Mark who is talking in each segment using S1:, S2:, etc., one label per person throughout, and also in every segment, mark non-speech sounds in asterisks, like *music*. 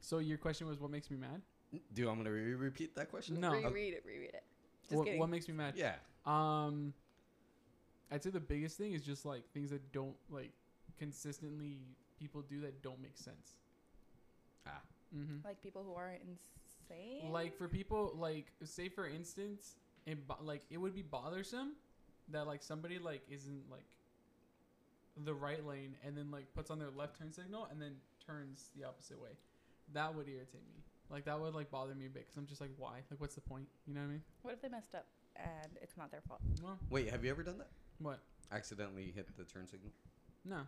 S1: So your question was what makes me mad?
S2: Do I'm gonna re- repeat that question?
S1: No.
S3: Reread it. Reread it. Just
S1: What,
S3: kidding.
S1: what makes me mad?
S2: Yeah.
S1: Um, I'd say the biggest thing is just like things that don't like consistently people do that don't make sense.
S2: Ah.
S1: hmm
S3: like people who are insane.
S1: Like for people, like say for instance, it bo- like it would be bothersome that like somebody like isn't like the right lane and then like puts on their left turn signal and then turns the opposite way. That would irritate me. Like that would like bother me a bit because I'm just like, why? Like, what's the point? You know what I mean?
S3: what if they messed up and it's not their fault?
S1: Well,
S2: Wait, have you ever done that?
S1: what?
S2: Accidentally hit the turn signal?
S1: No,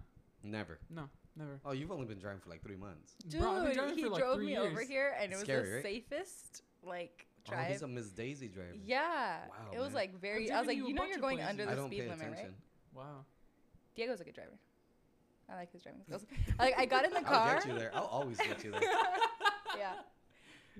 S2: Never.
S1: no, never.
S2: Oh, you've only been driving for like three months.
S3: Dude,
S1: Bro, I've been driving
S3: he
S1: for, like,
S3: drove
S1: three
S3: me over
S1: years.
S3: here and it was
S2: Scary,
S3: the
S2: right?
S3: safest like
S2: Oh, he's
S3: drive.
S2: a Miss Daisy driver.
S3: yeah,
S2: Wow,
S3: it was
S2: man.
S3: like very.
S1: I've
S3: I was like,
S1: driven you a
S3: you know,
S1: bunch
S3: you're
S1: of
S3: going
S1: places.
S3: under
S2: I
S3: the
S2: don't
S3: speed
S2: pay
S3: limit,
S2: attention.
S3: right? *laughs*
S1: Wow.
S3: Diego's a good driver. I like
S2: *laughs*
S3: his driving skills. like I got in the
S2: I'll
S3: *laughs* car.
S2: get you there. I'll always get you there.
S3: yeah.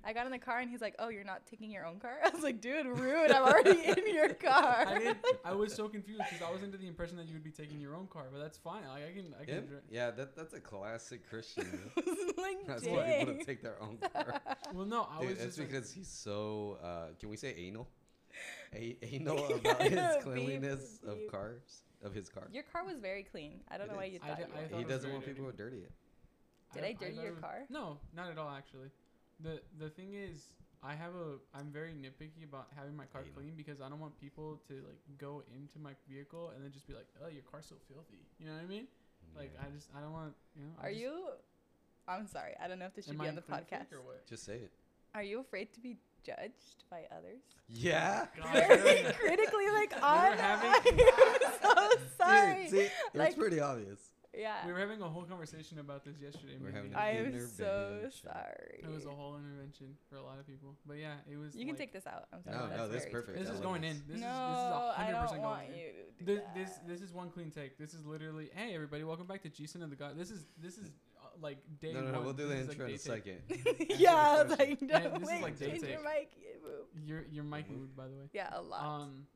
S3: I got in the car and he's like, "Oh, you're not taking your own car." *laughs* I was like, "Dude, rude! I'm already
S2: *laughs*
S3: in your car." *laughs*
S1: I did. I was so confused because I was under the impression that you would be taking your own car, but that's fine. Like, I can, *laughs* I
S2: Yeah,
S1: can. dri
S2: yeah that, that's a classic Christian.
S3: *laughs*
S2: man.
S3: like,
S2: That's why people
S3: dang.
S2: to take their own
S3: *laughs*
S2: car.
S1: Well, no, I
S2: Dude,
S1: was
S2: that's
S1: just. Like,
S2: because he's so, uh, can we say anal? A-
S3: *laughs*
S2: anal about his cleanliness
S3: Beep,
S2: of
S3: beep.
S2: cars, of his car.
S3: Your car was very clean. I don't
S2: It
S3: know why
S2: is.
S3: you
S1: I
S3: thought
S1: di-
S3: you
S1: I
S3: were.
S1: thought
S2: he
S1: it was
S2: doesn't
S1: very
S2: want people
S1: dirty.
S2: to dirty it.
S3: Did I dirty
S1: thought
S3: your
S1: it was-
S3: car?
S1: No, not at all. Actually, the the thing is, I have a. I'm very nitpicky about having my car
S2: Anal.
S1: clean because I don't want people to like go into my vehicle and then just be like, "Oh, your car's so filthy." You know what I mean? Like,
S2: Yeah.
S1: I just, I don't want. You know. I
S3: Are
S1: just,
S3: you? I'm sorry. I don't know if this should
S1: am
S3: be
S1: I
S3: on the
S1: a clean freak
S3: podcast.
S1: or what?
S2: Just say it.
S3: Are you afraid to be judged by others?
S2: Yeah.
S1: God, *laughs*
S3: Very
S1: really?
S2: *laughs*
S3: critically, like
S1: were
S3: on.
S1: having-
S3: *laughs*
S1: *laughs*
S3: I'm so sorry.
S2: Dude, see, it was
S3: Like-
S2: pretty obvious.
S3: yeah.
S1: We were having a whole conversation about this yesterday.
S2: We're
S1: me and
S2: having
S1: you.
S3: I
S2: Inner
S3: am so
S2: bitch.
S3: sorry.
S1: It was a whole intervention for a lot of people. But yeah, it was.
S3: You can
S1: like-
S3: take this out. I'm sorry.
S2: No,
S3: That's
S2: no, this is
S3: very
S2: perfect.
S1: This
S2: I
S1: is
S2: love
S1: going
S2: this.
S1: in. This
S3: no,
S1: is this
S3: I
S1: is
S3: don't
S1: hundred percent
S3: want
S1: going in.
S3: you to do
S1: This,
S3: that.
S1: this
S3: *laughs*
S1: *laughs* this is one clean take. This is literally hey everybody, welcome back to Jason and the God. This is this is uh, like day
S2: No, no,
S1: one.
S2: no. We'll do the
S1: This is,
S2: intro
S1: like,
S2: in a
S1: day take.
S2: second.
S3: yeah,
S2: Answer the
S3: like no,
S1: Yeah, this is
S3: wait,
S1: like
S3: change your
S1: daytime.
S3: mic. it moved.
S1: Your your mic
S2: Mhm.
S1: moved by the way.
S3: Yeah, a lot.
S1: Um,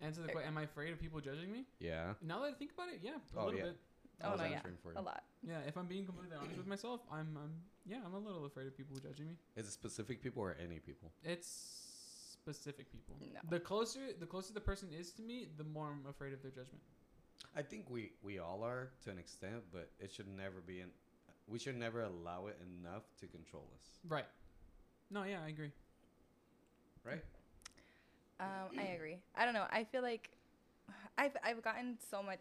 S1: answer the
S3: There.
S1: question. Am I afraid of people judging me?
S2: Yeah.
S1: Now that I think about it, yeah, a
S2: Oh,
S1: little
S2: yeah.
S1: bit.
S3: Oh,
S2: I was
S3: no, yeah.
S2: answering for
S3: a
S2: you.
S3: lot.
S1: Yeah, if I'm being completely honest with myself, I'm I'm yeah, I'm a little afraid of people judging me.
S2: Is it specific people or any people?
S1: It's specific people.
S3: No.
S1: The closer the closer the person is to me, the more I'm afraid of their judgment.
S2: I think we we all are to an extent, but it should never be in. We should never allow it enough to control us.
S1: Right. No, yeah, I agree.
S3: Um, I agree. I don't know. I feel like I've I've gotten so much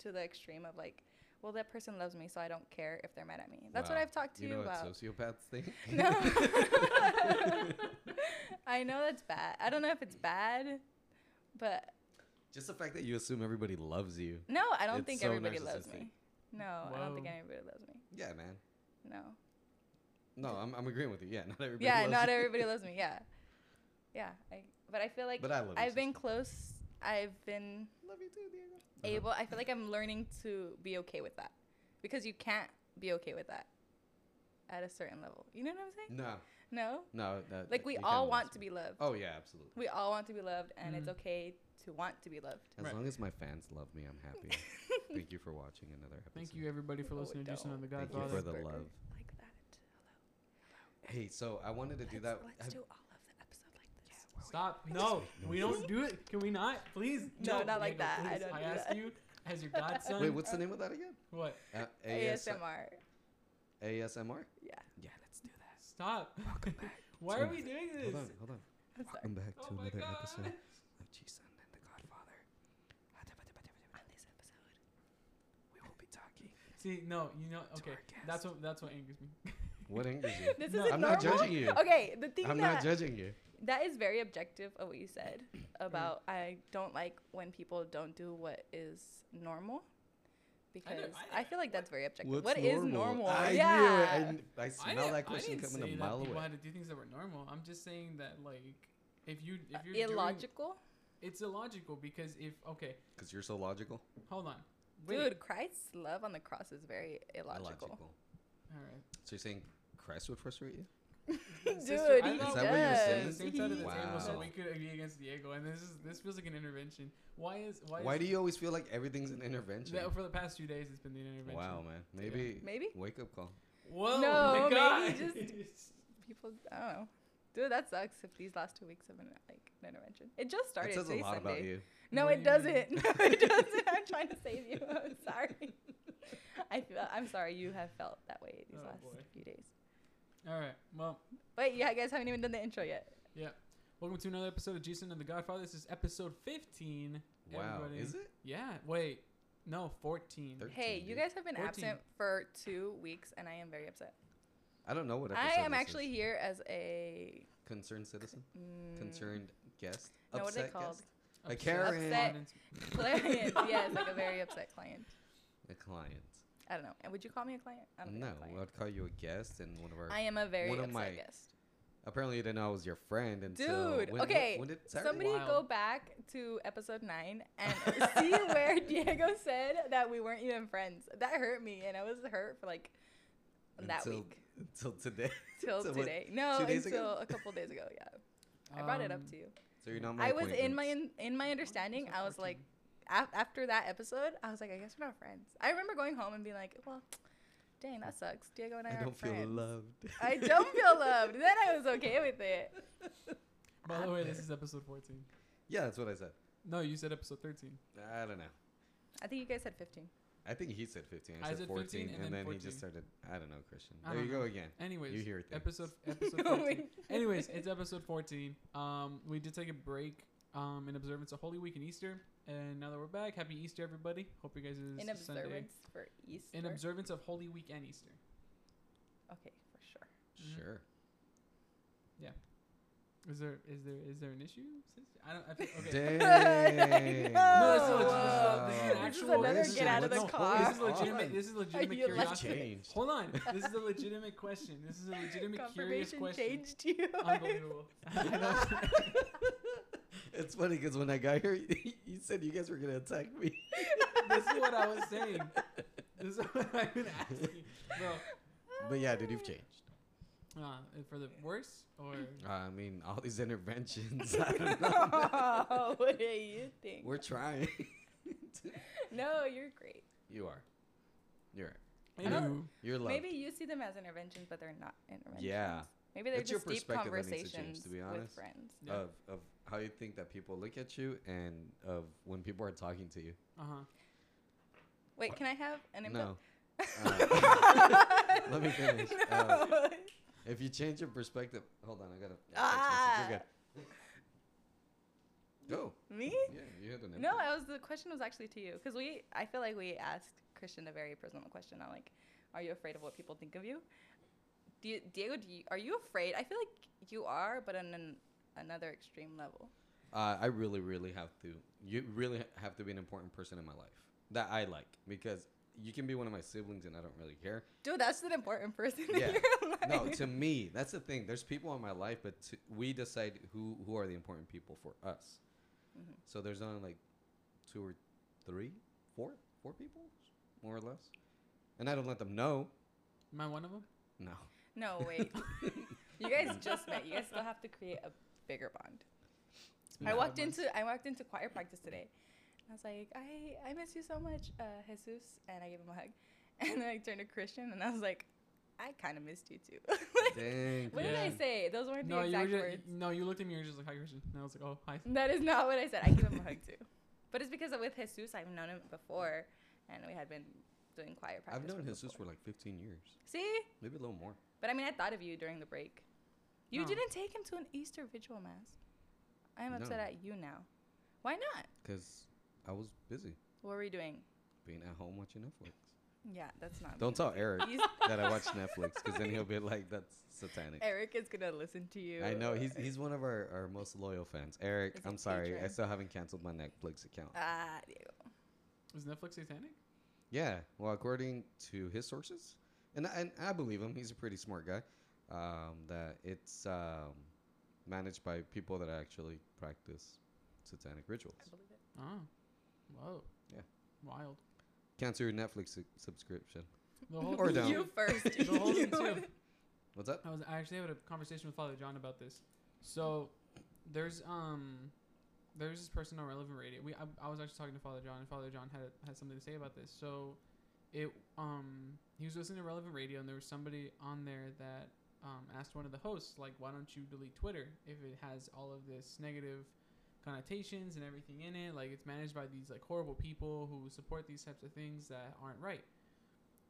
S3: to the extreme of like, well, that person loves me, so I don't care if they're mad at me. That's what
S2: Wow.
S3: I've talked to
S2: You
S3: you,
S2: know what
S3: about.
S2: sociopaths
S3: *laughs*
S2: think?
S3: No. I know that's bad. I don't know if it's bad, but
S2: *laughs* Just the fact that you assume everybody loves you.
S3: no, I don't
S2: It's
S3: think
S2: so
S3: everybody loves
S2: narcissistic.
S3: me. No, I don't think
S1: Whoa.
S3: anybody loves me.
S2: Yeah, man.
S3: No.
S2: No, I'm, I'm agreeing with you. Yeah, not everybody.
S3: Yeah,
S2: loves
S3: not
S2: you.
S3: everybody loves me. Yeah. Yeah. I, but I feel like
S2: But I love you,
S3: I've been
S2: sister.
S3: close. I've been
S2: *laughs* Love you too, Diego. Uh-huh.
S3: able i feel like i'm learning to be okay with that because you can't be okay with that at a certain level you know what i'm saying
S2: No,
S3: no
S2: no. that-
S3: like we
S2: you
S3: all
S2: kinda
S3: want
S2: lost
S3: to
S2: me.
S3: be loved
S2: Oh Mm-hmm. yeah, absolutely.
S3: we all want to be loved and it's
S1: Mhm.
S3: okay to want to be loved
S2: As
S1: Right.
S2: long as my fans love me, I'm happy. Thank you for watching another episode.
S1: Thank you everybody for
S3: No,
S1: listening to
S3: we
S1: Jason on the
S3: don't.
S2: Thank
S1: Godfather.
S2: you for the
S3: Burger.
S2: love.
S3: like that
S2: Hey, so I wanted to do
S3: hello
S2: that.
S3: let's,
S2: have-
S3: do all of the episode like this
S1: Stop. No, we
S3: *laughs*
S1: don't do it. Can we not? Please.
S3: No, not like
S1: Diego,
S3: that. I
S1: please.
S3: don't
S1: I
S3: do
S1: ask
S3: that.
S1: you, as your godson.
S2: Wait, what's the name of that again?
S1: What?
S2: Uh,
S3: asmr
S2: ASMR?
S3: yeah
S2: Yeah, let's do that.
S1: Stop.
S2: Welcome back.
S1: *laughs* Why are we doing this?
S2: Hold on, hold on.
S3: i'm
S2: *laughs*
S3: sorry
S2: Welcome back
S1: Oh
S2: to
S1: my
S2: another
S1: God.
S2: episode of Jason and the Godfather.
S3: on this episode
S2: We will be talking.
S1: *laughs* See, no, you know,
S2: To
S1: okay.
S2: our guest.
S1: That's what that's what angers me.
S2: What angers you?
S3: this
S1: No,
S3: isn't
S2: I'm not
S3: normal
S2: judging you.
S3: *laughs* okay the thing
S2: I'm
S3: that
S2: not judging you.
S3: That is very objective of what you
S1: *clears throat*
S3: said about I don't like when people don't do what is normal because I,
S1: I-
S3: feel like that's very objective. What is normal?
S2: I
S3: yeah.
S2: knew it. I, I
S1: I
S2: smell
S1: didn't-
S2: that
S1: I
S2: question
S1: didn't
S2: coming
S1: say
S2: a
S1: that
S2: mile
S1: people
S2: away.
S1: had to do things that were normal. I'm just saying that like if you
S3: Uh,
S1: if you're doing-
S3: Illogical,
S1: it's illogical because if okay,
S2: Because you're so logical.
S1: hold on. Wait.
S3: dude. Christ's love on the cross is very illogical.
S2: Illogical.
S1: All
S3: *laughs*
S1: right.
S2: So you're saying Christ would frustrate you?
S3: dude,
S1: Sister, I
S3: he
S1: thought-
S2: Is
S3: does.
S2: that what you're
S1: On
S2: saying?
S1: the same side of the
S2: Wow.
S1: table, so we could be against Diego, and this is this feels like an intervention. Why is why?
S2: Why
S1: is,
S2: do you always feel like everything's an intervention?
S1: That for the past few days, it's been the intervention.
S2: Wow, man. Maybe.
S3: Maybe.
S2: Wake up call.
S1: Whoa,
S3: No,
S1: my God.
S3: I just-
S1: *laughs*
S3: people. I don't know. Dude, that sucks. If these last two weeks have been like an intervention, it just started.
S2: It says a
S3: today's
S2: lot
S3: Sunday.
S2: about you.
S3: No,
S1: What
S3: it
S1: do you
S3: doesn't. *laughs* No,
S1: *laughs*
S3: it doesn't. I'm trying to save you. *laughs* I'm sorry. I feel. I'm sorry. You have felt that way these
S1: Oh,
S3: last
S1: boy.
S3: few days.
S1: All right. Well,
S3: Wait, yeah, you guys haven't even done the intro yet.
S1: welcome to another episode of Jason and the Godfather. This is episode 15.
S2: Wow,
S1: Everybody-
S2: is it?
S1: Yeah. Wait. No, 14.
S2: Thir-
S3: Hey,
S2: 13,
S3: you
S2: dude.
S3: guys have been
S1: 14.
S3: absent for two weeks, and I am very upset.
S2: I don't know what
S3: I
S2: episode
S3: am
S2: this is.
S3: actually here as a
S2: concerned citizen,
S3: mm,
S2: concerned guest,
S3: No, what are they
S2: upset
S3: called?
S2: guest, A
S1: Upset.
S2: uh, Karen.
S1: Respondents.
S3: *laughs*
S2: *laughs*
S3: client. yes, like a very upset client.
S2: a client.
S3: I don't know. And would you call me a client? I don't think
S2: No,
S3: I'm a client.
S2: I'd call you a guest and one of our.
S3: I am a very
S2: one of
S3: upset
S2: my-
S3: guest.
S2: Apparently, you didn't know I was your friend until.
S3: Dude,
S2: when-
S3: okay,
S2: When did Saturday?
S3: Somebody
S1: Wild.
S3: go back to episode nine and *laughs* see where Diego said that we weren't even friends. That hurt me, and I was hurt for like that
S2: Until-
S3: week
S2: *laughs* until today.
S3: *laughs* till
S2: so what,
S3: today. No,
S2: two days
S3: until
S2: ago?
S3: a couple days ago. Yeah, I brought it up
S1: Um,
S3: to you.
S2: So you're not my
S3: I was in my
S2: acquaintance.
S3: in, in my understanding.
S1: Episode
S3: I was like,
S1: 14.
S3: af- after that episode, I was like, I guess we're not friends. I remember going home and being like, well, dang, that sucks. Diego and
S2: *laughs*
S3: I,
S2: I
S3: aren't
S2: don't feel
S3: friends.
S2: loved.
S3: I don't
S2: *laughs*
S3: feel
S1: *laughs*
S3: loved. Then I was okay with it.
S1: By the way, this is episode 14.
S2: yeah, that's what I said.
S1: No, you said episode 13.
S2: I don't know.
S3: I think you guys had 15.
S2: I think he said 15.
S1: I
S2: I,
S1: said
S2: said 14,
S1: 15, and
S2: and,
S1: then
S2: then,
S1: 14.
S2: he just started. I don't know, Christian.
S1: I
S2: There
S1: don't
S2: you
S1: know.
S2: go again.
S1: Anyways,
S2: You hear things.
S3: *laughs*
S1: episode *laughs* episode
S3: No,
S1: 14.
S3: wait.
S1: Anyways, it's episode 14. Um, we did take a break um, in observance of Holy Week and Easter, and now that we're back, happy Easter, everybody. Hope you guys is
S3: in
S1: Sunday.
S3: observance for Easter.
S1: In observance of Holy Week and Easter.
S3: okay, for sure.
S1: Mhm.
S2: Sure.
S1: Is there is there is there an issue? sis? I don't. I feel, okay. *laughs*
S2: Dang.
S1: No, this is legit. uh, This
S3: Wow.
S1: is an
S3: This is
S1: actual.
S3: another
S1: question.
S3: get out of the
S1: No,
S3: car.
S1: This is legitimate. This is legitimate
S3: you allowed-
S1: curiosity.
S2: *laughs* Changed.
S1: Hold on. This is a legitimate question. This is a legitimate curious
S3: Confirmation
S1: question.
S3: changed you.
S1: *laughs*
S3: *laughs*
S1: Unbelievable. I know.
S2: It's funny because when I got here, *laughs* you said you guys were gonna attack me.
S1: this is what I was saying. This is what I've been asking. Bro,
S2: But yeah, dude, you've
S3: *laughs*
S2: changed. *laughs*
S1: uh, for the worse or
S2: Uh, I mean, all these interventions. I
S1: *laughs*
S2: don't know.
S3: Oh, *laughs* what do you think?
S2: We're trying.
S3: no, you're great.
S2: you are. You're. right.
S1: Anywho,
S3: don't-
S2: You're loved.
S3: Maybe you see them as interventions, but they're not interventions.
S2: Yeah.
S3: Maybe they're
S2: It's your
S3: just deep
S2: perspective that needs
S3: conversations
S2: to change, to be
S3: with
S2: honest.
S3: friends.
S1: yeah,
S2: of of how you think that people look at you and of when people are talking to you.
S1: uh-huh.
S3: Wait, can I have an input?
S2: No.
S3: *laughs*
S2: *laughs* let me finish. Uh,
S3: No.
S2: If you change your perspective, hold on, I gotta.
S3: Ah.
S2: text message, You're good.
S3: *laughs*
S2: Go.
S3: me?
S2: Yeah, you had an
S3: No,
S2: input.
S3: I was. The question was actually to you because we. I feel like we asked Christian a very personal question. on like, are you afraid of what people think of you? Do you Diego, do you, are you afraid? I feel like you are, but on an, another extreme level.
S2: Uh, I really, really have to. You really ha- have to be an important person in my life that I like because you can be one of my siblings and I don't really
S3: *laughs*
S2: care.
S3: Dude, that's an important person
S2: Yeah.
S3: in your life.
S2: No, to me, that's the thing. There's people in my life, but to, we decide who who are the important people for us.
S3: Mhm.
S2: So there's only like two or three, four, four people, more or less, and I don't let them know.
S1: Am I one of them?
S3: *laughs*
S2: No.
S3: no, wait. you guys just met. You guys still have to create a bigger bond. I
S2: No.
S1: walk-
S3: walked into I walked into choir practice today. And I was like, I, I miss you so much, uh, Jesus, and I gave him a hug. *laughs* And then I turned to Christian and I was like, I kind of missed you too. *laughs* like,
S2: Dang.
S3: what
S2: Chris.
S3: did I
S1: Yeah.
S3: say? Those weren't
S1: No,
S3: the
S1: you were
S3: exact
S1: just,
S3: words.
S1: no, you looked at me. You were just like, "Hi, Christian." And I was like, "Oh, hi."
S3: That is not what I said. I gave him a hug too. But it's because with Jesus, I've known him before, and we had been doing choir practice.
S2: I've known
S3: with
S2: Jesus
S3: before.
S2: for like 15 years,
S3: See,
S2: maybe a little more.
S3: but I mean, I thought of you during the break. You
S2: Oh.
S1: No.
S3: didn't take him to an Easter vigil mass. I am upset
S2: No.
S3: at you now. Why not?
S2: Cause I was busy
S3: What were we doing?
S2: being at home watching Netflix.
S3: Yeah, that's not.
S2: Don't
S3: me.
S2: tell Eric
S3: *laughs* He's-
S2: that I watch Netflix, cause then he'll be like, "That's satanic."
S3: Eric is gonna listen to you.
S2: I know he's he's one of our, our most loyal fans. Eric,
S3: Is he
S2: I'm sorry, I
S3: patron?
S2: still haven't canceled my Netflix account.
S3: *laughs* Ah, Diego.
S1: Was Netflix satanic?
S2: Yeah, well, according to his sources, and I, and I believe him. He's a pretty smart guy. Um, that it's um, managed by people that actually practice satanic rituals.
S3: I believe it.
S1: Oh, whoa.
S2: Yeah.
S1: Wild.
S2: Cancel your Netflix su- subscription.
S1: The whole *laughs*
S2: Or
S1: thing-
S2: don't.
S3: You first.
S1: The
S3: *laughs*
S1: whole thing too.
S3: You-
S2: What's up?
S1: I was I actually had a conversation with Father John about this. So there's um there's this person on Relevant Radio. We I, I was actually talking to Father John, and Father John had had something to say about this. So it um he was listening to relevant radio and there was somebody on there that um, asked one of the hosts like why don't you delete twitter if it has all of this negative connotations and everything in it like it's managed by these like horrible people who support these types of things that aren't right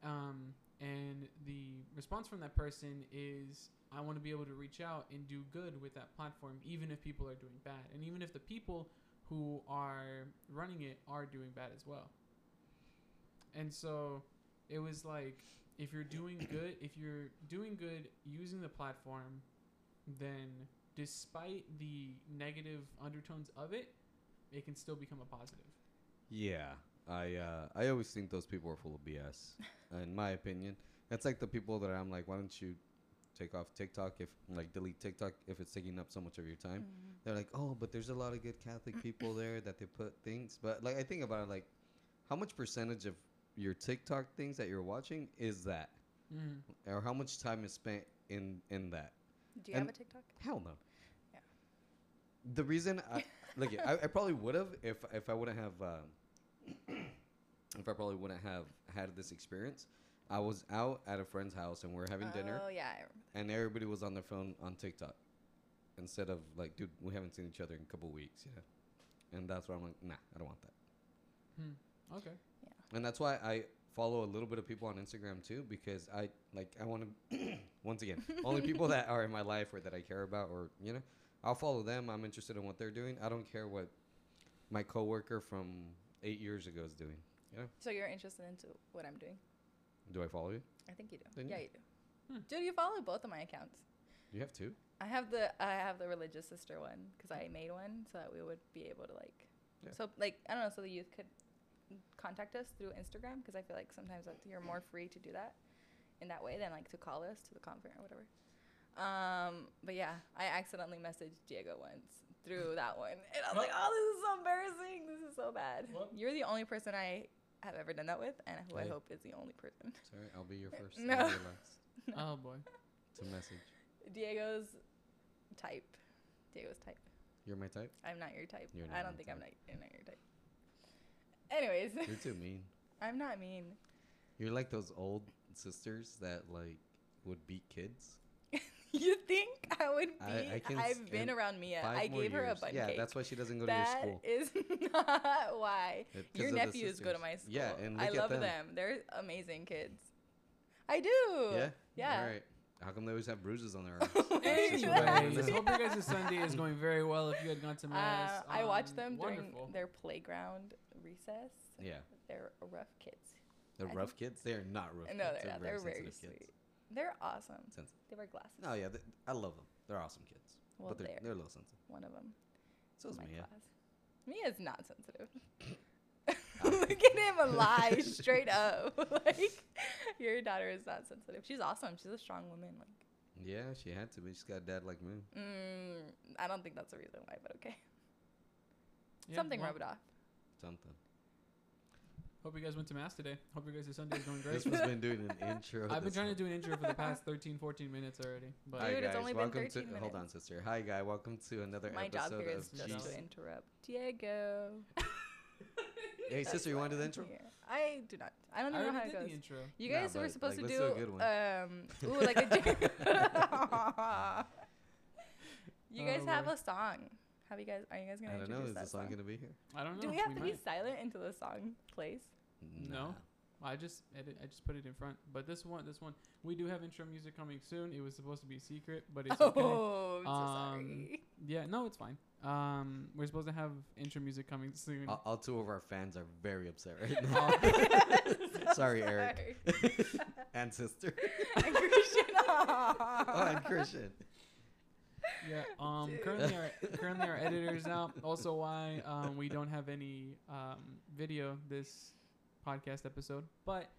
S1: um, and the response from that person is i want to be able to reach out and do good with that platform even if people are doing bad and even if the people who are running it are doing bad as well and so it was like if you're *clears throat* doing good, if you're doing good using the platform, then despite the negative undertones of it, it can still become a positive.
S2: Yeah, I uh, I always think those people are full of BS. in my opinion, that's like the people that I'm like, why don't you take off TikTok if like delete TikTok if it's taking up so much of your
S3: Mm.
S2: time?
S3: Mm-hmm.
S2: They're like, oh, but there's a lot of good Catholic people there that they put things. But like, I think about it, like, how much percentage of your TikTok things that you're watching is that,
S1: Mm.
S2: or how much time is spent in in that?
S3: Do you have
S2: And-
S3: a TikTok?
S2: Hell no.
S3: Yeah.
S2: The reason I like I, I probably would have if if I wouldn't have um, *clears throat* if I probably wouldn't have had this experience. I was out at a friend's house and we are having dinner
S3: Oh yeah. I remember.
S2: and everybody was on their phone on TikTok instead of like, dude, we haven't seen each other in a couple weeks, you know. And that's why I'm like, nah, I don't want that.
S1: Okay.
S2: And that's why I follow a little bit of people on Instagram too because I like I want to *coughs* once again only people that are in my life or that I care about or you know I'll follow them. I'm interested in what they're doing. I don't care what my coworker from eight years ago is doing.
S3: So you're interested into what I'm doing?
S2: Do I follow you?
S3: I think you do.
S2: Then
S3: yeah,
S2: yeah.
S3: you do.
S1: Hmm.
S3: Dude, you follow both of my accounts.
S2: You have two.
S3: I have the I have the religious sister one because I made one so that we would be able to like,
S2: Yeah.
S3: so like I don't know, so the youth could contact us through Instagram because I feel like sometimes that you're more free to do that in that way than like to call us to the conference or whatever. Um, but yeah, I accidentally messaged Diego once through that one, and I was like, oh, this is so embarrassing. This is so bad.
S1: What?
S3: You're the only person I have ever done that with, and who I
S2: Hey.
S3: hope is the only person.
S2: Sorry, I'll be your first.
S3: No.
S2: I'll be your last
S1: oh boy.
S2: to message.
S3: Diego's type. Diego's type.
S2: You're my type.
S3: I'm not your type.
S2: You're not
S3: I don't
S2: my
S3: think I'm not, I'm not your type. Anyways,
S2: You're too mean.
S3: *laughs* I'm not mean. *laughs*
S2: You're like those old sisters that like would beat kids.
S3: You think I would be?
S2: I- I can
S3: have been
S2: stand
S3: around Mia.
S2: Five
S3: I
S2: more
S3: gave her a
S2: years.
S3: bun
S2: Yeah,
S3: cake.
S2: that's why she doesn't go
S3: That
S2: to your school.
S3: *laughs* is not why.
S2: It- 'cause
S3: Your
S2: of the
S3: nephews go to
S2: sisters.
S3: my school.
S2: Yeah, and
S3: I
S2: look at
S3: love
S2: them.
S3: They're amazing kids. I do.
S2: Yeah.
S3: Yeah.
S2: All
S3: *laughs*
S2: right. How come they always have bruises on their arms?
S3: Wait,
S2: Anyways,
S3: that's-
S2: *laughs*
S1: Anyways, hope you guys' Sunday is going very well. If you had gone to mass,
S3: Uh, I watch
S1: Um,
S3: them
S1: Wonderful.
S3: during their playground recess.
S2: yeah,
S3: They're rough kids.
S2: they're
S3: I
S2: rough kids. They are not rough.
S3: no,
S2: kids.
S3: they're not. They're very
S2: sensitive
S3: sweet.
S2: Kids.
S3: They're awesome.
S2: Sensitive.
S3: They wear glasses.
S2: No, yeah, they, I love them. They're awesome kids.
S3: Well,
S2: but they're,
S3: they're-
S2: they're a little sensitive.
S3: One of them.
S2: So is
S3: my
S2: Mia. Ah.
S3: class. Mia's not sensitive. *laughs* Look at
S2: *laughs*
S3: him lie straight up. *laughs* like your daughter is not sensitive. She's awesome. She's a strong woman. Like,
S2: Yeah, she had to be. She's got a dad like me.
S3: mm, I don't think that's the reason why, but okay.
S1: Yeah,
S3: Something
S1: well,
S3: rubbed off.
S2: Something.
S1: Hope you guys went to mass today. Hope you guys' Sunday is going
S2: This
S1: great.
S2: was been doing
S3: *laughs*
S2: an intro.
S1: I've been
S2: this
S1: trying to do
S2: whole-
S1: an intro for the past 13, 14 minutes already. But
S2: Hi
S3: Dude, it's
S2: guys,
S3: only been
S2: welcome to.
S3: 13
S2: Hold on, sister. Hi, guy. Welcome to another
S3: My job
S2: episode
S3: here is
S2: of
S3: just
S1: Jesus.
S3: to interrupt. Diego.
S2: Hey, sister, you want to do the intro?
S3: I do not. I don't
S1: I
S3: even
S1: already
S3: know how it
S1: did
S3: goes.
S1: the intro.
S3: You
S2: Nah,
S3: guys
S2: but,
S3: were
S2: like,
S3: supposed
S2: let's
S3: to
S2: do a
S3: do,
S2: good one.
S3: um
S2: *laughs*
S3: ooh like a jam- You guys
S1: Oh,
S3: have
S1: boy.
S3: a song. Have you guys are you guys gonna
S2: I don't know.
S3: introduce
S2: Is
S3: that
S2: the song
S3: song?
S2: gonna be here?
S1: I don't know.
S3: Do we have to be
S1: might.
S3: silent until the song plays?
S1: No. I just edit, I just put it in front. But this one, this one, we do have intro music coming soon. It was supposed to be secret, but it's okay.
S3: Oh, I'm so
S1: Um,
S3: sorry.
S1: Yeah, no, it's fine. Um, we're supposed to have intro music coming soon.
S2: All, all two of our fans are very upset right
S3: *laughs*
S2: now.
S1: All-
S2: sorry, Eric. *laughs* and sister.
S3: And Christian. *laughs*
S2: *laughs* Oh, and Christian. *laughs*
S1: yeah. Um.
S3: Dude.
S1: Currently, our currently our editor's out. Also, why um we don't have any um video this podcast episode, but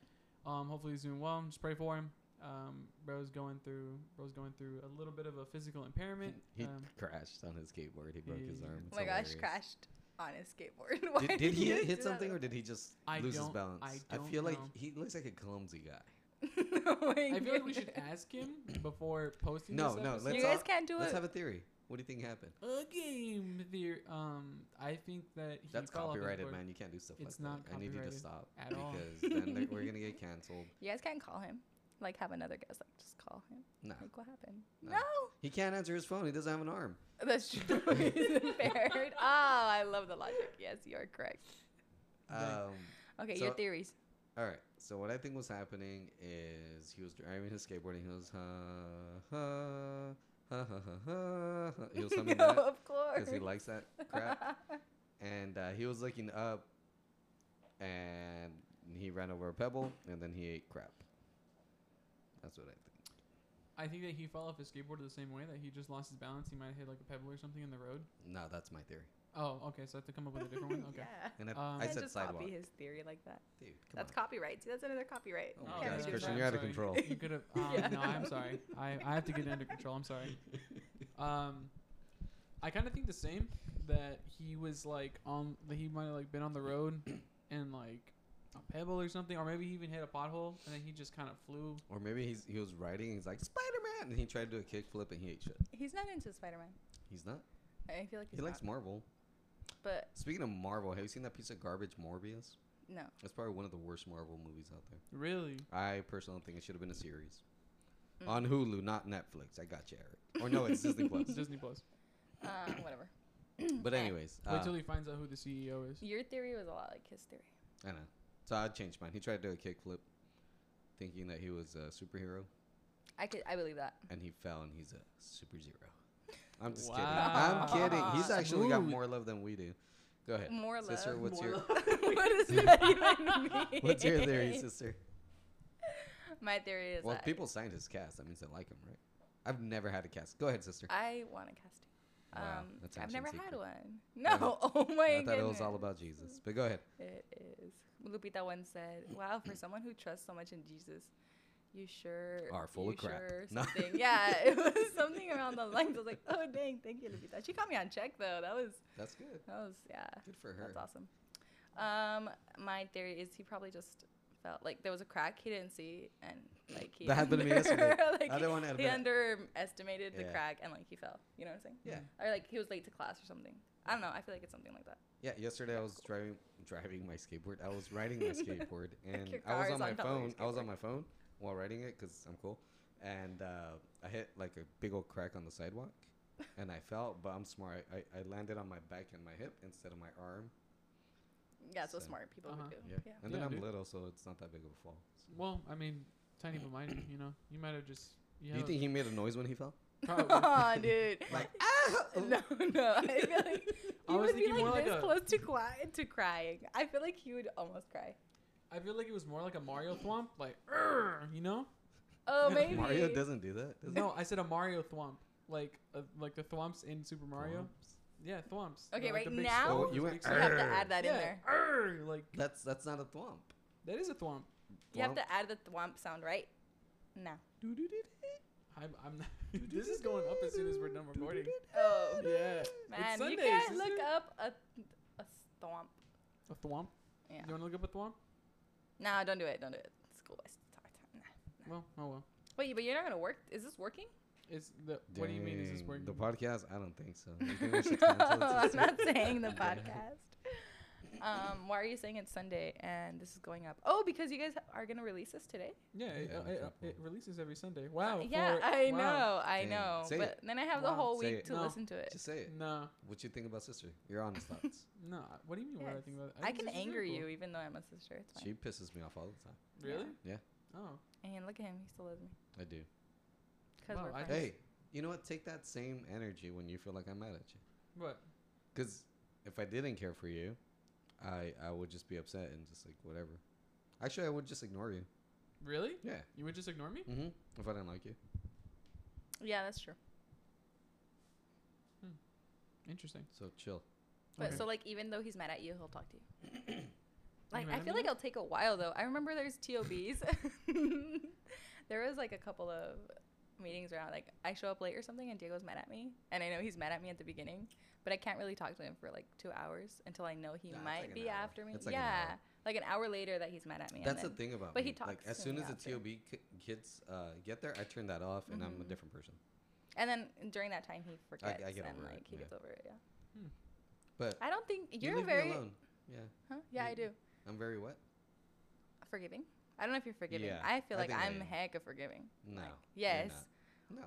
S1: um hopefully he's doing well. Just pray for him. Um, bro's going through bro's going through a little bit of a physical impairment.
S2: He
S1: um,
S2: crashed on his skateboard. He broke his
S1: Yeah.
S2: arm.
S3: Oh
S2: It's
S3: my gosh,
S2: hilarious.
S3: crashed on his skateboard. *laughs* Why
S2: Did, did he
S3: you do
S2: hit
S3: that?
S2: something
S3: *laughs*
S2: or did he just
S1: I
S2: lose his
S1: don't-
S2: balance?
S1: I don't
S2: feel like
S1: know.
S2: he looks like a clumsy guy.
S3: Oh my
S1: I feel like we should
S2: *laughs*
S3: goodness. *laughs*
S1: ask him before posting.
S2: No,
S1: this
S2: no,
S1: episode.
S2: let's
S3: You guys
S2: all-
S3: can't do
S2: Let's
S3: it.
S2: have a theory. What do you think happened?
S1: A game theory. Um, I think that he
S2: That's
S1: fell off his
S2: copyrighted,
S1: board
S2: man. You can't do stuff
S1: It's
S2: like
S1: not
S2: that. I need you to
S1: copyrighted
S2: stop
S1: at all.
S2: because then they're- we're
S1: *laughs*
S2: gonna get canceled.
S3: You guys can't call him. Like, have another guest. Like, just call him.
S2: No,
S3: Like, what happened?
S2: No.
S3: No.
S2: he can't answer his phone. He doesn't have an arm.
S3: That's true. *laughs*
S2: *laughs*
S3: He's impaired. Oh, I love the logic. Yes, you are correct.
S1: Right.
S2: Um,
S3: Okay, your
S2: So-
S3: theories.
S2: all right. So what I think was happening is he was driving his skateboard and he was ha ha ha ha ha. ha.
S3: *laughs*
S2: He was humming
S3: No,
S2: that
S3: of course.
S2: because he likes that crap.
S3: *laughs*
S2: and uh, he was looking up and he ran over a pebble and then he ate crap that's what i think
S1: I think that he fell off his skateboard the same way that he just lost his balance. He might have hit like a pebble or something in the road.
S2: no that's my theory
S1: Oh, okay. So I have to come up with a different
S3: *laughs*
S1: one. Okay.
S3: Yeah.
S2: and i,
S1: Um,
S2: I
S3: Can't
S2: said
S3: just
S2: sidewalk
S3: copy his theory like that.
S2: dude come
S3: Oh. that's
S2: on
S3: copyright. See, that's another copyright.
S2: Oh my
S3: Can't
S2: gosh,
S3: we do
S2: Christian,
S3: that?
S2: you're out of
S1: sorry.
S2: control.
S1: You could have. Um,
S3: Yeah.
S1: No, I'm sorry. I, I have to get it under control. I'm sorry. Um, I kind of think the same that he was like on that he might have like been on the road and like a pebble or something, or maybe he even hit a pothole and then he just kind of flew.
S2: or maybe he's he was riding and he's like spider-man and he tried to do a kickflip and he ate shit
S3: He's not into Spider-Man.
S2: he's not
S3: I feel like he's
S2: he likes
S3: not.
S2: marvel
S3: But
S2: speaking of marvel have you seen that piece of garbage morbius
S3: no.
S2: that's probably one of the worst marvel movies out there
S1: Really?
S2: i personally think it should have been a series
S3: Mm.
S2: on hulu not netflix i got you eric or no it's disney plus
S3: *laughs*
S1: It's Disney
S2: *laughs*
S1: Plus.
S3: Uh,
S2: *coughs*
S3: whatever.
S2: but
S3: Eh.
S2: anyways
S1: Wait
S2: uh,
S1: till he finds out who the CEO is.
S3: *coughs* Your theory was a lot like his theory.
S2: I know. So I changed mine. He tried to do a kickflip, thinking that he was a superhero,
S3: I could. I believe that.
S2: and he fell, and he's a super zero. I'm just kidding. I'm kidding. He's
S3: Wow.
S2: actually got
S1: Smooth.
S2: more love than we do. Go ahead,
S3: More
S2: sister.
S3: love. *laughs*
S2: What's *laughs* your
S3: what does that
S2: *laughs*
S3: even mean?
S2: What's your
S3: *laughs*
S2: theory, sister?
S3: My theory is
S2: well,
S3: that
S2: people signed his cast. That means they like him, right? I've never had a cast. Go ahead, sister.
S3: I want a casting.
S2: Wow,
S3: um,
S2: that's
S3: I've
S2: ancient
S3: never
S2: secret.
S3: had one. *laughs*
S2: Yeah.
S3: No. Oh my
S2: I
S3: goodness.
S2: thought it was all about Jesus, but go ahead.
S3: It is. Lupita once said, "Wow, for someone who trusts so much in Jesus, you sure
S2: Are full
S3: you
S2: of crap."
S3: sure
S2: *laughs* No.
S3: something." yeah, *laughs* it was something around those lines. I was like, "Oh dang, thank you, Lupita." She caught me on check though. That was
S2: That's good.
S3: that was yeah,
S2: Good for her.
S3: that's awesome. Um, my theory is he probably just felt like there was a crack he didn't see and like he
S2: That happened to me
S3: *laughs*
S2: yesterday.
S3: like,
S2: I don't want to
S3: he
S2: admit.
S3: underestimated the
S2: Yeah.
S3: crack and like he fell. You know what I'm saying?
S2: yeah,
S3: Or like he was late to class or something. I don't know. I feel like it's something like that.
S2: yeah. Yesterday I was driving driving my skateboard. I was riding
S3: *laughs*
S2: my skateboard, and
S3: your
S2: I was
S3: car
S2: on
S3: is
S2: my
S3: on top of your
S2: phone. I was on
S3: skateboard.
S2: my phone while riding it because I'm cool, and uh, I hit like a big old crack on the sidewalk,
S3: *laughs*
S2: and I fell. But I'm smart. I, I landed on my back and my hip instead of my arm.
S3: Yeah, so
S2: So-
S3: smart people
S1: Uh-huh.
S3: would do.
S2: Yeah,
S3: Oh, yeah.
S2: and then
S1: Yeah,
S2: I'm
S1: dude.
S2: little, so it's not that big of a fall. So-
S1: Well, I mean, tiny but mighty. You know, you might have just. You
S2: Do you
S1: have
S2: think he made a noise when he
S3: *laughs*
S2: fell?
S1: probably-
S3: Oh, dude.
S2: Like,
S3: *laughs*
S2: "Ah!"
S3: no, no. I feel
S1: *laughs*
S3: like
S1: I
S3: he
S1: was
S3: would be
S1: thinking more
S3: like
S1: like
S3: this
S1: a-
S3: close to cry- to crying. I feel like he would almost cry.
S1: I feel like it was more like a Mario thwomp, like, "Arr," you know?
S3: Oh,
S1: Yeah.
S3: maybe.
S2: Mario doesn't do that. Does
S1: No, I said a Mario thwomp, like uh, like the thwomps in Super
S2: he?
S1: Mario.
S2: Thwomps?
S1: Yeah, thwomps.
S3: Okay,
S1: They're like
S3: right
S1: the big
S3: now-
S1: skulls,
S2: Oh, you
S1: the
S2: went
S1: big
S3: You
S1: skulls.
S3: have to
S2: Arr.
S3: add that in
S1: Yeah,
S3: there.
S1: arr, like
S2: That's that's not a thwomp.
S1: that is a thwomp.
S3: You have
S2: Thwomp?
S3: to add the thwomp sound, right? No.
S1: I'm, I'm not, *laughs* this is going up as soon as we're done recording.
S3: Oh,
S1: Yeah,
S3: man.
S1: Sunday,
S3: you can't look
S1: sister.
S3: up a, a thwomp.
S1: a thwomp.
S3: Yeah.
S1: You want to look up a thwomp?
S3: No, don't do it. Don't do it. School waste of time. Nah.
S1: Well, oh well.
S3: Wait, but you're not going to work? Is
S1: *laughs*
S3: this working?
S1: It's the. What do you mean? Is this
S2: Dang,
S1: working?
S2: The podcast? I don't think so. You think
S3: *laughs*
S2: we should
S3: no,
S2: cancel it,
S3: I'm
S2: sister?
S3: not
S1: *laughs*
S3: saying the podcast. Um, why are you saying it's Sunday and this is going up? Oh, because you guys are gonna release this today.
S1: yeah, it,
S2: Yeah,
S1: uh, it, uh,
S2: exactly.
S1: it releases every Sunday. Wow.
S3: Uh, yeah,
S1: for-
S3: I
S1: wow.
S3: know, I
S2: Dang,
S3: know.
S2: say
S3: but
S2: it.
S3: then I have the
S1: Wow.
S3: whole
S2: Say
S3: week
S2: it.
S3: to
S1: No.
S3: listen to it.
S2: Just say it.
S1: No,
S2: What you think about sister? Your honest thoughts.
S1: no. What do you mean? What do I
S3: Yes.
S1: think about?
S3: I
S1: think
S3: can
S1: this is
S3: anger
S1: really
S3: you even though I'm a sister. It's fine.
S2: She pisses me off all the time.
S1: cool. Really?
S2: Yeah.
S1: Oh.
S3: And look at him; he still loves me
S2: I do.
S3: because
S1: Wow,
S3: we're
S1: I
S3: friends.
S2: Hey, you know what? Take that same energy when you feel like I'm mad at you.
S1: What?
S2: Because if I didn't care for you, I I would just be upset and just like whatever. Actually, I would just ignore you.
S1: Really?
S2: Yeah.
S1: You would just ignore me?
S2: Mm-hmm. If I didn't like you.
S3: Yeah, that's true.
S1: Interesting.
S2: So chill.
S3: But
S1: Okay.
S3: so like, even though he's mad at you, he'll talk to you.
S2: *clears throat*
S3: Like
S1: mad
S3: I
S1: at
S3: feel
S1: me
S3: like it'll take a while though. I remember there's TOBs. *laughs* there was like a couple of meetings around like I show up late or something and Diego's mad at me and I know he's mad at me at the beginning, but I can't really talk to him for like 2 hours until I know he
S2: Nah, it's
S3: might
S2: like an
S3: be
S2: hour.
S3: after me.
S2: It's like an
S3: yeah.
S2: hour.
S3: like an hour later that he's mad at me. and
S2: That's the
S3: then-
S2: thing about
S3: but
S2: me.
S3: he
S2: like
S3: talks
S2: as
S3: to
S2: soon
S3: me
S2: as the
S3: after.
S2: TOB ki- kids uh, get there, I turn that off and I'm a
S3: Mhm.
S2: different person.
S3: And then during that time, he forgets
S2: I get
S3: and
S2: over it,
S3: like he
S2: yeah.
S3: gets over it. Yeah.
S2: But
S3: I don't think
S2: you
S3: you're
S2: leave me
S3: very.
S2: alone. Yeah,
S3: Huh? Yeah, I
S2: You-
S3: do.
S2: I'm very what?
S3: Forgiving. I don't know if you're forgiving.
S2: Yeah,
S3: I feel
S2: I
S3: like
S2: think I
S3: I'm
S2: am.
S3: heck of forgiving.
S2: No.
S3: Like,
S2: you're
S3: yes.
S2: not. No.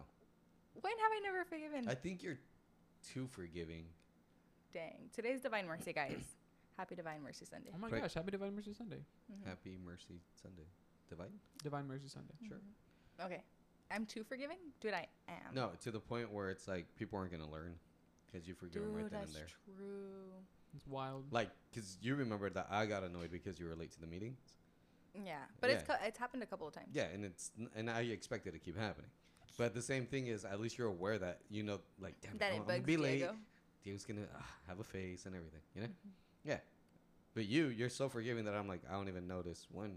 S3: When have I never forgiven?
S2: I think you're too forgiving.
S3: Dang. Today's Divine Mercy, guys. Happy Divine Mercy Sunday.
S1: Oh my
S2: Right.
S1: gosh! Happy Divine Mercy Sunday.
S3: Mhm.
S2: Happy Mercy Sunday. Divine?
S1: Divine Mercy Sunday.
S3: Mm.
S2: Sure.
S3: Mm-hmm. Okay. I'm too forgiving? Dude, I am.
S2: No, to the point where it's like people aren't going to learn because you forgive
S3: Dude,
S2: them right then
S3: that's
S2: and there.
S3: true.
S1: It's wild.
S2: Like, because you remember that I got annoyed because you were late to the meeting.
S3: Yeah. But it's co- it's happened a couple of times.
S2: Yeah, and it's n- and I expect it to keep happening. But the same thing is, at least you're aware that you know, like, damn, it,
S3: That
S2: I'm,
S3: it
S2: I'm gonna
S3: bugs
S2: be late.
S3: Diego. Mm-hmm.
S2: Diego's gonna uh, have a face and everything, you know? Yeah. But you, you're so forgiving that I'm like, I don't even notice when.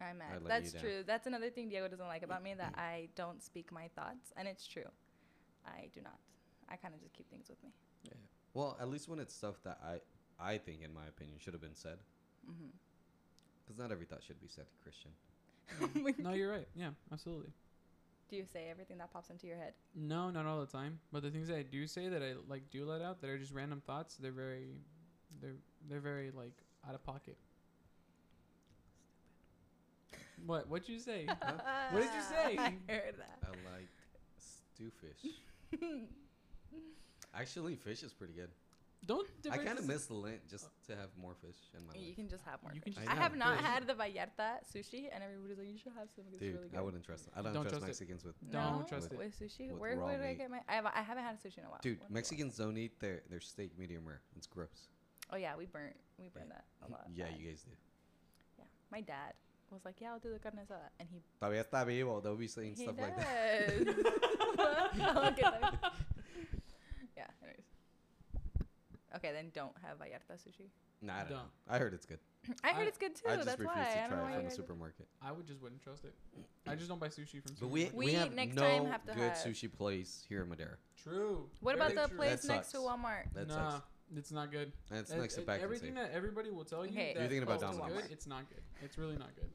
S3: I'm
S2: I let
S3: mad.
S2: you
S3: That's
S2: down. Mm-hmm.
S3: true. That's another thing Diego doesn't like about me that I don't speak my thoughts, and it's true. I do not. I kind of just keep things with me.
S2: Well, at least when it's stuff that I, I think, in my opinion, should have been said.
S3: Mm-hmm.
S2: Because not every thought should be said, Christian.
S3: *laughs*
S2: Mm-hmm.
S1: no, you're right. Yeah, absolutely.
S3: Do you say everything that pops into your head?
S1: No, not all the time. But the things that I do say that I like do let out that are just random thoughts. They're very, they're they're very like out of pocket. What? What'd you
S3: *laughs*
S1: say? What did you say?
S3: I heard that.
S2: I like stew fish.
S3: *laughs*
S2: Actually, fish is pretty good.
S1: Don't.
S2: I
S1: difference-
S2: kind of miss the lint just to have more fish in my
S3: Oh. you
S2: life.
S3: can just have more.
S1: You can
S3: fish.
S1: just
S3: I
S2: have
S3: have
S2: more
S3: not
S2: fish.
S3: had the Vallarta sushi, and everybody's like, "You should have some." 'cause it's
S2: Dude,
S3: really good.
S2: I wouldn't trust them. I don't,
S1: Don't
S2: trust,
S1: trust it.
S2: Mexicans with.
S1: Don't
S3: no?
S1: trust it.
S3: With sushi,
S2: With
S3: where
S2: raw
S3: where did I
S2: meat.
S3: get my? I, have, I haven't had sushi in a while.
S2: Dude,
S3: When was the last-
S2: Mexicans don't eat their, their steak medium rare. It's gross.
S3: Oh yeah, we burnt we burnt that a lot.
S2: Yeah,
S3: Bad.
S2: you guys do.
S3: Yeah. My dad was like, "Yeah, I'll do the carne asada," and he
S2: Todavía está vivo. They'll be saying
S3: he
S2: stuff
S3: does.
S2: like that.
S3: *laughs* Look at them. yeah. Anyways. Okay, then don't have Vallarta sushi.
S2: *laughs*
S3: *clears throat*
S2: Nah, I don't,
S1: Don't.
S2: know. I heard it's good.
S3: I heard
S1: I-
S3: it's good too.
S2: I just
S3: that's
S2: refuse
S3: why. I
S2: to
S3: don't know
S2: try it
S3: why you
S2: from the
S3: guys-
S2: supermarket.
S1: I would just wouldn't trust it. I just don't buy sushi from.
S2: But we,
S1: supermarkets.
S2: we,
S3: We
S2: have
S3: next
S2: no
S3: time have to
S2: good
S3: have-
S2: sushi place here in Madera.
S1: True.
S3: What about
S1: Very
S3: the
S1: true.
S3: place
S2: That
S3: next to
S2: sucks.
S3: Walmart?
S2: That
S1: nah,
S2: sucks.
S1: it's not good.
S2: And it's
S1: That-
S2: next to
S1: it-
S2: back and
S1: Everything
S2: say,
S1: that everybody will tell you.
S3: Okay,
S1: that
S2: You're thinking about
S1: oh, it's
S2: Domino's.
S1: good, It's not good. It's really not good.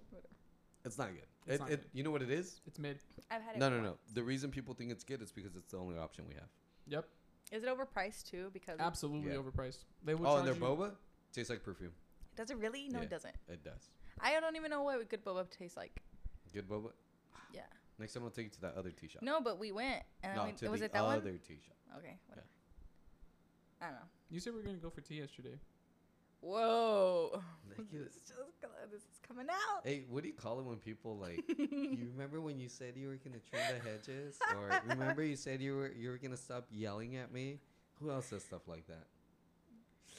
S2: It's not good.
S1: It's
S2: it,
S1: not
S2: it,
S1: good.
S2: You know what it is?
S1: It's mid.
S3: I've had it.
S2: No, no, no.
S3: once.
S2: The reason people think it's good is because it's the only option we have.
S1: Yep.
S3: Is it overpriced too? Because
S1: Absolutely
S2: Yeah.
S1: overpriced. They would.
S2: oh,
S1: charge
S2: and their
S1: you-
S2: boba tastes like perfume.
S3: does it really? No,
S2: Yeah.
S3: it doesn't.
S2: It does.
S3: I don't even know what a good boba tastes like.
S2: Good boba.
S3: Yeah.
S2: Next time I'll take you to that other tea shop.
S3: No, but we went and
S2: no
S3: we,
S2: to
S3: was
S2: the
S3: it that
S2: other
S3: one?
S2: tea
S1: *laughs*
S2: shop.
S3: Okay, whatever. I don't know.
S1: You said we were gonna go for tea yesterday.
S2: *laughs*
S3: Whoa.
S2: Like
S3: this
S2: it-
S3: is *laughs* just gonna- this is coming out. *laughs*
S2: Hey, what do you call it when people like?
S1: *laughs*
S2: you remember when you said you were gonna trim the hedges,
S3: *laughs*
S2: or remember you said you were you were gonna stop yelling at me? Who else says stuff like that?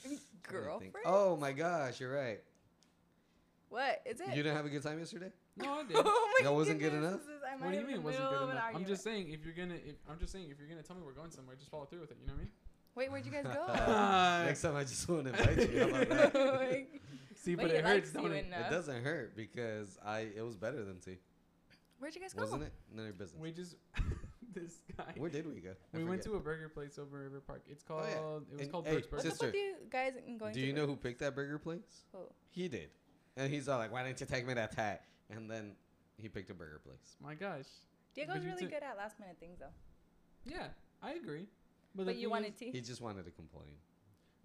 S2: I'm trying to
S3: Girlfriend?
S2: think. Oh my gosh, you're right.
S3: What is it?
S2: You
S3: *laughs*
S2: didn't have a good time yesterday.
S1: No, I did.
S3: oh my
S2: That wasn't good
S3: goodness,
S2: enough?
S3: this is- I
S1: What
S3: might
S1: do you
S3: have
S1: mean
S3: been in
S1: it
S3: the
S1: wasn't
S3: middle
S1: good
S3: of an
S1: enough? I'm
S3: argument.
S1: just saying if you're gonna, if, I'm just saying if you're gonna tell me we're going somewhere, just follow through with it. You know what
S3: Wait, where'd
S2: *laughs*
S3: you guys go? *laughs*
S1: I mean?
S2: Next time I just want to invite you. How about that?
S3: Like,
S1: See,
S3: But
S1: but
S3: he
S1: it
S3: likes
S1: hurts, don't
S3: you
S1: it?
S3: enough.
S2: It doesn't hurt because I it was better than tea,
S3: where'd you guys go?
S2: wasn't it? None of your business.
S1: We just *laughs* this guy.
S2: Where did we go? I
S1: we went
S2: forget.
S1: to a burger place over in River Park. It's called.
S2: Oh, yeah.
S1: It was
S2: And-
S1: called
S2: hey,
S1: Burt's
S3: What's
S1: Burgers.
S3: up with you guys and going?
S2: Do
S3: to
S2: you know who
S3: Burger
S2: picked that burger place?
S3: King? Oh,
S2: He did, and he's all like, "Why didn't you take me that hat?" And then he picked a burger place.
S1: My gosh.
S3: Diego's
S1: you
S3: really
S1: took-
S3: good at last minute things though.
S1: Yeah, I agree. But, the
S3: But you
S1: thing
S3: wanted
S1: is-
S2: He
S3: tea.
S2: just wanted to complain.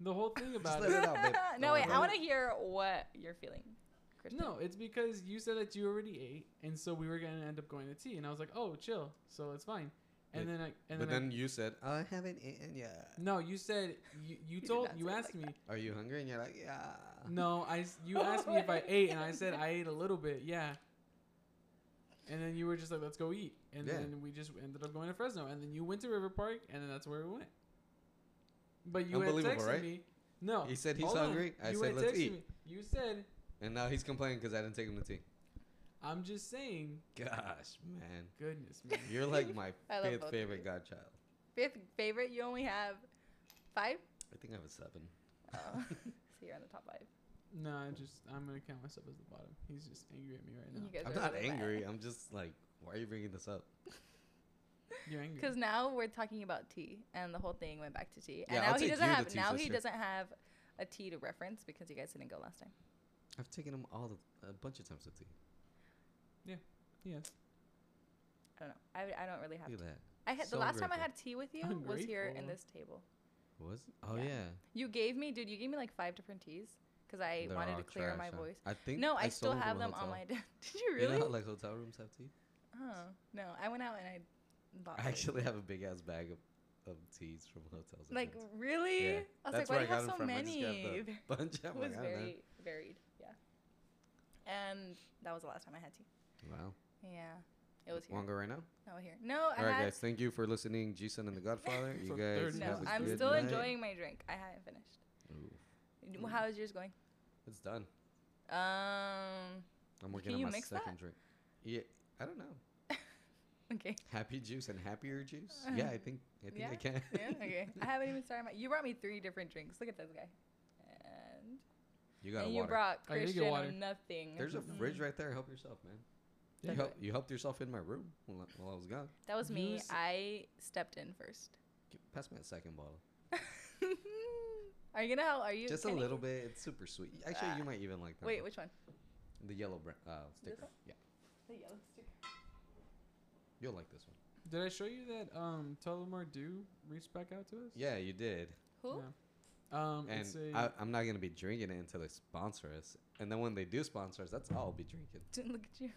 S1: the whole
S2: *laughs*
S1: thing about
S2: let
S1: it.
S2: it out, babe. Don't
S3: *laughs* No wait,
S2: worry
S3: I
S2: about
S3: want to hear what you're feeling. *laughs* Christian.
S1: No, it's because you said that you already ate, and so we were gonna end up going to tea, and I was like, "Oh, chill," so it's fine. And
S2: Yeah.
S1: then I, and then,
S2: but
S1: I-
S2: then you said, "I haven't eaten yet."
S1: no, you said you,
S3: *laughs*
S1: you
S3: did
S1: told
S3: not
S1: you
S3: say it
S1: asked
S3: like
S1: me
S2: Are you hungry? And you're like, "Yeah."
S1: no, I s-
S3: *laughs*
S1: you asked me if I ate, and I said I ate a little bit, yeah. And then you were just like, "Let's go eat," and
S2: Yeah.
S1: then we just ended up going to Fresno, and then you went to River Park, and then that's where we went. But you had
S2: Unbelievable,
S1: texted
S2: right?
S1: me. No,
S2: He said he's
S1: hold on.
S2: hungry. I
S1: you
S2: said,
S1: had
S2: "Let's
S1: texted
S2: eat."
S1: Me. You said,
S2: And now he's complaining because I didn't take him to tea.
S1: "I'm just saying."
S2: Gosh, man,
S1: Goodness, man.
S2: you're like my
S3: *laughs* I love both
S2: fifth
S3: of
S2: favorite
S3: you.
S2: godchild.
S3: Fifth favorite, you only have five.
S2: I think I have a seven.
S3: Oh. *laughs*
S2: *laughs*
S3: so you're on the top five.
S1: *laughs* No, I just I'm gonna count myself as the bottom. He's just angry at me right now.
S3: You guys
S2: I'm
S3: are
S2: not
S3: really bad.
S2: angry. I'm just like, why are you bringing this up?
S1: You're angry.
S3: Because now we're talking about tea, and the whole thing went back to tea. And
S2: Yeah,
S3: now
S2: I'll
S3: he
S2: take
S3: doesn't
S2: you to
S3: have
S2: tea,
S3: now he
S2: sister.
S3: doesn't have a tea to reference because you guys didn't go last time.
S2: I've taken him all the, a bunch of times to tea.
S1: yes.
S3: I don't know. I, I don't really have.
S2: Look
S3: Tea.
S2: at that.
S3: I had
S2: So
S3: the last time I
S2: grateful.
S3: had tea with you was here in
S1: Ungrateful.
S3: this table.
S2: Was it? Oh yeah.
S3: Yeah. You gave me, dude. You gave me like five different teas because I
S2: They're
S3: wanted
S2: all
S3: to clear
S2: trash,
S3: my
S2: huh?
S3: voice.
S2: I think
S3: No, I, still
S2: stole
S3: have
S2: from a
S3: them on
S2: hotel. *laughs*
S3: my. *laughs* desk. Did you
S2: You
S3: really?
S2: know how, like hotel rooms have tea.
S3: oh no, I went out and I bought.
S2: I
S3: those.
S2: actually have a big ass bag of, of teas from hotels. I
S3: like
S2: think.
S3: really.
S2: Yeah,
S3: I was
S2: that's
S3: like,
S2: where
S3: why
S2: I
S3: do you
S2: got them
S3: have so
S2: from. I just grabbed
S3: many?
S2: a bunch. I'm
S3: *laughs* it
S2: like,
S3: was
S2: I don't know.
S3: very varied. Yeah. And that was the last time I had tea.
S2: Wow.
S3: Yeah, it was here.
S2: Want to go right now?
S3: No, here. No, I
S2: All right,
S3: had.
S2: guys. Thank you for listening, Jason
S3: *laughs*
S2: and the Godfather. You
S1: For
S2: guys,
S1: 30
S3: No,
S2: have
S1: minutes.
S2: a
S3: I'm
S2: good
S3: still
S2: night.
S3: enjoying my drink. I haven't finished.
S2: Ooh, Mm.
S3: W- How is yours going?
S2: it's done.
S3: Um. *laughs*
S2: I'm working
S3: Can
S2: on
S3: you
S2: my
S3: mix that?
S2: second drink. Yeah, I don't know. *laughs*
S3: Okay.
S2: Happy juice and happier juice. Yeah, I think I think I
S3: Uh, yeah,
S2: can.
S3: Yeah. Okay. *laughs* I haven't even started my. You brought me three different drinks. Look at this guy. And,
S2: *laughs* you got a
S3: and
S2: water.
S3: you brought
S1: I did Oh, get
S3: Christian
S1: water.
S3: nothing. Mm-hmm.
S2: There's a
S1: Mhm.
S2: fridge right there. Help yourself, man.
S1: Yeah.
S2: You, help, you helped yourself in my room while I- while I was gone.
S3: That was me.
S1: Use-
S3: I stepped in first.
S2: G- Pass me that second bottle.
S3: *laughs* are you gonna help? Are you
S2: Just a
S3: can I-
S2: little bit. It's super sweet. Actually, you
S3: Ah.
S2: might even like that.
S3: Wait,
S2: one.
S3: which one?
S2: the yellow bra- uh, sticker.
S3: one?
S2: Yeah,
S3: The yellow sticker.
S2: you'll like this one.
S1: Did I show you that um Telemar Do reached back out to us?
S2: Yeah, you did.
S3: Who?
S1: Yeah. Um,
S2: And
S1: it's a
S2: I, I'm not gonna be drinking it until they sponsor us. And then when they do sponsor us, that's all I'll be drinking.
S3: Didn't *laughs* look at you.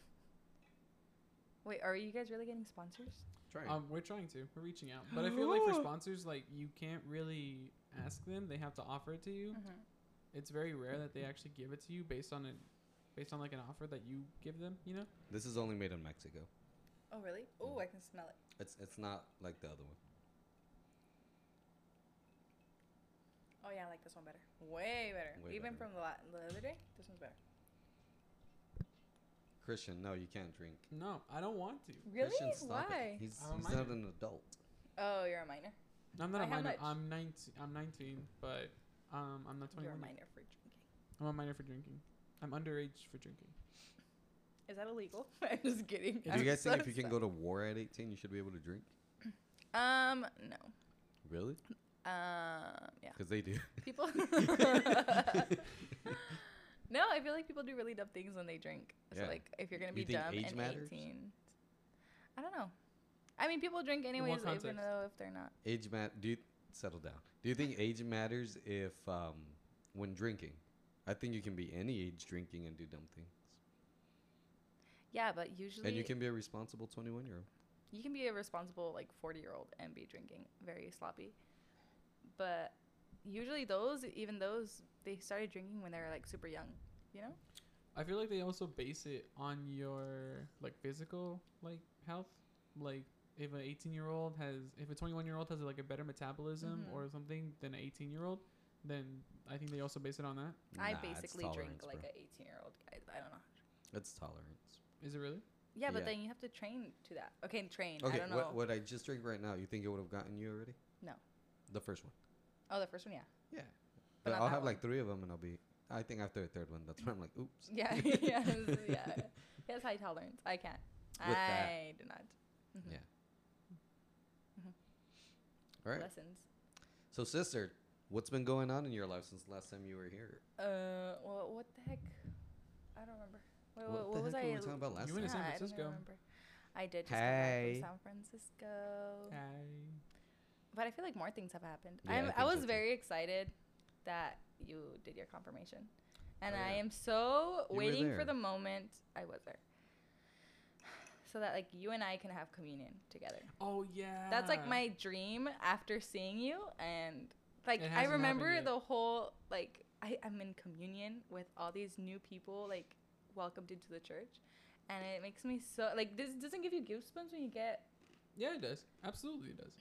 S3: Wait, are you guys really getting sponsors?
S2: Try it.
S1: um, we're trying to. We're reaching out, but I feel like for sponsors, like you can't really ask them. They have to offer it to you.
S3: Mm-hmm.
S1: It's very rare that they actually give it to you based on an, based on like an offer that you give them. You know.
S2: This is only made in Mexico.
S3: Oh really?
S2: Oh,
S3: Oh, I can smell it.
S2: It's it's not like the other one.
S3: Oh yeah, I like this one better. Way better.
S2: Way
S3: Even
S2: better.
S3: from the, la- the other day, this one's better.
S2: Christian, no, you can't drink.
S1: No, I don't want to.
S3: Really?
S2: Christian, stop It.
S3: Why?
S2: He's,
S1: I'm a
S2: he's not
S1: minor.
S2: an adult.
S3: Oh, you're a minor.
S1: I'm not a
S3: By how
S1: minor.
S3: much?
S1: I'm 19. I'm 19, but um, I'm not 21.
S3: You're a
S1: yet.
S3: minor for drinking.
S1: I'm a minor for drinking. I'm underage for drinking.
S3: Is that illegal? *laughs* I'm just kidding.
S1: Do
S2: Do
S1: I'm
S2: you guys think if you can go to war at 18, you should be able to drink?
S3: Um, no.
S2: Really?
S3: Um, yeah.
S2: Because they *laughs* do.
S3: People. *laughs* no, I feel like people do really dumb things when they drink. So
S2: Yeah.
S3: like, if you're gonna be
S2: You think
S3: dumb
S2: age
S3: and
S2: matters?
S3: 18, I don't know. I mean, people drink
S1: what
S3: anyways, even
S1: context?
S3: though if they're not.
S2: Age mat. Do you, settle down. Do you think age matters if um when drinking? I think you can be any age drinking and do dumb things,
S3: Yeah, but usually
S2: and you can be a responsible 21 year old.
S3: you can be a responsible like 40 year old and be drinking very sloppy but usually those even those they started drinking when they were like super young you know
S1: I feel like they also base it on your like physical like health. Like if an 18 year old has, if a 21 year old has like a better metabolism
S3: Mhm.
S1: or something than an 18 year old, then I think they also base it on that.
S3: i
S2: Nah, it's
S3: basically drink
S2: tolerance,
S3: like
S2: bro.
S3: an 18 year old guy i don't know
S2: It's tolerance.
S1: Is it really?
S3: yeah, but
S2: Yeah.
S3: then you have to train to that okay train i
S2: Okay,
S3: don't know
S2: what what I just drank right now, you think it would have gotten you already?
S3: No.
S2: The first one.
S3: oh the first one yeah
S2: Yeah.
S3: But
S2: But,
S3: not
S2: I'll
S3: that
S2: have
S3: one.
S2: like three of them, and I'll be. I think after the third one, that's when I'm like, oops.
S3: yeah *laughs* yeah yeah he has high tolerance i can't
S2: With that.
S3: i do not Mhm.
S2: Yeah. *laughs* All right.
S3: lessons
S2: So, sister, what's been going on in your life since the last time you were here?
S3: uh well what the heck i don't remember Wait,
S2: What
S3: what,
S2: the
S3: what was
S2: heck were we
S3: i
S2: talking about last
S1: You went
S2: time?
S1: to San
S3: Yeah, I don't
S1: Francisco.
S3: remember. I did just come back
S2: Hey.
S3: from San Francisco.
S1: I
S3: But I feel like more things have happened.
S2: Yeah, I
S3: I'm,
S2: think
S3: I,
S2: so
S3: was
S2: too.
S3: very excited that you did your confirmation. And
S2: Oh,
S3: I
S2: yeah.
S3: am so
S2: You were
S3: waiting
S2: there.
S3: for the moment I was there. *sighs* So that like you and I can have communion together.
S1: oh yeah.
S3: That's like my dream after seeing you and like
S1: It
S3: I
S1: hasn't
S3: remember
S1: happened yet.
S3: the whole like I, I'm in communion with all these new people like welcomed into the church and it makes me so like this doesn't give you goosebumps when you get
S1: Yeah, it does. Absolutely, it does.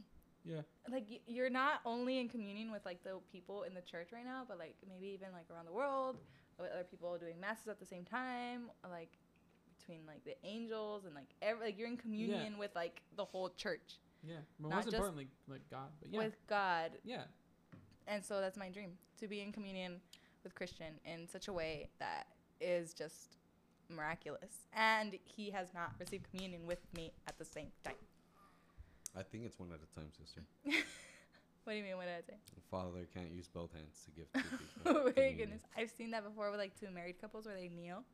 S3: like y- you're not only in communion with like the people in the church right now but like maybe even like around the world with other people doing masses at the same time like between like the angels and like every like you're in communion with like the whole church
S1: Yeah, but
S3: Not
S1: most
S3: just
S1: importantly, like God. But yeah,
S3: with God
S1: yeah.
S3: and so that's my dream to be in communion with Christian in such a way that is just miraculous. And he has not received communion with me at the same time. *laughs*
S2: I think it's one at a time, sister.
S3: What do you mean? What did I say?
S2: The Father can't use both hands to give *laughs* to people.
S3: *laughs* Oh my
S2: communion.
S3: goodness, I've seen that before with like two married couples where they kneel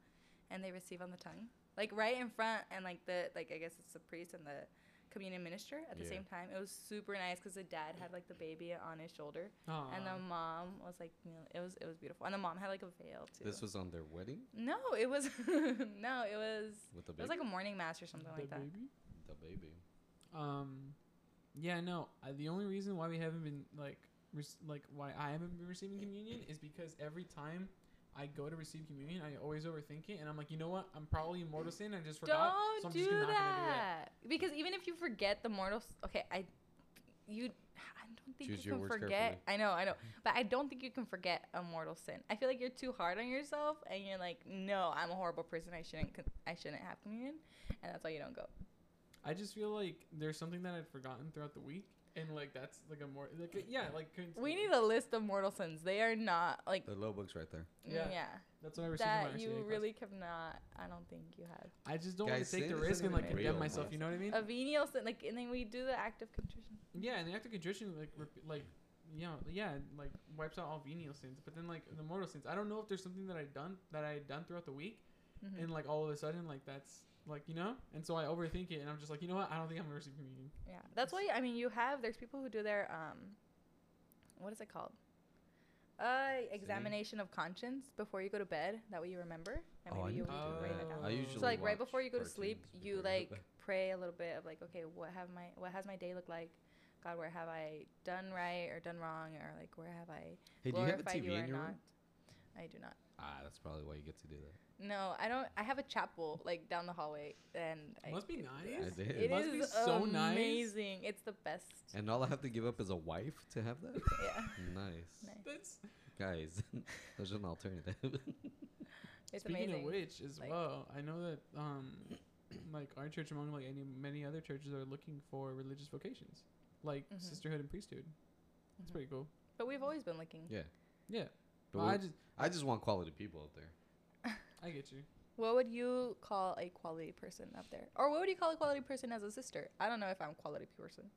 S3: and they receive on the tongue, like right in front, and like the like I guess it's the priest and the communion minister at the
S2: Yeah.
S3: same time. It was super nice because the dad had like the baby on his shoulder, and um, the
S1: Aw.
S3: mom was like, you know, it was it was beautiful, and the mom had like a veil too.
S2: This was on their wedding
S3: no, it was *laughs* no, it was
S2: with the
S3: it
S2: baby.
S3: was like a morning mass or something
S1: The
S3: like that.
S1: baby?
S2: the baby.
S1: Um, yeah, no. I, the only reason why we haven't been like, rec- like why I haven't been receiving communion is because every time I go to receive communion, I always overthink it, and I'm like, you know what? I'm probably in mortal sin. I just forgot.
S3: Don't
S1: so I'm
S3: do
S1: just not gonna
S3: that because even if you forget the mortal, s- okay, I, you, I don't think
S2: Choose
S3: you
S2: your
S3: can
S2: words
S3: forget. I know, I know, but I don't think you can forget a mortal sin. I feel like you're too hard on yourself, and you're like, no, I'm a horrible person. I shouldn't, con- I shouldn't have communion, and that's why you don't go.
S1: do it. I just feel like there's something that I'd forgotten throughout the week, and like that's like a more like a- yeah like con-
S3: We need a list of mortal sins. They are not like, mm,
S2: The low book's right there.
S1: Yeah.
S3: yeah,
S1: that's what I received. in my
S3: that
S1: RCA
S3: you
S1: class.
S3: really cannot. I don't think you have
S1: I just don't want
S2: Guys,
S1: to take the
S2: sin
S1: risk
S2: isn't
S1: and like
S3: even
S1: condemn
S3: real,
S1: myself.
S2: man.
S1: You know what I mean?
S3: a venial sin. Like, and then we do the act of contrition.
S1: Yeah, and the act of contrition, like, rep- like, you know, yeah, it, like wipes out all venial sins. But then, like, the mortal sins. I don't know if there's something that I done that I had done throughout the week,
S3: Mhm.
S1: and like all of a sudden, like that's like you know, and so I overthink it, and I'm just like, you know what? I don't think I'm gonna receive communion.
S3: Yeah, that's why I mean you have there's people who do their um, what is it called? Uh, examination of conscience before you go to bed. That way you remember. and
S2: oh, I
S3: maybe
S2: need
S3: you
S2: to do
S1: would write
S2: that.
S1: it down. So,
S2: I usually
S3: So like
S2: watch
S3: right before you go to sleep,
S2: cartoons
S3: you
S2: before I go to
S3: like
S2: bed.
S3: pray a little bit of like, okay, what have my what has my day looked like? God, where have I done right or done wrong or like where have I
S2: Hey, do you have a
S3: glorified
S2: TV
S3: you,
S2: in
S3: or
S2: your
S3: not?
S2: room?
S3: I do not.
S2: Ah, that's probably why you get to do that.
S3: No, I don't. I have a chapel like down the hallway, and I,
S1: Must be nice.
S2: I did.
S3: it
S1: Must be
S3: is
S1: so nice.
S3: amazing. It's the best.
S2: And all I have to give up is a wife to have *laughs* that.
S3: yeah.
S2: nice,
S3: Nice.
S1: That's
S2: guys. *laughs* There's an alternative. *laughs*
S3: It's
S1: speaking
S3: amazing.
S1: of which, as
S3: Like-
S1: well, I know that um, like our church, among like any many other churches, are looking for religious vocations, like
S3: Mhm.
S1: sisterhood and priesthood. That's
S3: Mhm.
S1: pretty cool.
S3: But we've always been looking.
S2: yeah,
S1: Yeah,
S2: but
S1: Well, I
S2: we-
S1: just
S2: I just want quality people out there.
S1: I get you.
S3: What would you call a quality person up there? Or what would you call a quality person as a sister? I don't know if I'm a quality person.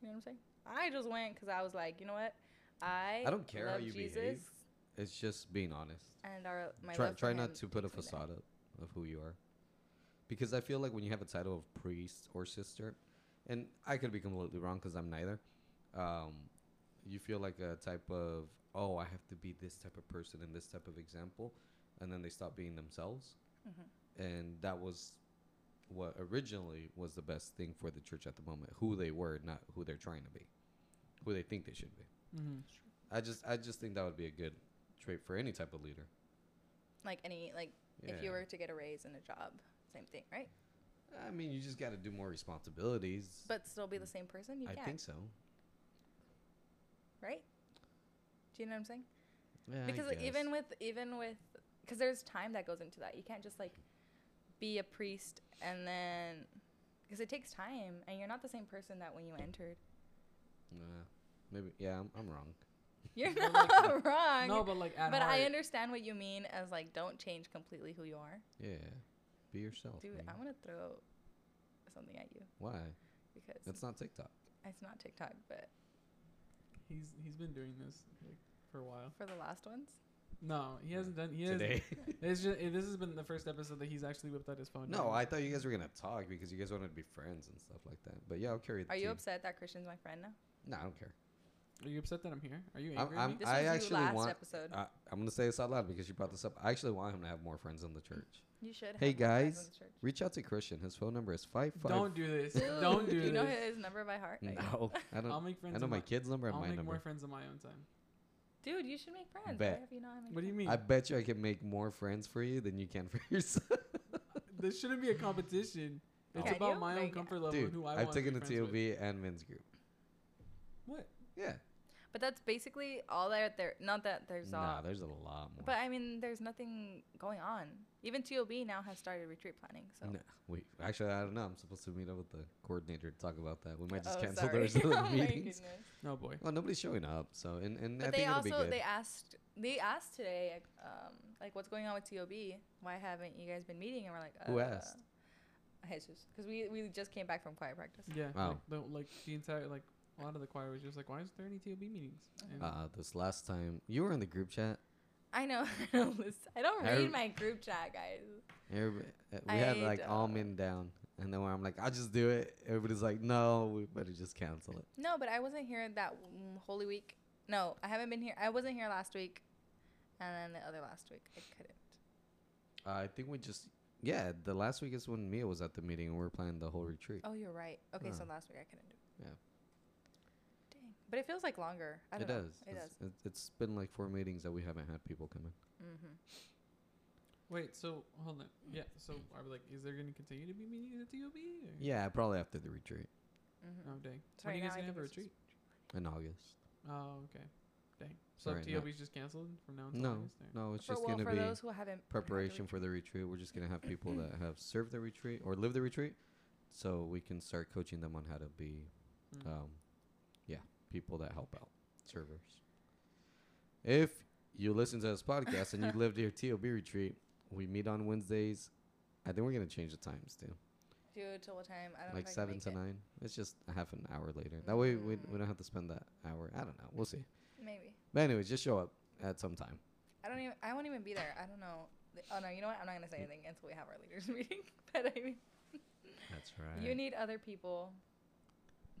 S3: You know what I'm saying? I just went because I was like, you know what? I
S2: I don't care how
S3: love
S2: you
S3: Jesus
S2: behave. It's just being honest.
S3: and our my
S2: try
S3: love for
S2: try
S3: him
S2: not to put a
S3: takes me there.
S2: facade up of who you are, because I feel like when you have a title of priest or sister, and I could be completely wrong because I'm neither. Um, you feel like a type of oh I have to be this type of person and this type of example, and then they stop being themselves,
S3: Mhm.
S2: and that was what originally was the best thing for the church at the moment who they were not who they're trying to be who they think they should be
S1: Mm-hmm.
S2: i just i just think that would be a good trait for any type of leader
S3: Like any like if
S2: Yeah.
S3: you were to get a raise in a job, same thing, right?
S2: I mean, you just got to do more responsibilities.
S3: But still be the same person. You
S2: I
S3: can,
S2: think so.
S3: right? Do you know what I'm saying?
S2: Yeah, I
S3: because like,
S2: guess.
S3: even with even with because there's time that goes into that you can't just like be a priest and then because it takes time and you're not the same person that when you entered *laughs*
S2: Nah, maybe yeah, I'm, I'm wrong.
S3: you're
S1: Well,
S3: not
S1: like,
S3: *laughs* wrong
S1: No, but like at
S3: but
S1: heart,
S3: i understand what you mean as like don't change completely who you are
S2: Yeah, be yourself.
S3: dude
S2: man.
S3: i want to throw something at you
S2: Why?
S3: because it's,
S2: That's not TikTok.
S3: not tiktok but
S1: he's he's been doing this like for a while.
S3: for the last ones
S1: No, he hasn't done. He hasn't. *laughs*
S2: Today.
S1: It's just it, this has been the first episode that he's actually whipped out his phone.
S2: no, I thought you guys were gonna talk because you guys wanted to be friends and stuff like that. But yeah, I'll carry. The
S3: are you
S2: team.
S3: upset that christian's my friend now
S2: No, I don't care.
S1: Are you upset that I'm here? Are you
S2: I'm-
S1: angry?
S2: I'm-
S1: at me?
S3: this
S2: I
S3: was
S2: actually
S3: you last
S2: want- uh,
S3: episode
S2: I, I'm gonna say this out loud because you brought this up. I actually want him to have more friends in the church.
S3: you should
S2: Hey,
S3: have more friends
S2: guys.
S3: in the church.
S2: Reach out to Christian. His phone number is five five.
S1: Don't do this.
S3: Dude,
S1: Don't do
S3: *laughs* you
S1: this.
S3: know his number by heart Like,
S2: No,
S1: *laughs*
S2: I
S1: I'll
S2: don't.
S1: make friends.
S2: I know
S1: on
S2: my kid's number and
S1: I'll
S2: my
S1: make more
S2: number.
S1: friends on my own time.
S3: Dude, you should make friends.
S2: Bet.
S3: Why have you not made
S1: What do you mean?
S3: friends?
S2: I bet you I can make more friends for you than you can for *laughs* yourself.
S1: this shouldn't be a competition. It's
S3: Can
S1: about
S3: you?
S1: my own
S3: Like,
S1: comfort level and
S2: Dude,
S1: who I
S2: I've
S1: want to
S2: taken
S1: be
S2: the
S1: friends
S2: TOB
S1: with.
S2: and men's group.
S1: What?
S2: Yeah.
S3: But that's basically all that there. Not that there's
S2: Nah,
S3: all.
S2: there's a lot more.
S3: But I mean, there's nothing going on. Even TOB now has started retreat planning. So
S2: No, we actually I don't know. I'm supposed to meet up with the coordinator to talk about that. We might just
S3: Oh,
S2: cancel the
S3: sorry. *laughs*
S2: rest of the
S3: Oh my
S2: meetings.
S3: goodness.
S1: No boy.
S2: Well, nobody's showing up, so and and I
S3: But they
S2: think it'll
S3: also
S2: be
S3: they
S2: good.
S3: asked they asked today um, like what's going on with TOB? Why haven't you guys been meeting? And we're like, uh,
S2: Who asked?
S3: Jesus, because we we just came back from choir practice.
S1: Yeah.
S2: Wow.
S1: Like, the, like the entire like a lot of the choir was just like, why is there any TOB meetings? And
S2: Uh, this last time you were in the group chat.
S3: I know. *laughs* I don't listen- I don't
S2: I
S3: read
S2: rem-
S3: my group chat, guys.
S2: Everyb- uh, We had
S3: I
S2: like all
S3: don't.
S2: men down, And then when I'm like, I'll just do it, everybody's like, no, we better just cancel it.
S3: No, but I wasn't here that mm, Holy Week. No, I haven't been here. I wasn't here last week, and then the other last week I couldn't.
S2: I think we just, yeah, the last week is when Mia was at the meeting and we were planning the whole retreat.
S3: Oh, you're right. Okay, so
S2: Huh.
S3: last week I couldn't do. it.
S2: Yeah.
S3: Dang, but it feels like longer. I
S2: it
S3: don't
S2: does.
S3: Know. It
S2: It's-
S3: does.
S2: It, it's been like four meetings that we haven't had people come in.
S3: Mm-hmm.
S1: Wait, so hold on.
S2: Mm.
S1: Yeah, so I was like, is there going to continue to be meetings at TOB? Or?
S2: Yeah, probably after the retreat
S3: Mm-hmm.
S1: Oh dang.
S3: So
S1: when are
S3: right
S1: you
S3: now
S1: guys
S3: I
S1: gonna have a
S3: think it's just-
S1: retreat?
S2: in August.
S1: Oh okay. Dang. So
S2: right now-
S1: TOB's just canceled from now until
S2: No,
S1: August. or-
S2: No, it's
S3: for,
S2: just
S3: well,
S2: gonna
S3: for
S2: be
S3: those who haven't had the
S2: preparation
S3: retreat.
S2: for the retreat. We're just gonna have people
S3: *coughs*
S2: that have served the retreat or live the retreat, so we can start coaching them on how to be,
S3: Mm-hmm.
S1: Mm.
S2: um, yeah, people that help out, servers. If you listen to this podcast and you lived
S3: *laughs*
S2: your TOB retreat, we meet on Wednesdays. I think we're gonna change the times too,
S3: Dude, till what time? I don't
S2: like
S3: know if I
S2: seven
S3: can
S2: to
S3: make
S2: nine. It's just a half an hour later. That way we,
S3: Mm.
S2: we don't have to spend that hour. I don't know. We'll see.
S3: it. Maybe.
S2: But anyways, just show up at some time.
S3: I don't even. I won't even be there. I don't know. The- Oh no, you know what? I'm not gonna say anything until we have our leaders *laughs* meeting. But I mean,
S2: That's
S3: *laughs* you need other people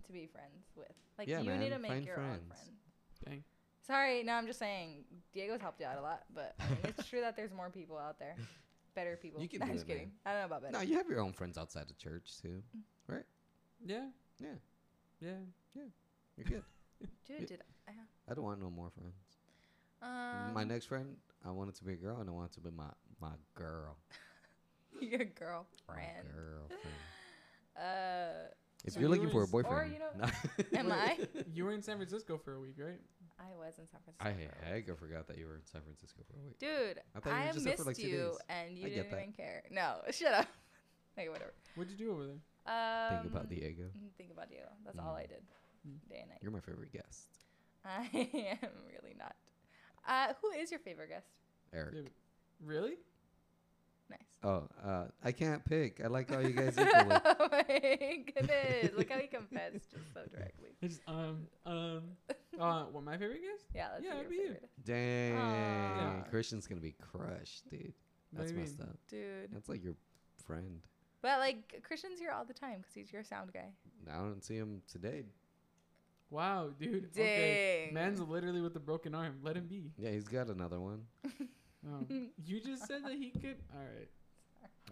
S3: to be friends with. Like
S2: Yeah,
S3: you need to
S2: man,
S3: make
S2: find
S3: your
S2: friends.
S3: own friend.
S1: Dang.
S3: Sorry, no, I'm just saying Diego's helped you out a lot, but I mean,
S2: *laughs*
S3: it's true that there's more people out there, better people.
S2: You can
S3: *laughs* No,
S2: do
S3: I'm
S2: it,
S3: just kidding.
S2: man.
S3: I don't know about better.
S2: No, you have your own friends outside of church too.
S1: Yeah.
S2: Yeah.
S1: Yeah.
S2: You're good.
S3: Dude, did
S2: I don't want no more friends.
S3: I, um, *laughs*
S2: my next friend, I wanted to be a girl, and I wanted to be my my girl.
S3: your girlfriend.
S2: My
S3: *gasps*
S2: girlfriend.
S3: Uh,
S2: If
S1: So
S2: you're
S1: you
S2: looking for a
S1: was- or,
S2: boyfriend,
S3: you know-
S2: *laughs* No.
S3: am
S2: *laughs*
S3: I?
S1: You were in San Francisco for a week, right?
S3: I was in San Francisco.
S2: I
S3: for a
S2: I
S3: week.
S2: go forgot that you were in San Francisco for a week.
S3: Dude,
S2: I thought you
S3: I,
S2: were just there
S3: missed
S2: for, like, two
S3: you,
S2: days.
S3: and you
S2: I get
S3: didn't
S2: that.
S3: even care. No, *laughs* shut up. okay, whatever.
S1: What'd you do over there?
S3: Um,
S2: Think about Diego.
S3: mm, Think about Diego. That's all I
S2: Mm.
S3: did,
S1: Mm.
S3: day and night.
S2: You're my favorite guest,
S3: *laughs* I am really not. Uh, who is your favorite guest?
S2: Eric.
S1: Dude,
S2: *laughs*
S1: really?
S3: Nice.
S2: Oh, uh, I can't pick. I like all you
S3: *laughs*
S2: guys equally.
S3: oh my goodness! Look how he confessed just so
S2: *laughs*
S3: directly.
S1: It's um um *laughs* uh what my favorite guest?
S3: Yeah, that's
S1: Yeah,
S3: yeah, your
S1: it'd be you.
S3: favorite.
S2: Dang,
S3: Aw.
S2: Christian's gonna be crushed, dude.
S1: What
S2: That's
S1: do you
S2: messed
S1: mean?
S2: up.
S3: dude.
S2: That's like your friend.
S3: But like Christian's here all the time because he's your sound guy.
S2: I don't see him today.
S1: Wow, dude. Okay.
S3: Dang.
S1: Man's literally with a broken arm. Let him be.
S2: Yeah, he's got another one.
S1: Oh.
S3: *laughs*
S1: you just said that he could all right.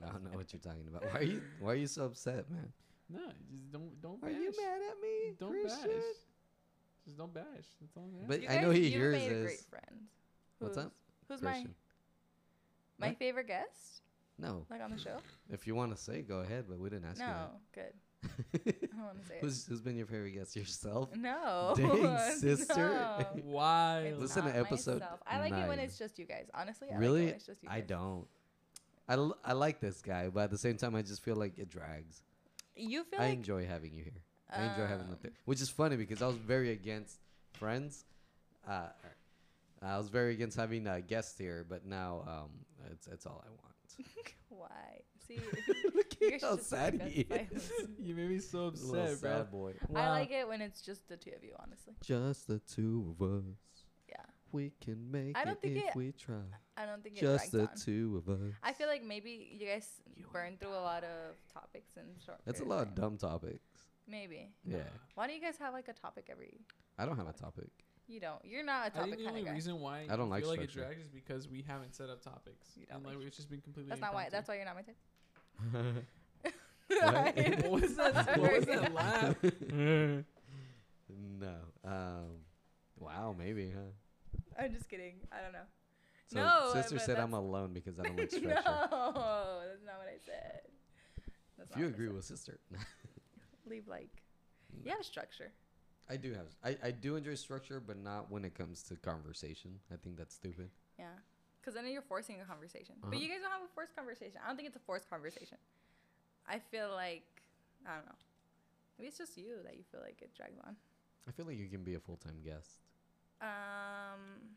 S2: I don't know what you're talking about. Why are you Why are you so upset, man?
S1: No, just don't don't
S2: Are
S1: bash.
S2: you mad at me?
S1: Don't
S2: Christian?
S1: bash. Just don't bash. That's all I'm
S2: But
S3: You
S2: I know he
S3: you've
S2: hears
S3: made a great
S2: this.
S3: friend.
S2: What's
S3: Who's-
S2: up?
S3: Who's
S2: Christian.
S3: my my
S2: What?
S3: favorite guest?
S2: No,
S3: Like on the show?
S2: if you want to say, go ahead. But we didn't ask
S3: no, good. *laughs*
S2: you that. *laughs*
S3: I don't want to say
S2: who's Who's been your favorite guest? Yourself?
S3: it. *laughs* No.
S2: *laughs* Dang,
S1: *laughs*
S2: sister.
S3: No.
S1: Why?
S3: It's
S2: Listen to
S3: not
S2: episode
S3: myself. I like it when
S2: nine.
S3: it's just you guys. Honestly, I like
S2: Really?
S3: it when it's just you guys.
S2: I don't. I, l- I like this guy, but at the same time, I just feel like it drags.
S3: You feel
S2: I
S3: like
S2: enjoy having you here. I enjoy having the
S3: um,
S2: th- which is funny because I was very against friends. Uh, I was very against having uh, guests here, but now um, it's it's all I want.
S3: *laughs* Why?
S2: *laughs*
S3: See, *laughs*
S2: Look
S3: you're
S2: at how
S3: just
S2: sad
S3: like
S2: he
S3: us by
S2: is.
S1: you made me so
S2: Little
S1: upset, bro.
S2: sad boy.
S3: *laughs* I
S1: Wow.
S3: like it when it's just the two of you, honestly.
S2: Just the two of us.
S3: Yeah.
S2: We can make
S3: I don't
S2: it
S3: think
S2: if
S3: it-
S2: we try.
S3: I don't think it
S2: Just the
S3: drags on.
S2: two of us.
S3: I feel like maybe you guys
S1: You and
S3: burn through a lot of topics in short.
S2: That's a
S3: period
S2: lot
S3: of
S2: of
S3: time.
S2: dumb topics.
S3: Maybe.
S2: Yeah.
S3: Why do you guys have like a topic every?
S2: I don't have a topic.
S3: *laughs* You don't. You're not a
S1: I think
S3: topic
S1: the
S3: kind
S1: only
S3: of guy.
S1: reason why
S2: I don't
S1: you
S2: like
S1: feel like it
S2: structure.
S1: drags is because we haven't set up topics.
S3: You don't
S1: And like
S3: like-
S1: it's just been completely
S3: That's not why.
S1: impromptu.
S3: That's why you're not my type. *laughs*
S2: *laughs* What?
S1: *laughs* What was that?
S3: That's
S1: What was
S3: very-
S1: that *laughs* laugh? Eh.
S2: no. Um, wow, maybe, huh?
S3: I'm just kidding. I don't know.
S2: So
S3: No,
S2: sister
S3: but
S2: said I'm
S3: that's-
S2: alone because
S3: *laughs*
S2: I don't like
S3: no,
S2: structure.
S3: that's not what I said. That's
S2: If you
S3: not what I
S2: agree
S3: said.
S2: with sister, *laughs*
S3: leave like, you have structure.
S2: I do have. I, I do enjoy structure, but not when it comes to conversation. I think that's stupid.
S3: Yeah. Because then you're forcing a conversation.
S2: Uh-huh.
S3: But you guys don't have a forced conversation. I don't think it's a forced conversation. I feel like, I don't know. Maybe it's just you that you feel like it drags on.
S2: I feel like you can be a full time guest.
S3: Um,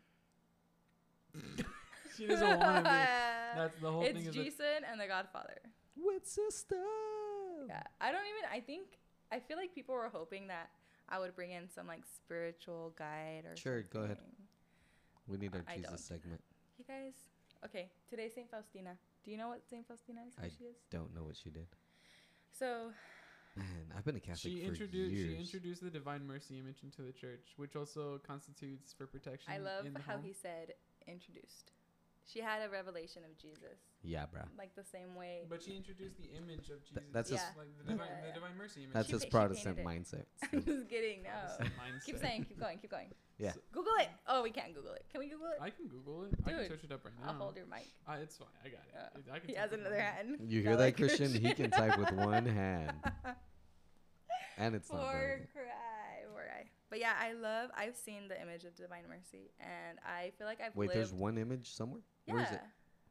S1: she doesn't
S3: *laughs*
S1: want to be. That's the whole thing.
S3: it's
S1: Is that-
S3: Jason and The Godfather.
S2: With sister.
S3: Yeah. *laughs* I don't even, I think, I feel like people were hoping that I would bring in some like spiritual guide or
S2: Sure, go ahead.
S3: something.
S2: We need our
S3: I don't.
S2: Jesus segment.
S3: You guys, okay, today's St. Faustina. Do you know what St. Faustina is? Who
S2: I
S3: she is?
S2: Don't know what she did.
S3: So
S2: Man, I've been a Catholic
S1: She
S2: for
S1: introduced
S2: years.
S1: she introduced the divine mercy image into the church, which also constitutes for protection.
S3: I love
S1: in the
S3: how
S1: home.
S3: he said introduced. She had a revelation of Jesus,
S2: yeah, bruh.
S3: like the same way. *laughs*
S1: But she introduced the image of Jesus.
S2: that's
S3: his- Yeah.
S1: like the
S2: that-
S1: divine,
S3: Yeah,
S1: the
S3: yeah.
S1: divine mercy image.
S2: That's
S3: She
S2: his
S3: pa- she
S2: Protestant
S3: painted
S2: mindset.
S3: I'm *laughs*
S2: so-
S3: just kidding. No.
S1: Protestant mindset.
S3: Keep saying. Keep going. Keep going.
S2: *laughs* Yeah.
S1: So-
S3: Google it. Oh, we can't Google it. Can we Google it?
S1: I can Google it. I
S3: Dude,
S1: can search it up right now.
S3: I'll hold your mic.
S1: Uh, it's fine. I got it.
S3: Uh,
S1: It- I can
S3: He
S1: type
S3: has
S1: with my
S3: another
S1: hand.
S3: hand.
S2: you
S3: Go
S2: hear
S3: like *laughs*
S2: that, Christian? He can type with one hand, and it's not
S3: Poor
S2: bad.
S3: cry, poor I. But yeah, I love. I've seen the image of Divine Mercy, and I feel like I've
S2: Wait,
S3: lived.
S2: there's one image somewhere.
S3: yeah.
S2: Where is it?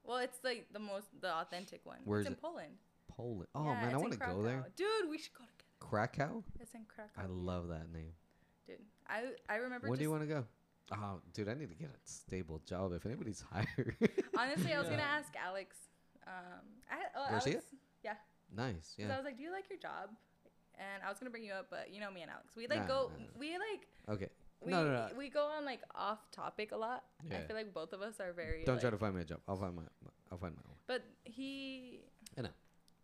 S3: Well, it's like the most the authentic one.
S2: Where
S3: it's
S2: is
S3: in
S2: it?
S3: Poland.
S2: Poland. Oh
S3: Yeah,
S2: man, I
S3: it's in
S2: want to go there.
S3: Krakow. Dude, we should go together.
S2: Krakow.
S3: It's in Krakow.
S2: I love that name.
S3: Dude, I I remember.
S2: When
S3: just,
S2: do you want to go? Oh, dude, I need to get a stable job. If anybody's *laughs*
S3: *laughs*
S2: hiring,
S3: Honestly, I was gonna
S1: Yeah.
S3: ask Alex. Um, I oh, Alex,
S2: Garcia?
S3: 'cause
S2: nice.
S3: I
S2: Yeah.
S3: was like, "Do you like your job?" And I was gonna bring you up, but you know me and Alex, we like
S2: Nah,
S3: go,
S2: nah, nah.
S3: we like
S2: Okay.
S3: we
S2: No, no, no.
S3: we go on like off topic a lot. I
S2: Yeah.
S3: feel like both of us are very.
S2: Don't try to
S3: like-
S2: find me a job. I'll find my. my- I'll find my own.
S3: But he,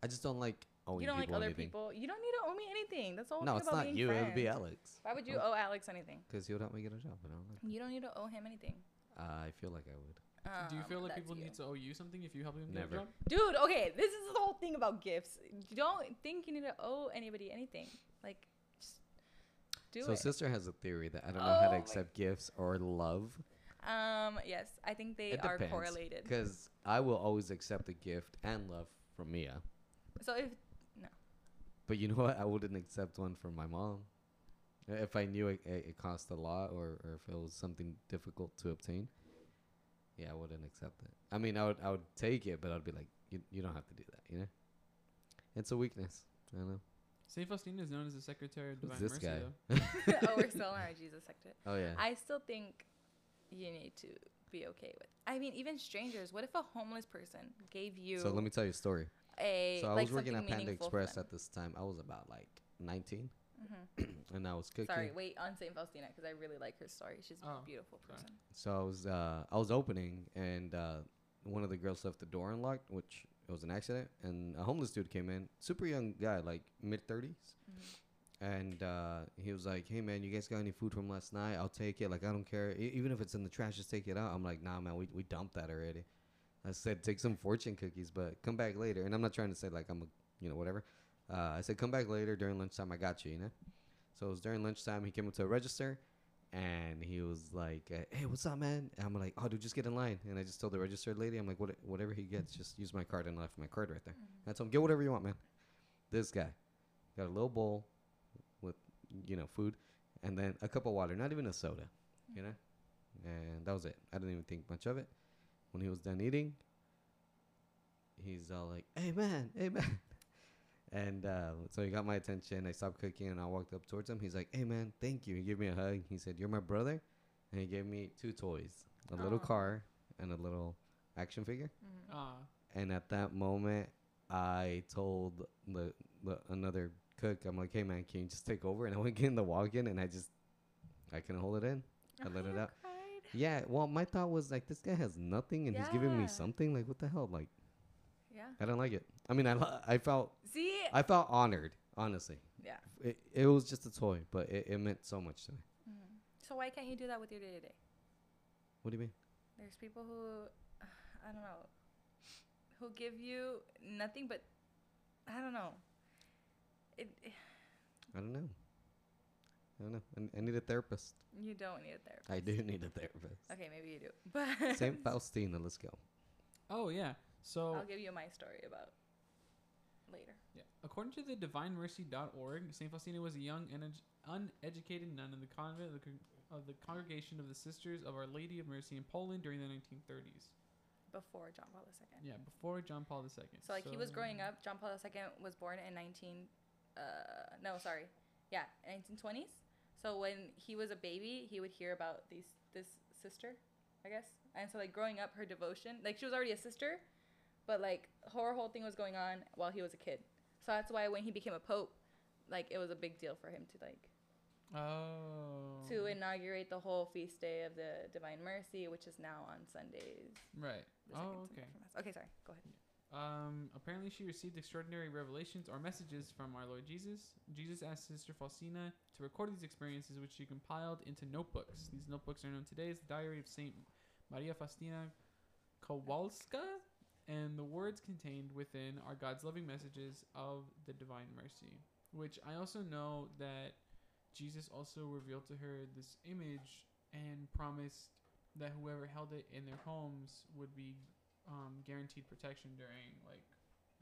S2: I just don't like owing
S3: you don't like
S2: people
S3: other
S2: Oh, anything.
S3: people. You don't need to owe me anything. That's the whole
S2: No,
S3: thing
S2: it's
S3: about
S2: not
S3: being
S2: you. It
S3: friends.
S2: would be Alex.
S3: Why would you owe Alex anything?
S2: Because he would help me get a job, and I don't like.
S3: You don't need to owe him anything.
S2: Uh, I feel like I would.
S1: Do you
S3: Um,
S1: feel like
S3: that's
S1: people
S3: you.
S1: need to owe you something if you help them get
S2: Never.
S1: a job?
S3: Dude, okay, this is the whole thing about gifts. You don't think you need to owe anybody anything. Like, just do
S2: so
S3: it.
S2: sister has a theory that I don't know how
S3: Oh
S2: to
S3: my-
S2: accept gifts or love
S3: um, yes, I think they
S2: It
S3: are
S2: depends.
S3: correlated.
S2: because I will always accept a gift and love from Mia.
S3: So if *laughs*
S2: But you *laughs* know what? I wouldn't accept one from my mom. Uh, If I knew it, it, it cost a lot or, or if it was something difficult to obtain, yeah, I wouldn't accept it. I mean, I would I would take it, but I'd be like, you, you don't have to do that, you know? It's a weakness. I know.
S1: Saint Faustina is known as the secretary of
S2: Who's
S1: divine
S2: this
S1: mercy.
S2: guy?
S1: Though.
S3: oh, we're still on our Jesus sector.
S2: Oh, yeah.
S3: I still think you need to be okay with. I mean, even strangers. What if a homeless person gave you
S2: so let me tell you a story.
S3: a
S2: So I
S3: like
S2: was working
S3: something
S2: at Panda
S3: meaningful for
S2: Express
S3: them?
S2: at this time. I was about like 19
S3: Mhm.
S2: and I was cooking.
S3: Sorry, wait on Saint Faustina because I really like her story. She's
S1: Oh,
S3: a beautiful
S1: sorry.
S3: person.
S2: So I was uh, I was opening, and uh, one of the girls left the door unlocked, which it was an accident. And a homeless dude came in, super young guy, like mid 30s
S3: Mhm.
S2: and uh, he was like, "Hey man, you guys got any food from last night? I'll take it. Like I don't care, E- even if it's in the trash, just take it out." I'm like, "Nah, man, we we dumped that already." I said, "Take some fortune cookies, but come back later." And I'm not trying to say like I'm a you know whatever. Uh, I said, "Come back later during lunchtime. I got you." You know. So it was during lunchtime. He came up to a register, and he was like, uh, "Hey, what's up, man?" And I'm like, "Oh, dude, just get in line." And I just told the registered lady, "I'm like, what, whatever he gets, just use my card." And I left my card right there.
S3: Mm-hmm.
S2: And I told him, "Get whatever you want, man." This guy got a little bowl with you know food, and then a cup of water, not even a soda, you know. And that was it. I didn't even think much of it. When he was done eating, he's all like, "Hey man, hey man," *laughs* and uh, so he got my attention. I stopped cooking and I walked up towards him. He's like, "Hey man, thank you." He gave me a hug. He said, "You're my brother," and he gave me two toys, a little
S3: Aw.
S2: car and a little action figure.
S3: Mhm.
S1: Ah,
S2: And at that moment, I told the, the another cook, I'm like, hey man, can you just take over? And I went *laughs* in the walk in and I just, I couldn't hold it in. I let
S3: Oh,
S2: it
S3: you
S2: out.
S3: cried?
S2: Yeah, well, my thought was like, this guy has nothing and he's giving
S3: Yeah.
S2: me something. Like, what the hell? Like,
S3: Yeah.
S2: I don't like it. I mean, I, lo- I felt,
S3: See,
S2: Uh, I felt honored, honestly.
S3: Yeah.
S2: It, it was just a toy, but it, it meant so much to me.
S3: Mhm. So why can't you do that with your day to day?
S2: What do you mean?
S3: There's people who, *sighs* I don't know, who give you nothing but, I don't know. It, *sighs*
S2: I don't know. I don't know. I, n- I need a therapist.
S3: you don't need a therapist.
S2: I do need a therapist.
S3: Okay, maybe you do. *laughs* But
S2: Saint Faustina, let's go.
S1: oh yeah. So
S3: I'll give you my story about later.
S1: Yeah. According to the divinemercy.org, St. Faustina was a young and edu- uneducated nun in the convent of the, con- of the Congregation of the Sisters of Our Lady of Mercy in Poland during the 1930s.
S3: Before John Paul II.
S1: Yeah, before John Paul II.
S3: So like he was growing up. John Paul II was born in 19, uh, no sorry, yeah, 1920s. So when he was a baby, he would hear about these this sister, I guess. And so like growing up, her devotion, like she was already a sister, but like her whole thing was going on while he was a kid. So that's why when he became a pope, like it was a big deal for him to like
S1: Oh.
S3: to inaugurate the whole feast day of the Divine Mercy, which is now on Sundays.
S1: Right.
S3: the
S1: Oh,
S3: second Sunday
S1: okay.
S3: after Mass. Okay, sorry. Go ahead.
S1: Um, apparently, she received extraordinary revelations or messages from our Lord Jesus. Jesus asked Sister Faustina to record these experiences, which she compiled into notebooks. These notebooks are known today as the Diary of Saint Maria Faustina Kowalska, and the words contained within are God's loving messages of the divine mercy. Which I also know that Jesus also revealed to her this image and promised that whoever held it in their homes would be um, guaranteed protection during like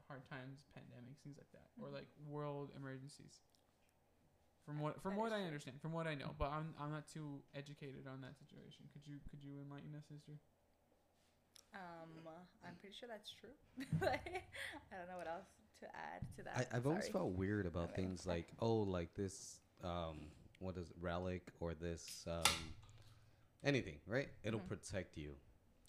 S1: hard times, pandemics, things like that, or
S3: Mhm.
S1: like world emergencies. From what from
S3: That
S1: what
S3: is
S1: I
S3: true.
S1: understand, from what I know, but I'm I'm not too educated on that situation. Could you could you enlighten us, sister?
S3: Um, I'm pretty sure that's true. *laughs* Like, I don't know what else to add to that.
S2: I, I've always
S3: Sorry.
S2: felt weird about
S3: Okay.
S2: things like, oh, like this, um, what is it, relic or this, um, anything, right? It'll
S3: Mhm.
S2: protect you.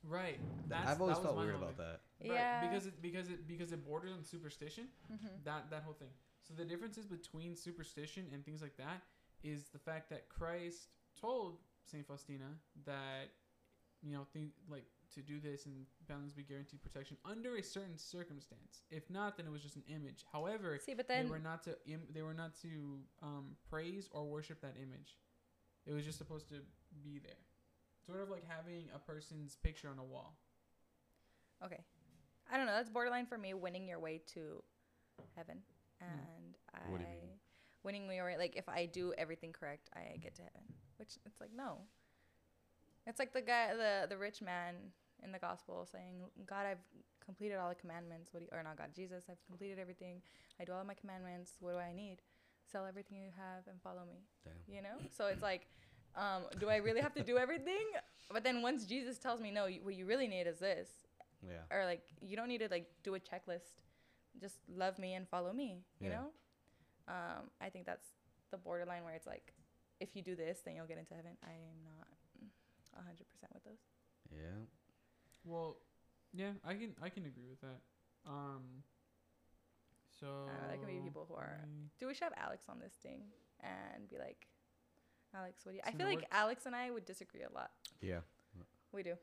S1: Right.
S2: Th- I've always felt weird about that.
S1: Right,
S3: Yeah.
S1: because it because it because it borders on superstition.
S3: Mhm.
S1: that that whole thing. So the differences between superstition and things like that is the fact that Christ told Saint Faustina that you know thing like to do this and balance be guaranteed protection under a certain circumstance. If not, then it was just an image. However,
S3: See, but
S1: they
S3: then
S1: were not to Im- they were not to um, praise or worship that image. It was just supposed to be there, sort of like having a person's picture on a wall.
S3: okay, I don't know. That's borderline for me. Winning your way to heaven, and I
S2: Hmm. What do you mean?
S3: winning your way. Like if I do everything correct, I get to heaven. Which it's like no. It's like the guy, the the rich man in the gospel saying, "God, I've completed all the commandments. What do you, or not God, Jesus, I've completed everything. I do all my commandments. What do I need? Sell everything you have and follow me."
S2: Damn.
S3: you know so it's like um, do i really have to do everything but then once jesus tells me no you, what you really need is this
S2: Yeah.
S3: or like you don't need to like do a checklist just love me and follow me you
S2: Yeah.
S3: know um, i think that's the borderline where it's like if you do this then you'll get into heaven i am not 100% with those
S2: Yeah.
S1: Well, yeah, I can I can agree with that. Um, so
S3: there can be people who are-
S1: I-
S3: do we should have alex on this thing and be like alex what do you i
S1: So
S3: feel
S1: now
S3: like
S1: what-
S3: alex and i would disagree a lot
S2: Yeah.
S3: we do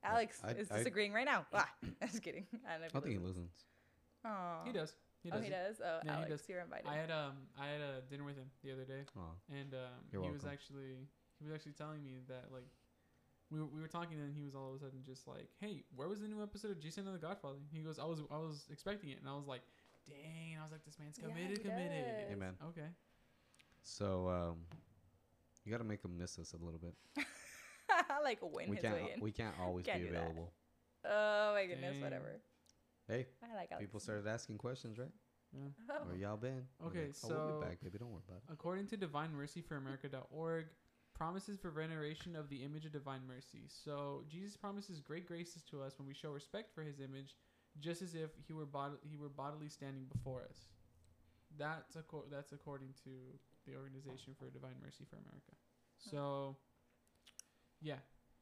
S2: I-
S3: alex
S2: I-
S3: is
S2: I-
S3: disagreeing right now ah, i'm *laughs* just kidding i,
S2: I don't think he listens.
S3: Aw.
S1: He does. He
S3: oh,
S1: does.
S3: he does. Oh,
S1: Yeah, he
S3: Alex,
S1: does.
S3: you're invited.
S1: I had um I had a dinner with him the other day,
S2: Oh.
S1: and um
S2: You're
S1: he was
S2: welcome.
S1: actually he was actually telling me that like we were, we were talking and he was all of a sudden just like, hey, where was the new episode of Jason and the Godfather? He goes, I was I was expecting it, and I was like, dang, I was like, this man's
S3: Yeah,
S1: committed,
S3: he
S1: committed.
S3: does.
S2: Amen.
S1: Okay.
S2: So, um, you got to make him miss us a little bit.
S3: *laughs* like win
S2: we
S3: his
S2: can't.
S3: way in.
S2: We can't always
S3: Can't
S2: be
S3: do that.
S2: available.
S3: oh my goodness,
S1: Dang.
S3: whatever.
S2: Hey,
S3: I like Alex.
S2: people started asking questions, right?
S1: Yeah.
S3: Oh.
S2: Where y'all been? We're
S1: Okay,
S2: like, oh, we'll
S1: so-
S2: be back, baby. Don't worry about it.
S1: According to divinemercyforamerica.org, promises for veneration of the image of divine mercy. So Jesus promises great graces to us when we show respect for his image, just as if he were bod- he were bodily standing before us. That's acco- that's according to the organization for Divine Mercy for America. So yeah,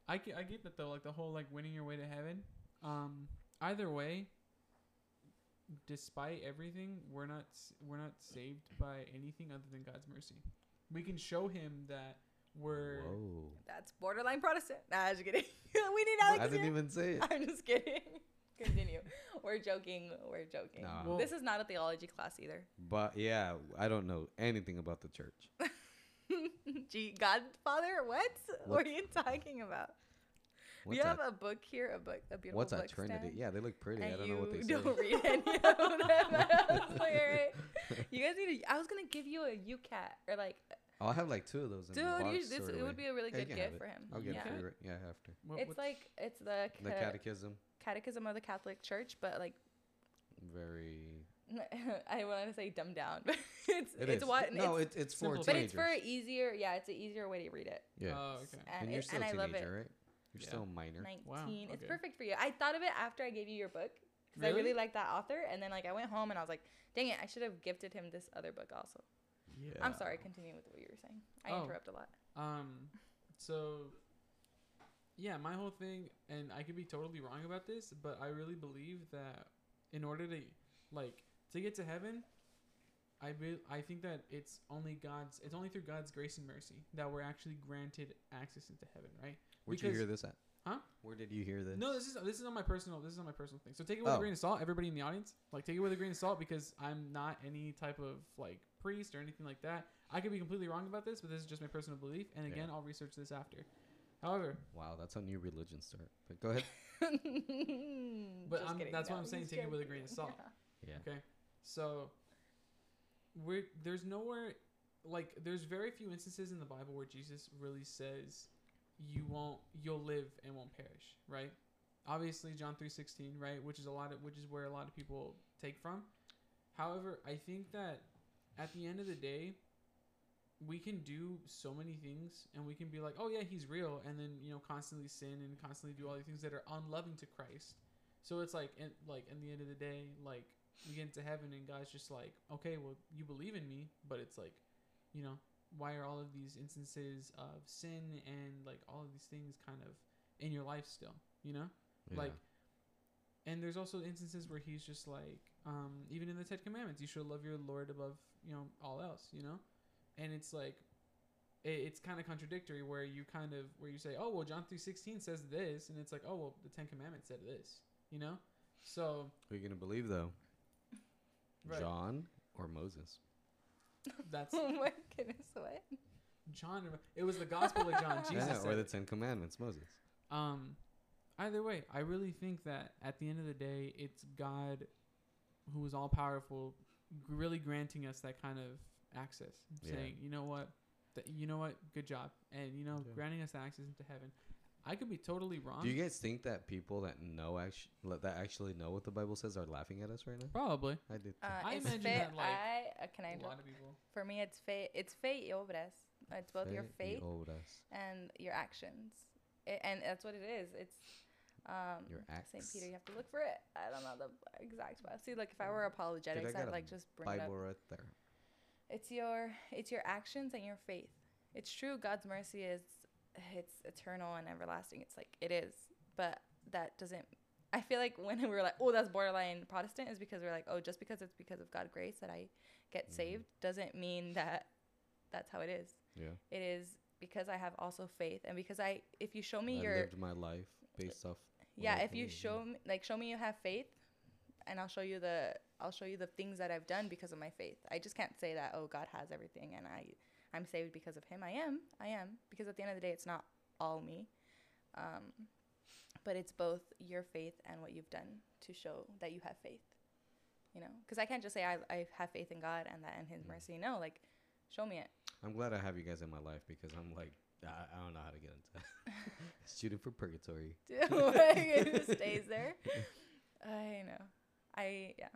S1: I get, I get that though, like the whole like winning your way to heaven. Um, either way, despite everything, we're not s- we're not saved by anything other than God's mercy. We can show Him that we're
S2: Whoa.
S3: That's borderline Protestant. Nah, I'm just kidding. *laughs* we need
S2: I
S3: Alex
S2: didn't
S3: here.
S2: even
S3: *laughs*
S2: say it.
S3: I'm just kidding. Continue. We're joking. We're joking.
S2: Nah.
S1: Well-
S3: this is not a theology class either. *laughs*
S2: But yeah, I don't know anything about the church.
S3: Gee, Godfather, what? What
S2: What-
S3: are you talking about?
S2: What's
S3: we have
S2: that?
S3: a book here, a book, a beautiful
S2: What's
S3: book.
S2: that Trinity?
S3: stand.
S2: Yeah, they look pretty.
S3: and
S2: I don't
S3: you
S2: know what they say.
S3: *laughs*
S2: *laughs*
S3: don't read any of them. I was like, *laughs* all right. You guys need to. I was gonna give you a UCAT or like,
S2: I'll Oh, have like two of those. In
S3: dude,
S2: the box
S3: you, this,
S2: sorta
S3: it
S2: way.
S3: would be a really
S2: Yeah, you
S3: good
S2: can have
S3: gift
S2: it.
S3: for him.
S2: I'll get
S3: yeah.
S2: it for you. Right? Yeah, after
S1: wha-
S3: It's
S1: what's-
S3: like it's the,
S2: the
S3: ca-
S2: Catechism.
S3: catechism of the Catholic Church, but like *laughs*
S2: Very.
S3: I want to say dumbed down, but *laughs* it's
S2: It
S3: it's
S2: is.
S3: what
S2: no,
S3: it's,
S2: it, it's for
S1: simple.
S3: but
S2: teenagers.
S3: it's for easier. Yeah, it's an easier way to read it.
S2: yeah,
S1: oh okay.
S3: And,
S2: and
S3: it-
S2: you're still
S3: and
S2: a
S3: I
S2: teenager,
S3: love it.
S2: right? You're
S1: Yeah.
S2: still a minor.
S3: Nineteen.
S1: Wow,
S3: It's
S1: okay.
S3: perfect for you. I thought of it after I gave you your book because I really
S1: Really?
S3: like that author, and then like I went home and I was like, dang it, I should have gifted him this other book also.
S1: Yeah.
S3: I'm sorry. Continue with what you were saying. I
S1: Oh.
S3: interrupt a lot. *laughs*
S1: Um, so yeah, my whole thing, and I could be totally wrong about this, but I really believe that in order to like to get to heaven, I be, I think that it's only God's it's only through God's grace and mercy that we're actually granted access into heaven, right?
S2: Where'd you
S1: because-
S2: hear this at?
S1: Huh?
S4: Where did you hear this?
S1: No, this is this is on my personal this is on my personal thing. So take it with a
S4: Oh.
S1: grain of salt, everybody in the audience. Like take it with a grain of salt because I'm not any type of like priest or anything like that. I could be completely wrong about this, but this is just my personal belief. And
S2: Yeah.
S1: again, I'll research this after. However,
S2: Wow, that's how new religions start. But
S3: *laughs*
S2: go ahead.
S1: But
S3: Just
S1: I'm-
S3: kidding,
S1: that's why
S3: no,
S1: I'm saying
S3: just
S1: take it with a
S3: joking.
S1: grain of salt.
S2: Yeah.
S1: Okay. So we're there's nowhere like there's very few instances in the Bible where Jesus really says you won't you'll live and won't perish, right? Obviously John 3:16, right, which is a lot of which is where a lot of people take from. However, I think that at the end of the day we can do so many things and we can be like, "Oh yeah, he's real." And then, you know, constantly sin and constantly do all the things that are unloving to Christ. So it's like in, like in the end of the day, like we get into heaven and God's just like, okay, well, you believe in me, but it's like, you know, why are all of these instances of sin and like all of these things kind of in your life still, you know? Like, and there's also instances where he's just like, um, even in the Ten Commandments, you should love your Lord above, you know, all else, you know? And it's like, it, it's kind of contradictory where you kind of, where you say, oh, well, John 3.16 says this. And it's like, oh, well, the Ten Commandments said this, you know? So
S2: who are you gonna believe though?
S1: Right.
S2: John or Moses?
S3: *laughs*
S1: that's
S3: *laughs* Oh my goodness, what?
S1: John. or- It was the Gospel of John. Jesus
S2: yeah, or
S1: said
S2: the
S1: it.
S2: Ten Commandments, Moses.
S1: Um, either way, I really think that at the end of the day, it's God, who is all powerful, g- really granting us that kind of access,
S2: Yeah.
S1: saying, you know what, th- you know what, good job, and you know,
S2: Yeah.
S1: granting us access into heaven. I could be totally wrong.
S2: Do
S3: Um,
S2: you guys think that people that know actually that actually know what the Bible says are laughing at us right now?
S1: Probably
S2: I did.
S3: Uh,
S1: I
S3: it's
S1: imagine
S3: fe-
S1: that, like,
S3: I, uh, can I
S1: a
S3: interrupt?
S1: lot of people.
S3: For me, it's fe- it's fe y obras. It's both your faith and your actions, I- and that's what it is. It's um,
S2: Your
S3: St.
S2: acts.
S3: Peter. You have to look for it. I don't know the exact spot. See, like if I were apologetics,
S2: got
S3: I'd
S2: a
S3: like just bring it up.
S2: Bible right there.
S3: It's your it's your actions and your faith. It's true God's mercy is it's eternal and everlasting. It's like it is. But that doesn't I feel like when we were like, oh, that's borderline Protestant is because we're like, oh, just because it's because of God's grace that I get
S2: Mhm.
S3: saved doesn't mean that that's how it is.
S2: Yeah.
S3: It is because I have also faith and because I if you show me
S2: I
S3: your
S2: lived my life based off. what
S3: yeah
S2: I
S3: if you
S2: believe, yeah.
S3: show me like show me you have faith and i'll show you the i'll show you the things that i've done because of my faith i just can't say that oh god has everything and i i'm saved because of him i am i am because at the end of the day it's not all me um, but it's both your faith and what you've done to show that you have faith you know because i can't just say I, I have faith in god and that and his
S2: Mm.
S3: mercy no like show
S2: *laughs*
S3: me it *laughs*
S2: I'm glad I have you guys in my life because I'm like I, I don't know how to get into
S3: *laughs*
S2: *laughs* student for purgatory.
S3: Dude, like, it just stays there i know i yeah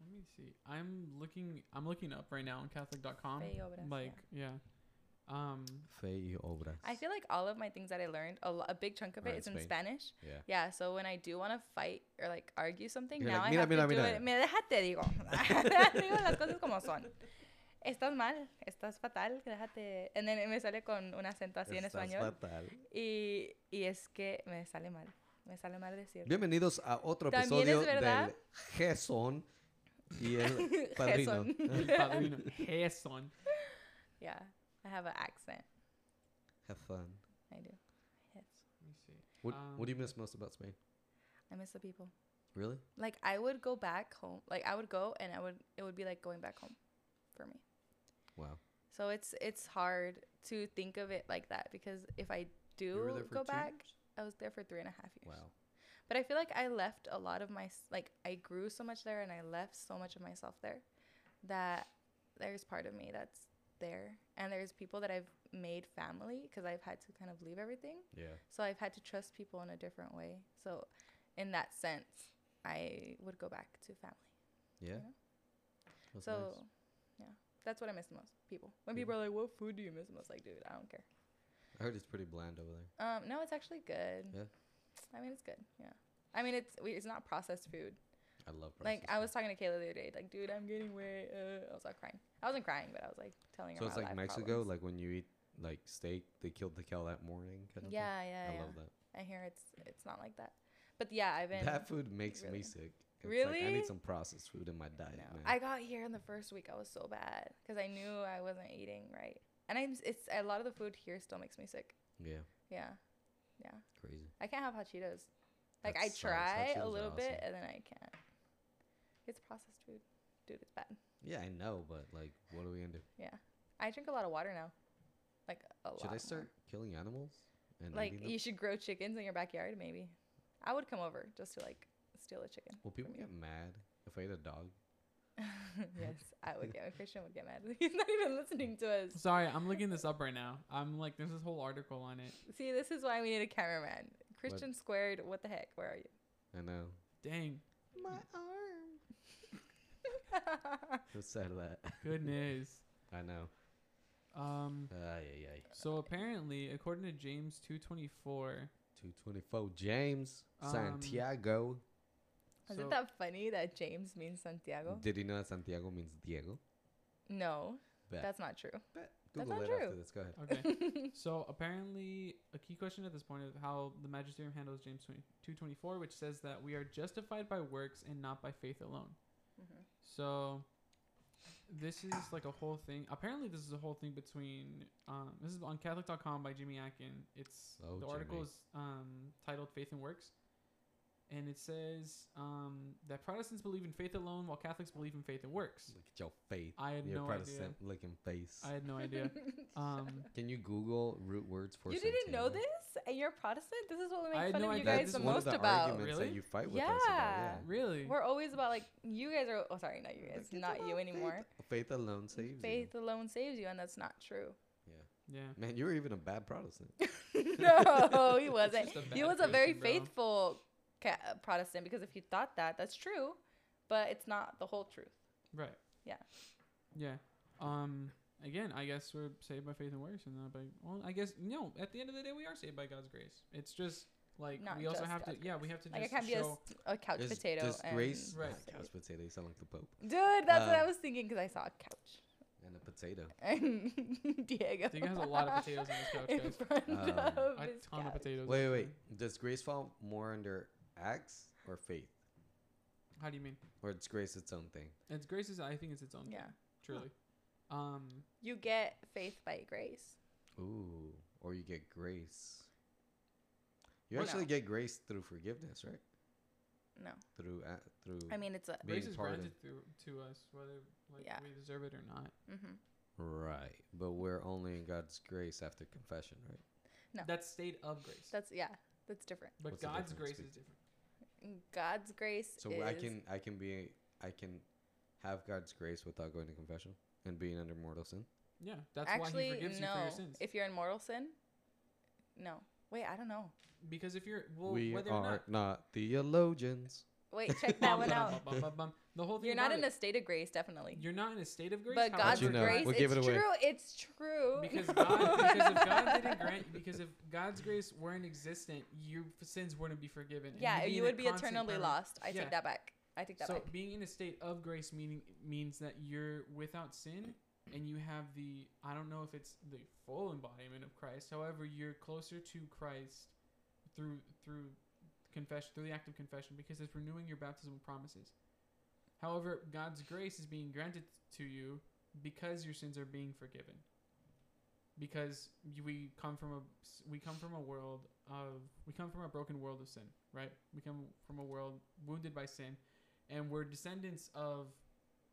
S1: Let me see. I'm looking. I'm looking up right now on Catholic.com.
S3: Fe y obras, yeah.
S1: Like yeah.
S2: *laughs*
S1: Um. *laughs*
S2: Fe y obras.
S3: I feel like all of my things that I learned, a, lo- a big chunk of
S2: Are
S3: it
S2: in
S3: is in
S2: Spain.
S3: Spanish.
S2: yeah.
S3: Yeah, so when I do want to fight or like argue something,
S2: You're
S3: now
S2: like,
S3: I
S2: "Mira,
S3: have
S2: mira,
S3: to do
S2: mira."
S3: it. Mira, déjate, digo. *laughs* Te digo las cosas como son. Estás mal, estás fatal, déjate. And then me sale con un acento así en
S2: Estás
S3: español.
S2: fatal.
S3: Y, y es que me sale mal. Me sale mal decir.
S2: Bienvenidos a otro
S3: También es
S2: episodio
S3: verdad.
S2: del Jason y
S3: *laughs*
S2: el *laughs* padrino.
S3: Jason.
S1: El padrino. Jason.
S3: Yeah, I have an accent.
S2: Have fun.
S3: I do. Yes.
S1: Let me see.
S2: What, what do you
S1: Um,
S2: miss most about Spain?
S3: I miss the people.
S2: Really?
S3: Like I would go back home. Like I would go and I would it would be like going back home for me.
S2: Wow.
S3: So it's it's hard to think of it like that because if I do go
S2: two
S3: back,
S2: years?
S3: I was there for three and a half years.
S2: Wow.
S3: But I feel like I left a lot of my s- like I grew so much there and I left so much of myself there that there's part of me that's there and there's people that I've made family because I've had to kind of leave everything.
S2: Yeah.
S3: So I've had to trust people in a different way. So in that sense, I would go back to family.
S2: Yeah.
S3: know?
S2: That's
S3: so
S2: nice.
S3: yeah, that's what I miss the most. People. When people are like, "What food do you miss the most?" Like, dude, I don't care.
S2: I heard it's pretty bland over there.
S3: Um, no, it's actually good.
S2: Yeah?
S3: I mean, it's good. Yeah. I mean, it's we- it's not processed food.
S2: I love
S3: Like
S2: processed
S3: I
S2: food.
S3: was talking to Kayla the other day, like, dude, I'm getting weight. Uh, I was not crying. I wasn't crying, but I was like telling her.
S2: So it's
S3: my
S2: like
S3: life
S2: Mexico,
S3: problems.
S2: like when you eat like steak, they killed the cow that morning. Kind of
S3: yeah, yeah,
S2: Thing.
S3: yeah.
S2: I love that.
S3: I hear it's it's not like that, but yeah, I've been.
S2: That food makes me
S3: really-
S2: sick. It's Like, I
S3: Really?
S2: need some processed food in my diet,
S3: no.
S2: man.
S3: I got here in the first week. I was so bad because I knew I wasn't eating right, and I it's a lot of the food here still makes me sick.
S2: yeah.
S3: Yeah. Yeah.
S2: Crazy.
S3: I can't have hot Cheetos. Like
S2: That
S3: I
S2: sucks. Hot
S3: try
S2: Cheetos
S3: a
S2: are
S3: little bit
S2: awesome.
S3: and then I can't. It's processed food, dude. It's bad.
S2: Yeah, I know, but like, what are we gonna do?
S3: I drink a lot of water now, like a lot.
S2: Should I
S3: more.
S2: start killing animals? And
S3: Like
S2: eating them?
S3: you should grow chickens in your backyard, maybe. I would come over just to like steal a chicken. *laughs*
S2: Will people
S3: from you.
S2: get mad if I eat a dog?
S3: yes, I would
S1: *laughs*
S3: get. Christian would get mad. *laughs* He's not even listening to us.
S1: Sorry, I'm looking this up right now. I'm like, there's this whole article on it.
S3: See, this is why we need a cameraman. Christian squared. What the heck? Where are
S2: I know.
S1: Dang,
S2: My arm.
S3: you? *laughs*
S2: What's sad of that? *laughs*
S1: good news.
S2: I
S1: *laughs*
S2: know.
S1: Um,
S2: Ay, ay, ay.
S1: so apparently, according to James 224,
S2: 224 James
S1: Um,
S2: Santiago.
S1: so-
S3: Isn't that funny that James means Santiago?
S2: Did you know that Santiago means Diego?
S3: no,
S2: Bet.
S3: that's not true.
S2: Bet.
S3: That's
S2: Google
S3: not
S2: it after
S3: true.
S2: this. Go ahead.
S3: *laughs*
S1: okay.
S3: Mm-hmm.
S1: so apparently, a key question at this point of how the magisterium handles James 20, 224, which says that we are justified by works and not by faith alone.
S3: Mhm.
S1: So this is like a whole thing. Apparently, this is a whole thing between. Um, this is on Catholic.com by Jimmy Atkin. It's
S2: Oh,
S1: the article
S2: Jimmy.
S1: is um, titled "Faith and Works," and it says um, that Protestants believe in faith alone, while Catholics believe in faith and works.
S2: Look at your faith.
S1: I had
S2: your
S1: no
S2: Protestant
S1: idea.
S2: looking face.
S1: I had no
S3: *laughs*
S1: idea. Um,
S2: Can you Google root words for
S3: You didn't know
S2: Santiago?
S3: this, and you're Protestant. This is what we
S1: I
S3: make
S1: had
S3: fun
S1: no
S3: of you
S1: idea.
S3: guys
S2: That's
S1: This
S3: the
S1: is
S2: one of
S3: most
S2: the
S3: about.
S2: arguments
S1: Really?
S2: that you fight with us about.
S3: Yeah.
S1: really?
S3: We're always about like you guys are. Oh, sorry, not you guys.
S2: Like, it's
S3: not
S2: about
S3: you
S2: faith.
S3: anymore.
S2: Faith alone saves you.
S3: Faith alone saves you, and that's not
S2: *laughs*
S3: true. *laughs*
S1: yeah.
S2: Man, you were even a bad Protestant.
S3: no, he
S1: He's
S3: wasn't.
S1: just a
S3: He
S1: bad
S3: was a very
S1: Christian, bro.
S3: faithful ca- Protestant because if he thought that, that's true, but it's not the whole truth.
S1: Right.
S3: Yeah.
S1: Yeah. Um. Again, I guess we're saved by faith and works, and not by. Well, I guess no. At the end of the day, we are saved by God's grace. It's just like
S3: Not
S1: we also
S3: just
S1: have to.
S3: God's
S1: Yeah, we have to just
S3: Like I can't be a,
S1: show.
S3: s- a couch
S2: There's-
S3: potato.
S2: there's
S3: and
S2: grace.
S1: Right.
S2: Ah, couch potato. You sound like the Pope.
S3: Dude, that's what I
S2: Um,
S3: was thinking because I saw a couch *laughs*
S2: And a potato.
S3: and Diego.
S1: Diego has a lot of potatoes on his couch,
S3: *laughs* in
S1: guys.
S3: front
S2: Um,
S3: of
S1: a
S3: his
S1: ton of
S3: couch.
S1: potatoes.
S2: Wait, wait,
S1: actually.
S2: wait. Does grace fall more under acts or faith?
S1: How do you mean?
S2: Or is grace its own thing?
S1: It's grace is. I think it's its own.
S3: Yeah.
S1: Truly. Um.
S3: You get faith by grace.
S2: Ooh. Or you get grace. You
S3: Well,
S2: actually
S3: no.
S2: get grace through forgiveness, right?
S3: No,
S2: Through ac- through
S3: I mean it's a.
S2: Being
S1: grace is
S2: pardoned.
S1: granted through to us whether like
S3: Yeah.
S1: we deserve it or not.
S3: mhm.
S2: right, but we're only in God's grace after confession, right?
S3: No.
S1: That's state of grace.
S3: That's yeah. That's different.
S1: but
S2: What's the
S1: God's
S2: difference
S1: grace is different.
S3: God's grace.
S2: So
S3: is,
S2: I can I can be I can have God's grace without going to confession and being under mortal sin.
S1: Yeah. That's why
S3: actually
S1: He forgives
S3: no.
S1: you for your sins.
S3: If you're in mortal sin, no. Wait, I don't know.
S1: because if you're well,
S2: we
S1: whether
S2: are
S1: or not.
S2: not. theologians.
S1: *laughs*
S3: Wait, check that one out.
S1: Bum, bum, bum, bum. The whole thing.
S3: You're not
S1: about
S3: in
S1: it-
S3: a state of grace, definitely.
S1: You're not in a state of grace.
S3: but
S1: however,
S3: God's
S2: you know,
S3: grace,
S2: we'll give
S3: it's
S2: it away.
S3: true. It's true.
S1: Because God, because if God
S3: *laughs*
S1: didn't grant, because if God's grace weren't existent, your f- sins wouldn't be forgiven. and
S3: yeah,
S1: you'd in
S3: you
S1: a
S3: would be
S1: constant
S3: eternally
S1: perma-
S3: lost. I
S1: Yeah.
S3: take that back. I take that
S1: So
S3: back.
S1: being in a state of grace meaning means that you're without sin, and you have the I don't know if it's the full embodiment of Christ. However, you're closer to Christ through through confession through the act of confession because it's renewing your baptismal promises. However, God's grace is being granted to you because your sins are being forgiven. Because you- we come from a s- we come from a world of we come from a broken world of sin, right? We come from a world wounded by sin, and we're descendants of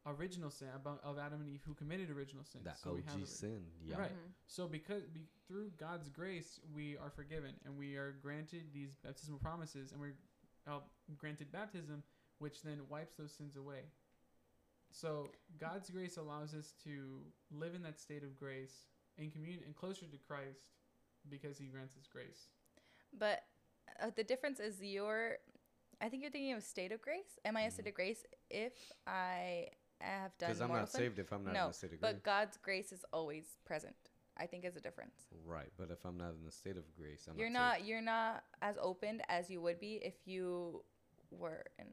S1: original sin abo- of Adam and Eve who committed original sin.
S2: That
S1: so we have
S2: OG
S1: ori-
S2: sin. Yeah.
S1: Right.
S3: Mhm.
S1: so because be, through God's grace, we are forgiven and we are granted these baptismal promises, and we're uh, granted baptism, which then wipes those sins away. So God's grace allows us to live in that state of grace in communion and closer to Christ because He grants us grace.
S3: But uh, the difference is your. I think you're thinking of state of grace. Am I a state
S2: Mhm.
S3: of grace if I have done
S2: Because I'm
S3: mortal
S2: not
S3: sin?
S2: saved if I'm not in
S3: No,
S2: the state of grace.
S3: But God's grace is always present. I think is a difference.
S2: right, but if I'm not in the state of grace, I'm
S3: you're
S2: not.
S3: not you're not as opened as you would be if you were and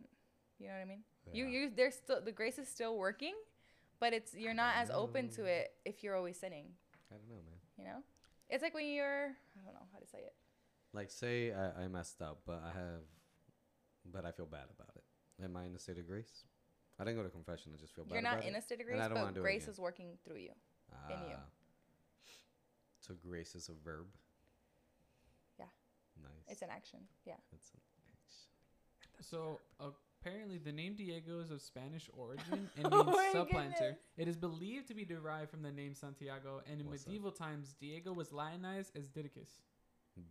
S3: you know what I mean?
S2: saved.
S3: You
S2: Yeah.
S3: you there's still the grace is still working, but it's you're
S2: I
S3: not
S2: don't
S3: as open to
S2: know.
S3: it if you're always sinning,
S2: I don't know, man.
S3: you know? It's like when you're I don't know how to say it.
S2: Like, say I, I messed up, but I have, but I feel bad about it. Am I in a state of grace? I didn't go to confession. I just feel bad.
S3: You're not
S2: about
S3: in
S2: it.
S3: a state of
S2: and
S3: grace,
S2: I don't wanna
S3: but
S2: do it
S3: grace
S2: again.
S3: is working through you. in you.
S2: Ah. So grace is a verb.
S3: Yeah.
S2: nice.
S3: It's an action. Yeah. *laughs*
S2: That's an action.
S1: So apparently, the name Diego is of Spanish origin and means
S3: Oh my
S1: supplanter.
S3: goodness.
S1: It is believed to be derived from the name Santiago, and in
S2: What's that?
S1: medieval times, Diego was Latinized as Didicus.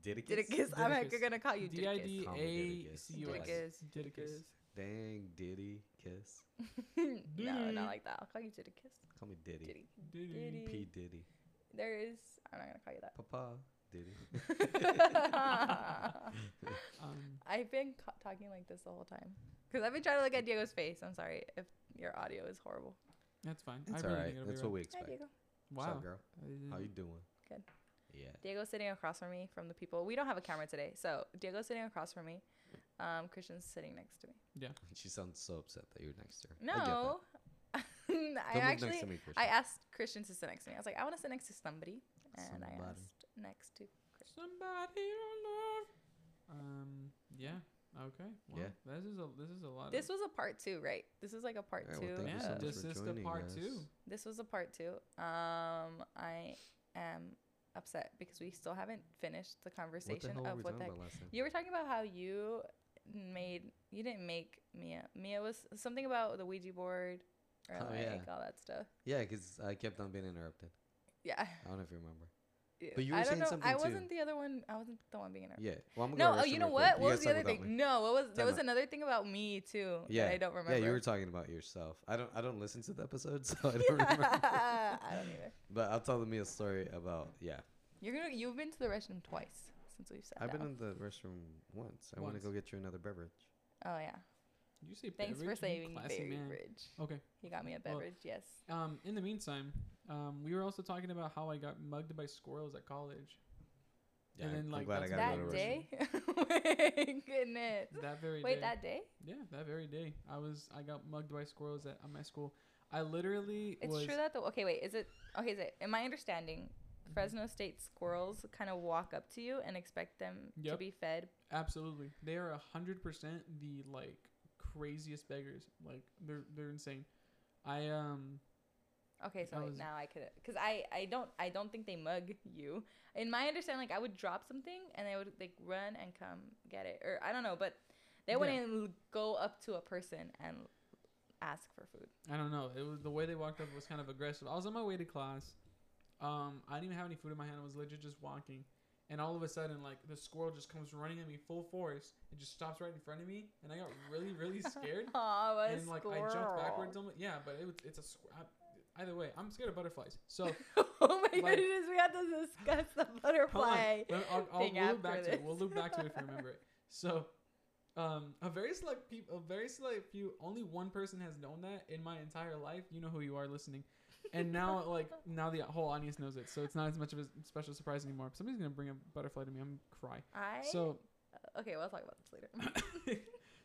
S2: Didicus?
S3: Didicus. I'm
S1: Didicus.
S3: actually gonna call you
S1: D i
S3: Didicus.
S1: d
S2: Call me
S1: a
S2: Didicus.
S1: c u s.
S3: Didicus.
S1: Didicus.
S2: Dang, Diddy, kiss.
S3: no,
S1: Diddy.
S3: not like that. I'll call you Didicus.
S2: Call me Diddy.
S3: Diddy.
S1: Diddy.
S2: P. Diddy.
S3: There is. I'm not gonna call you that.
S2: Papa Diddy. *laughs*
S3: *laughs*
S1: Um,
S3: I've been ca- talking like this the whole time because I've been trying to look at Diego's face. I'm sorry if your audio is horrible.
S1: that's fine.
S2: It's
S1: I
S2: all
S1: really
S2: right.
S1: think it'll
S2: That's
S1: be right.
S2: what we
S3: Hi,
S2: expect.
S3: Diego.
S2: What's up,
S1: Wow.
S2: girl? How you doing?
S3: Good.
S2: Yeah. *laughs*
S3: Diego's sitting across from me from the people. We don't have a camera today, so Diego's sitting across from me. Um, Christian's sitting next to me.
S2: She sounds so upset that you're next to her. I get that.
S3: No, *laughs* I,
S2: Don't move
S3: actually
S2: next to me, Christian.
S3: I asked Christian to sit next to me. I was like, I want to sit next to somebody, and
S2: Somebody.
S3: I asked next to Christian.
S1: Somebody to love. Um. Yeah. Okay. Well,
S2: Yeah.
S1: This is a this is a lot.
S3: This
S1: of,
S3: was a part two, right? This is like a part
S2: Alright,
S3: two.
S2: well, thank you so
S1: yeah.
S2: much
S3: of-
S1: this
S2: for
S1: is the
S2: joining
S1: part
S2: us.
S1: two.
S3: This was a part two. Um, I am upset because we still haven't finished the
S2: what the
S3: conversation
S2: hell were
S3: of
S2: we
S3: what
S2: talking
S3: the heck.
S2: about last time?
S3: You were talking about how you made you didn't make Mia. Mia was something about the Ouija board or
S2: Oh,
S3: like
S2: yeah.
S3: all that stuff.
S2: Yeah, because I kept on being interrupted.
S3: Yeah.
S2: I don't know if you remember.
S3: Yeah.
S2: But you were
S3: I don't
S2: saying
S3: know.
S2: something
S3: I
S2: too.
S3: wasn't the other one. I wasn't the one being interrupted.
S2: Yeah. Well, I'm gonna
S3: No,
S2: go
S3: oh,
S2: rush
S3: you
S2: him
S3: know
S2: real
S3: what?
S2: quick. You
S3: What
S2: guys
S3: was the
S2: talk
S3: other
S2: without me.
S3: thing? No, what was there
S2: Time
S3: was
S2: out.
S3: another thing about me too
S2: Yeah.
S3: that I don't remember.
S2: Yeah, you were talking about yourself. I don't. I don't listen to the episode, *laughs*
S3: *laughs*
S2: so I don't remember.
S3: yeah, I don't either.
S2: But I'll tell me a story about. Yeah,
S3: You're gonna you've been to the restroom twice since we've sat
S2: I've been
S3: down.
S2: in the restroom once. I want to
S1: Once.
S2: go get you another beverage.
S3: oh yeah.
S1: Did you say
S3: Thanks
S1: beverage? You
S3: for saving
S1: classy man.
S3: beverage.
S2: Oh.
S1: Okay.
S3: He got me a
S1: Well-
S3: beverage. yes.
S1: Um. In the meantime, um, we were also talking about how I got mugged by squirrels at college.
S2: Yeah,
S1: And then,
S2: I'm
S1: like,
S2: glad I
S1: that's gotta
S2: got
S3: That
S2: another
S1: go to
S3: day. *laughs* My Goodness.
S1: That very
S3: Wait,
S1: day.
S3: that day?
S1: yeah, that very day. I was I got mugged by squirrels at, at my school. I literally
S3: It's
S1: was Mm-hmm.
S3: true that the okay. Wait, is it okay? Is it in my understanding? Fresno State squirrels kind of walk up to you and expect them to
S1: Yep.
S3: be fed.
S1: absolutely. They are a hundred percent the like craziest beggars. Like they're they're insane. I um
S3: Okay, so
S1: I
S3: wait,
S1: was-
S3: now I could, cause I I don't I don't think they mug you. In my understanding, like I would drop something and they would like run and come get it, or I don't know, but they
S1: Yeah.
S3: wouldn't go up to a person and ask for food.
S1: I don't know. It was the way they walked up was kind of aggressive. I was on my way to class. Um, I didn't even have any food in my hand. I was legit just walking, and all of a sudden, like the squirrel just comes running at me full force and just stops right in front of me, and I got really
S3: *laughs*
S1: really scared.
S3: Aw, what a
S1: and like
S3: squirrel!
S1: I jumped
S3: *laughs*
S1: backwards. Almost. Yeah, but it, was- it's a squ- I, either way. I'm scared of butterflies. So
S3: oh my
S1: Like-
S3: goodness, we had to discuss
S1: *laughs*
S3: the
S1: Hold on.
S3: butterfly.
S1: Let- I'll, I'll,
S3: thing
S1: we'll
S3: after
S1: loop back to it. We'll
S3: this.
S1: loop back to it
S3: *laughs*
S1: if you remember it. So, um, a very select people, a very select few, only one person has known that in my entire life. You know who you are listening, and
S3: *laughs*
S1: now like now the whole audience knows it. So it's not as much of a special surprise anymore. If somebody's gonna bring a butterfly to me, I'm gonna cry.
S3: I
S1: So
S3: okay, we'll talk about this later. *laughs*
S1: *laughs*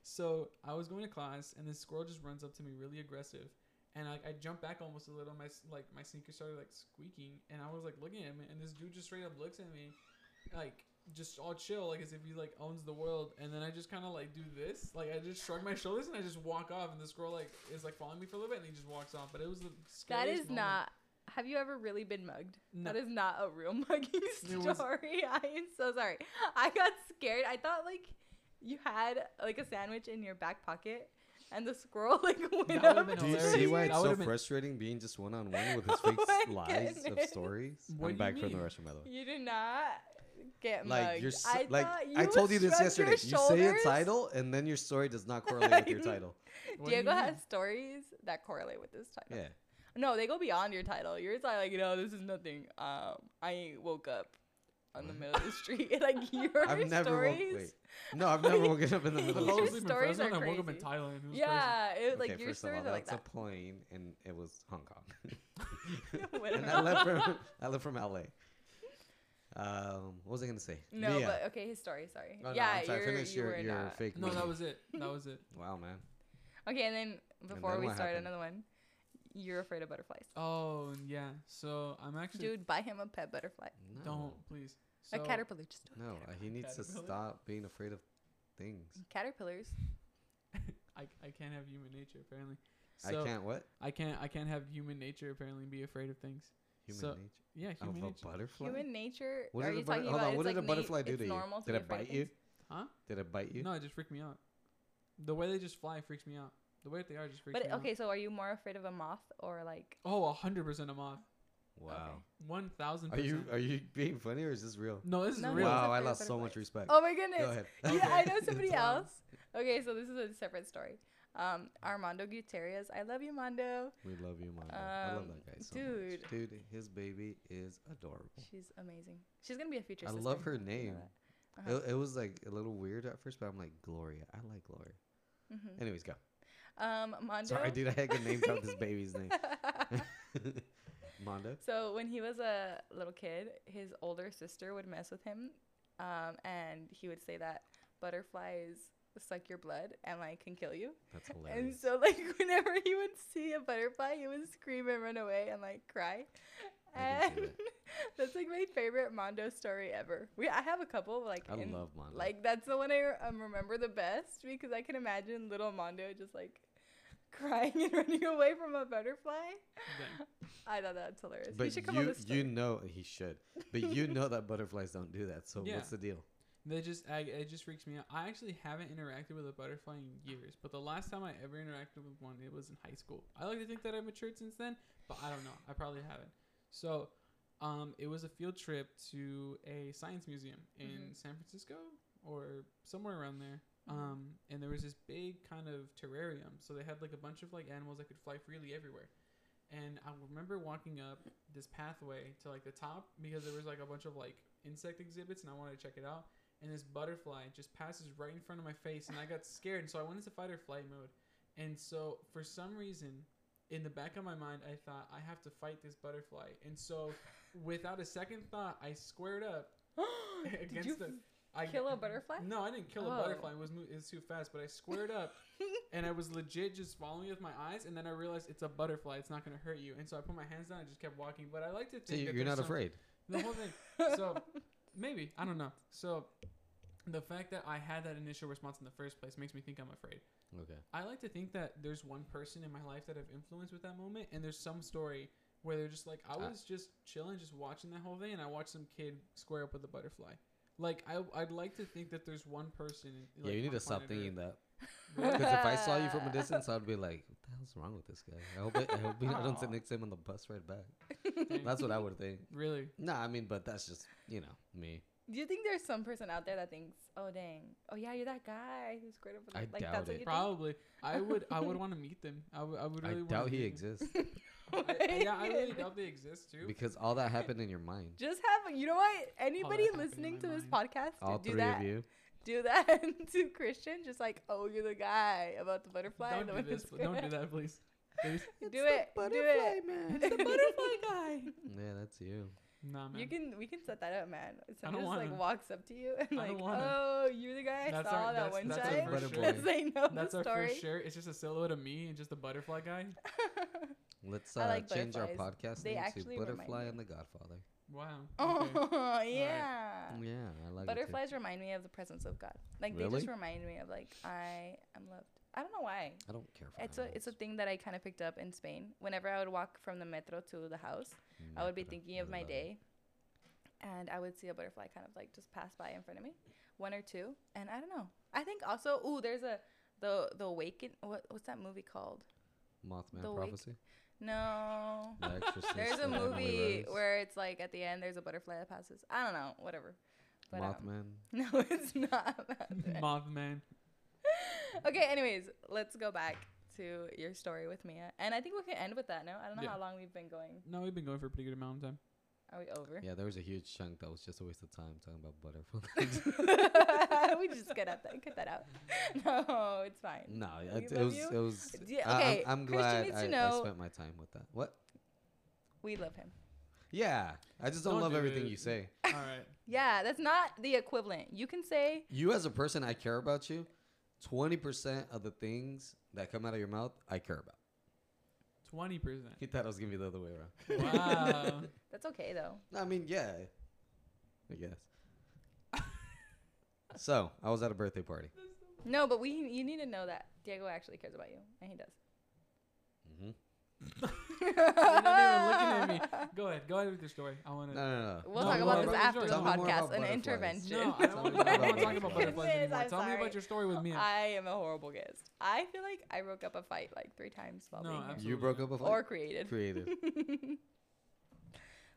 S1: so I was going to class, and this squirrel just runs up to me, really aggressive, and like I jumped back almost a little. My s- like my sneakers started like squeaking, and I was like looking at him, and this dude just straight up looks at me, like just all chill, like as if he like owns the world. And then I just kind of like do this, like I just shrug my shoulders, and I just walk off. And the squirrel like is like following me for a little bit, and he just walks off. But it was the
S3: That
S1: scariest
S3: is
S1: moment.
S3: not. Have you ever really been mugged?
S1: No.
S3: That is not a real *laughs* mugging
S1: It was-
S3: story. *laughs* I am so sorry. I got scared. I thought like you had like a sandwich in your back pocket, and the squirrel *laughs* like went
S1: would've
S3: up.
S1: been
S3: to
S2: Do you
S1: hilarious.
S2: see why
S1: That
S2: it's so
S1: would've been-
S2: frustrating being just one on one with his
S3: *laughs* Oh
S2: fake s-
S3: my
S2: lies of
S3: goodness.
S2: stories?
S1: What do
S2: I'm
S1: you
S2: back from the
S1: mean?
S2: restroom, by the way.
S3: You did not get
S2: Like
S3: mugged.
S2: you're so,
S3: I
S2: like
S3: thought
S2: I
S3: you
S2: told you this
S3: shrugged your
S2: yesterday. You say a
S3: shoulders.
S2: title and then your story does not correlate with your
S3: I-
S2: title.
S1: What do you
S3: Diego
S1: mean?
S3: has stories that correlate with this title.
S2: Yeah.
S3: No, they go beyond your title. Yours are like, no, this is nothing. Um, I ain't woke up on the
S2: What?
S3: middle
S2: *laughs*
S3: of the street. *laughs* like your
S2: I've never woke
S3: stories.
S2: wait. No, I've
S3: *laughs*
S2: never woken up in the middle of the
S3: Your
S2: night.
S1: Supposedly my
S3: stories
S1: first one,
S3: are
S1: I woke up in
S3: crazy.
S1: Thailand. It was crazy.
S3: Yeah, it, like
S2: okay,
S3: your
S2: first of all,
S3: stories are like
S2: that's
S3: that.
S2: a plane, and it was Hong
S3: *laughs*
S2: *laughs* Kong.
S3: Whatever.
S2: *laughs* and I left from I left from LA. Um, what was I gonna say?
S3: *laughs* No,
S2: Mia.
S3: but okay, his story. Sorry.
S2: Oh, no,
S3: yeah,
S2: I'm sorry,
S3: you're,
S2: finish
S3: you
S2: your,
S3: were
S2: your
S3: not.
S2: fake.
S1: No, that
S2: movie.
S1: was it. That was it.
S2: wow, man.
S3: Okay, and then before
S2: then
S3: we
S2: what
S3: start
S2: happened?
S3: another one, you're afraid of butterflies.
S1: Oh yeah. So I'm actually
S3: Dude, buy him a pet butterfly.
S2: No.
S1: Don't please.
S3: a
S1: So-
S3: caterpillar. Just do it.
S2: No, uh, he needs to
S1: Caterpillar?
S2: stop being afraid of things.
S3: Caterpillars.
S1: I, I can't have human nature apparently.
S2: I
S1: So
S2: can't what?
S1: I can't I can't have human nature apparently and be afraid of things.
S2: Human
S1: So-
S2: nature.
S1: Yeah,
S2: Of
S1: human
S2: a
S1: nature.
S2: butterfly.
S3: Human nature.
S2: What
S3: are
S2: did
S3: you
S2: a butter-
S3: talking
S2: hold
S3: about?
S2: on,
S3: it's
S2: what did
S3: like
S2: a butterfly
S3: nat-
S2: do
S3: it's
S2: to you?
S3: normal
S2: Did
S3: be
S2: it
S3: afraid of
S2: bite you?
S3: things.
S1: Huh?
S2: Did it bite you?
S1: No, it just freaked me out. The way they just fly freaks me out. The way that they are just freaks
S3: But
S1: me
S3: it-
S1: out.
S3: okay, so are you more afraid of a moth or like?
S1: Oh, a hundred percent a moth.
S2: Wow.
S1: One thousand
S2: Are you
S1: percent.
S2: are you being funny or is this real?
S1: No, this is
S3: No, no,
S1: real.
S3: it's
S2: Wow, I
S3: afraid of
S2: lost so much
S3: butterflies.
S2: respect.
S3: Oh my goodness.
S2: Go ahead.
S3: *laughs* Yeah, I know
S1: Okay.
S3: somebody
S1: Wow.
S3: else. Okay, so this is a separate story. Um, Armando Gutierrez, I love you, Mondo.
S2: *laughs* We love you, Mondo. I love
S3: Um,
S2: that guy so
S3: dude.
S2: much. Dude, his baby is adorable.
S3: She's amazing. She's gonna be a future.
S2: I
S3: sister.
S2: love her
S3: You know
S2: name.
S3: that. Uh-huh.
S2: It, it was like a little weird at first, but I'm like Gloria. I like Gloria.
S3: Mhm.
S2: Anyways, go.
S3: Um, Mondo.
S2: Sorry, *laughs* dude. I had to name drop this baby's name. *laughs* Mondo.
S3: *laughs* so when he was a little kid, his older sister would mess with him, um, and he would say that butterflies suck your blood and like can kill you.
S2: That's
S3: And
S2: hilarious.
S3: so like *laughs* whenever he would see a butterfly, he would scream and run away and like cry.
S2: I can see
S3: And *laughs* that's like my favorite Mondo story ever. We I have a couple like
S2: I
S3: in-
S2: love Mondo.
S3: like that's the one I re- um, remember the best because I can imagine little Mondo just like crying and *laughs* running away from a butterfly.
S1: Dang.
S3: I thought that's hilarious.
S2: but
S3: we should come
S2: you
S3: on this
S2: you
S3: story.
S2: know he should. But
S3: *laughs*
S2: you know that butterflies don't do that. So
S1: Yeah.
S2: what's the deal?
S1: They just I, it just freaks me out. I actually haven't interacted with a butterfly in years, but the last time I ever interacted with one, it was in high school. I like to think that I matured since then, but I don't know. I probably haven't. So, um, it was a field trip to a science museum in
S3: Mhm.
S1: San Francisco or somewhere around there.
S3: Mhm.
S1: Um, and there was this big kind of terrarium, so they had like a bunch of like animals that could fly freely everywhere. And I remember walking up this pathway to like the top because there was like a bunch of like insect exhibits, and I wanted to check it out and this butterfly just passes right in front of my face and I
S3: *laughs*
S1: got scared and so I went into fight or flight mode. And so for some reason in the back of my mind I thought I have to fight this butterfly. And so without a second thought I squared up
S3: Did
S1: against
S3: you
S1: the I
S3: kill a butterfly? *laughs*
S1: No, I didn't kill a
S3: Oh.
S1: butterfly. It was mo- it was too fast, but I squared up and I was legit just following it with my eyes and then I realized it's a butterfly. It's not going to hurt you. And so I put my hands down and just kept walking, but I like to
S2: So
S1: think
S2: you-
S1: that
S2: you're
S1: there's some-
S2: not afraid.
S1: the whole thing. So maybe I don't know. So the fact that I had that initial response in the first place makes me think I'm afraid.
S2: Okay.
S1: I like to think that there's one person in my life that I've influenced with that moment, and there's some story where they're just like, I
S2: Ah.
S1: was just chilling, just watching that whole thing, and I watched some kid square up with a butterfly. Like I, I'd like to think that there's one person. in,
S2: yeah,
S1: like,
S2: you need
S1: on
S2: to stop
S1: planet
S2: thinking
S1: Earth-
S2: that.
S1: Really?
S2: *laughs* Because if I saw you from
S3: *laughs*
S2: a distance, I'd be like, "What the hell's wrong with this guy?" I hope it, I hope he, I don't sit
S1: Aw.
S2: next to him on the bus ride back.
S1: Dang.
S2: That's what I would think.
S1: really.
S2: No, I mean, but that's just you know me.
S3: Do you think there's some person out there that thinks, "Oh dang, oh yeah, you're that guy who's great over
S2: I
S3: like
S2: doubt
S3: that's what
S2: it.
S3: you
S1: Probably, I would. I would want to meet them. I would. I would really
S2: I
S1: wanna
S2: doubt he
S1: meet them.
S2: exists
S3: *laughs* think?
S1: I- I- yeah, I really
S3: *laughs* Wait.
S1: doubt they exist too.
S2: because all that happened in your mind.
S3: Just have you know what? Anybody
S1: happened in
S3: listening
S1: my
S3: to this
S1: mind.
S3: podcast,
S2: All
S3: do
S2: three
S3: that.
S2: of you.
S3: Do that *laughs* to Christian. Just like, oh, you're the guy about the butterfly.
S1: Don't
S3: the
S1: do
S3: one
S1: this.
S3: that's
S1: pl- Don't do
S3: *laughs* scared.
S1: that, please. Please.
S3: Do it. Do it.
S2: man.
S1: *laughs*
S3: It's the butterfly
S1: guy.
S2: yeah, that's you.
S1: Nah, man.
S3: You can we can set that up, man.
S1: don't
S3: Someone just
S1: wanna.
S3: like walks up to you and
S1: I
S3: like,
S1: don't wanna.
S3: oh, you're the guy I
S1: That's
S3: saw
S1: our- that's-
S3: that one
S1: that's
S2: our
S3: time. *laughs*
S2: first
S3: Because
S2: shirt.
S3: they know
S1: That's
S3: the
S1: our
S3: story. *laughs*
S1: first shirt. It's just a silhouette of me and just a butterfly guy.
S2: Let's
S3: I
S2: uh,
S3: like
S2: change our
S3: butterflies.
S2: podcast
S3: They
S2: name
S3: actually
S2: to
S3: remind
S2: Butterfly
S3: me.
S2: and the Godfather.
S1: Wow. okay.
S3: oh yeah.
S2: yeah, I like it too.
S3: Butterflies remind me of the presence of God. Like they
S2: Really?
S3: just remind me of like I am loved. I don't know why.
S2: I don't care for
S3: It's a it's a thing that I kind of picked up in Spain. Whenever I would walk from the metro to the house,
S2: Mm,
S3: I would be thinking of my day, and I would see a butterfly kind of like just pass by in front of me, one or two, and I don't know. I think also, ooh, there's a the the awaken. What what's that movie called?
S2: Mothman
S3: the wake-
S2: Prophecy.
S3: No,
S2: The Exorcist
S3: *laughs* there's a
S2: of Emily
S3: movie
S2: Rose,
S3: where it's like at the end there's a butterfly that passes. I don't know, whatever. But, um,
S2: Mothman.
S3: *laughs* no, it's not.
S2: *laughs*
S3: *laughs* Mothman.
S1: Mothman.
S3: okay, anyways, let's go back to your story with Mia, and I think we can end with that. No, I don't know
S1: Yeah.
S3: how long we've been going.
S1: No, we've been going for a pretty good amount of
S3: *laughs*
S1: time.
S3: Are we over?
S2: Yeah, there was a huge chunk that was just a waste of time talking about
S3: *laughs*
S2: *laughs* butterflies.
S3: we just cut out that cut that out. No, it's fine.
S2: no,
S3: We
S2: it, it
S3: love
S2: was
S3: you.
S2: it was.
S3: Yeah,
S2: I- I'm-
S3: okay,
S2: I'm,
S3: Christian
S2: glad
S3: needs to
S2: I, I
S3: know-
S2: spent my time with that. What?
S3: We love him.
S2: Yeah, I just don't,
S1: Don't
S2: love
S1: do
S2: everything
S1: it.
S2: you say.
S1: All right.
S3: Yeah, that's not the equivalent. You can say
S2: You as a person, I care about you. Twenty percent of the things that come out of your mouth, I care about.
S1: Twenty percent.
S2: He thought I was gonna be the other way around. *laughs*
S1: Wow.
S3: that's okay though.
S2: I mean, yeah, I guess.
S3: *laughs*
S2: so I was at a birthday party.
S3: No, but we you need to know that Diego actually cares about you, and he does.
S2: hmm
S1: You're not even
S3: *laughs*
S1: looking at me. Go ahead. Go ahead with your story. I want
S2: No,
S1: to.
S2: no, no.
S3: We'll
S1: No,
S3: talk
S1: no,
S3: about
S1: no,
S3: this
S1: about
S3: after the
S1: Tell me
S2: more
S3: podcast.
S2: about
S3: An
S2: butterflies.
S3: intervention.
S1: No, I don't
S2: Tell
S1: want
S2: me
S1: to
S2: about
S1: talk
S3: *laughs*
S1: about
S2: butterflies.
S1: butterflies
S3: Goodness,
S1: anymore.
S3: I'm
S1: Tell me
S3: sorry.
S1: about your story with me.
S3: I am a horrible guest. I feel like I broke up a fight like three times while
S1: No,
S3: being here.
S1: absolutely
S2: You broke
S1: not.
S2: up with
S3: or created.
S2: created.
S1: Tell
S3: *laughs* Love
S1: me
S3: you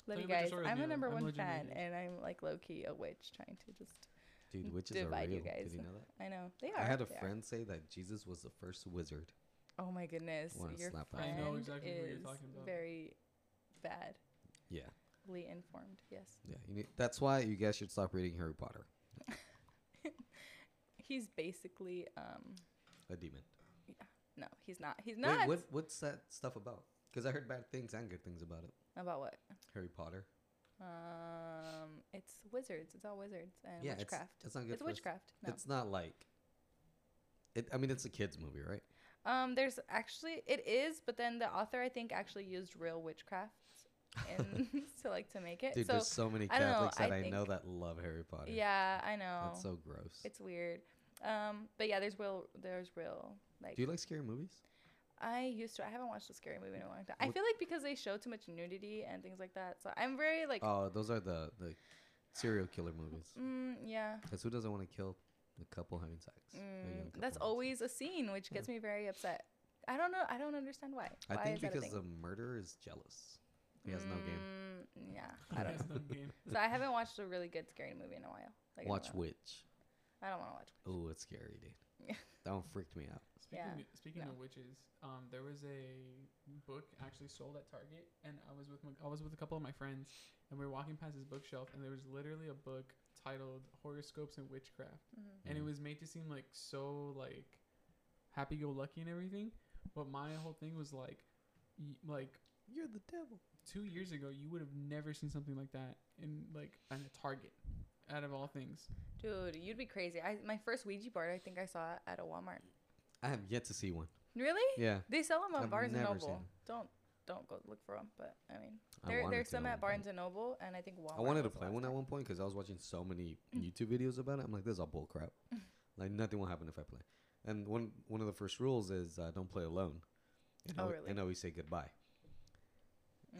S1: about your
S3: guys.
S1: story with
S3: I'm
S1: me.
S3: a number
S1: I'm
S3: one fan,
S1: legitimately good.
S3: and I'm like low key a witch trying to just.
S2: Dude, witches are
S3: Divide you
S2: real.
S3: guys.
S2: Did you know that?
S3: I know they are.
S2: I had a
S3: they are.
S2: friend say that Jesus was the first wizard.
S3: Oh my goodness,
S2: Wanna
S3: your
S2: slap that
S3: friend
S2: one.
S1: I know exactly
S3: is
S1: who you're talking about.
S3: very badly
S2: Yeah.
S3: informed. Yes,
S2: Yeah. You need, that's why you guys should stop reading Harry Potter.
S3: he's basically um.
S2: A demon.
S3: No, he's not. He's
S2: Wait,
S3: not.
S2: what, what's that stuff about? Because I heard bad things and good things about it.
S3: About what?
S2: Harry Potter.
S3: Um, it's wizards. It's all wizards and
S2: yeah,
S3: witchcraft.
S2: It's, it's not good
S3: It's
S2: for us.
S3: witchcraft. No.
S2: It's not like. It, I mean, it's a kids movie, right?
S3: Um, there's actually it is, but then the author I think actually used real witchcraft in *laughs* to like to make it.
S2: Dude,
S3: so
S2: there's so many
S3: I don't know,
S2: Catholics
S3: I
S2: that I know
S3: think-
S2: that love Harry Potter.
S3: yeah, I know.
S2: that's so gross.
S3: it's weird. Um, but yeah, there's real. There's real. Like,
S2: Do you like scary movies?
S3: I used to. I haven't watched a scary movie in a long time. I
S2: What-
S3: feel like because they show too much nudity and things like that. So I'm very like,
S2: Oh, those are the the serial killer movies.
S3: mm, yeah.
S2: Because who doesn't want to kill a couple having sex? A young
S3: Mm,
S2: couple having
S3: that's
S2: sex?
S3: always a scene, which gets me very upset. I don't know. I don't understand why.
S2: I
S3: why
S2: think
S3: is that a
S2: because
S3: thing?
S2: the murderer is jealous. He has no game.
S3: Mm, Yeah, I don't know.
S1: That's not game.
S3: So I haven't watched a really good scary movie in a while. Like, I don't
S2: Watch
S3: know.
S2: Witch.
S3: I don't want to watch.
S2: Oh, it's scary, dude.
S3: *laughs* Yeah.
S2: that one freaked me out.
S1: Speaking,
S3: Yeah.
S1: of, speaking
S3: No.
S1: of witches, um, there was a book actually sold at Target, and I was with my, I was with a couple of my friends, and we were walking past this bookshelf, and there was literally a book titled "Horoscopes and Witchcraft."
S3: Mm-hmm.
S1: and it
S2: Mhm.
S1: was made to seem like so like happy go lucky and everything. But my whole thing was like, y- like
S2: You're the devil.
S1: two years ago, you would have never seen something like that in like at a Target, out of all things.
S3: Dude, you'd be crazy. I my first Ouija board, I think I saw it at a Walmart.
S2: I have yet to see
S3: *laughs*
S2: one.
S3: Really?
S2: Yeah.
S3: They sell them at
S2: I've
S3: Barnes and
S2: never seen
S3: Noble.
S2: 'em.
S3: Don't don't go look for them. But I mean,
S2: I
S3: there
S2: wanted
S3: there's
S2: to
S3: some
S2: one
S3: at Barnes
S2: point.
S3: and Noble, and Mm. I think Walmart.
S2: I wanted to
S3: was the
S2: play
S3: last
S2: one at
S3: time.
S2: one point because I was watching so many YouTube videos about it. I'm like, this is all bull
S3: *laughs*
S2: crap. like nothing will happen if I play. And one one of the first rules is uh, don't play alone. And
S3: Oh,
S2: al-
S3: really?
S2: And always say goodbye.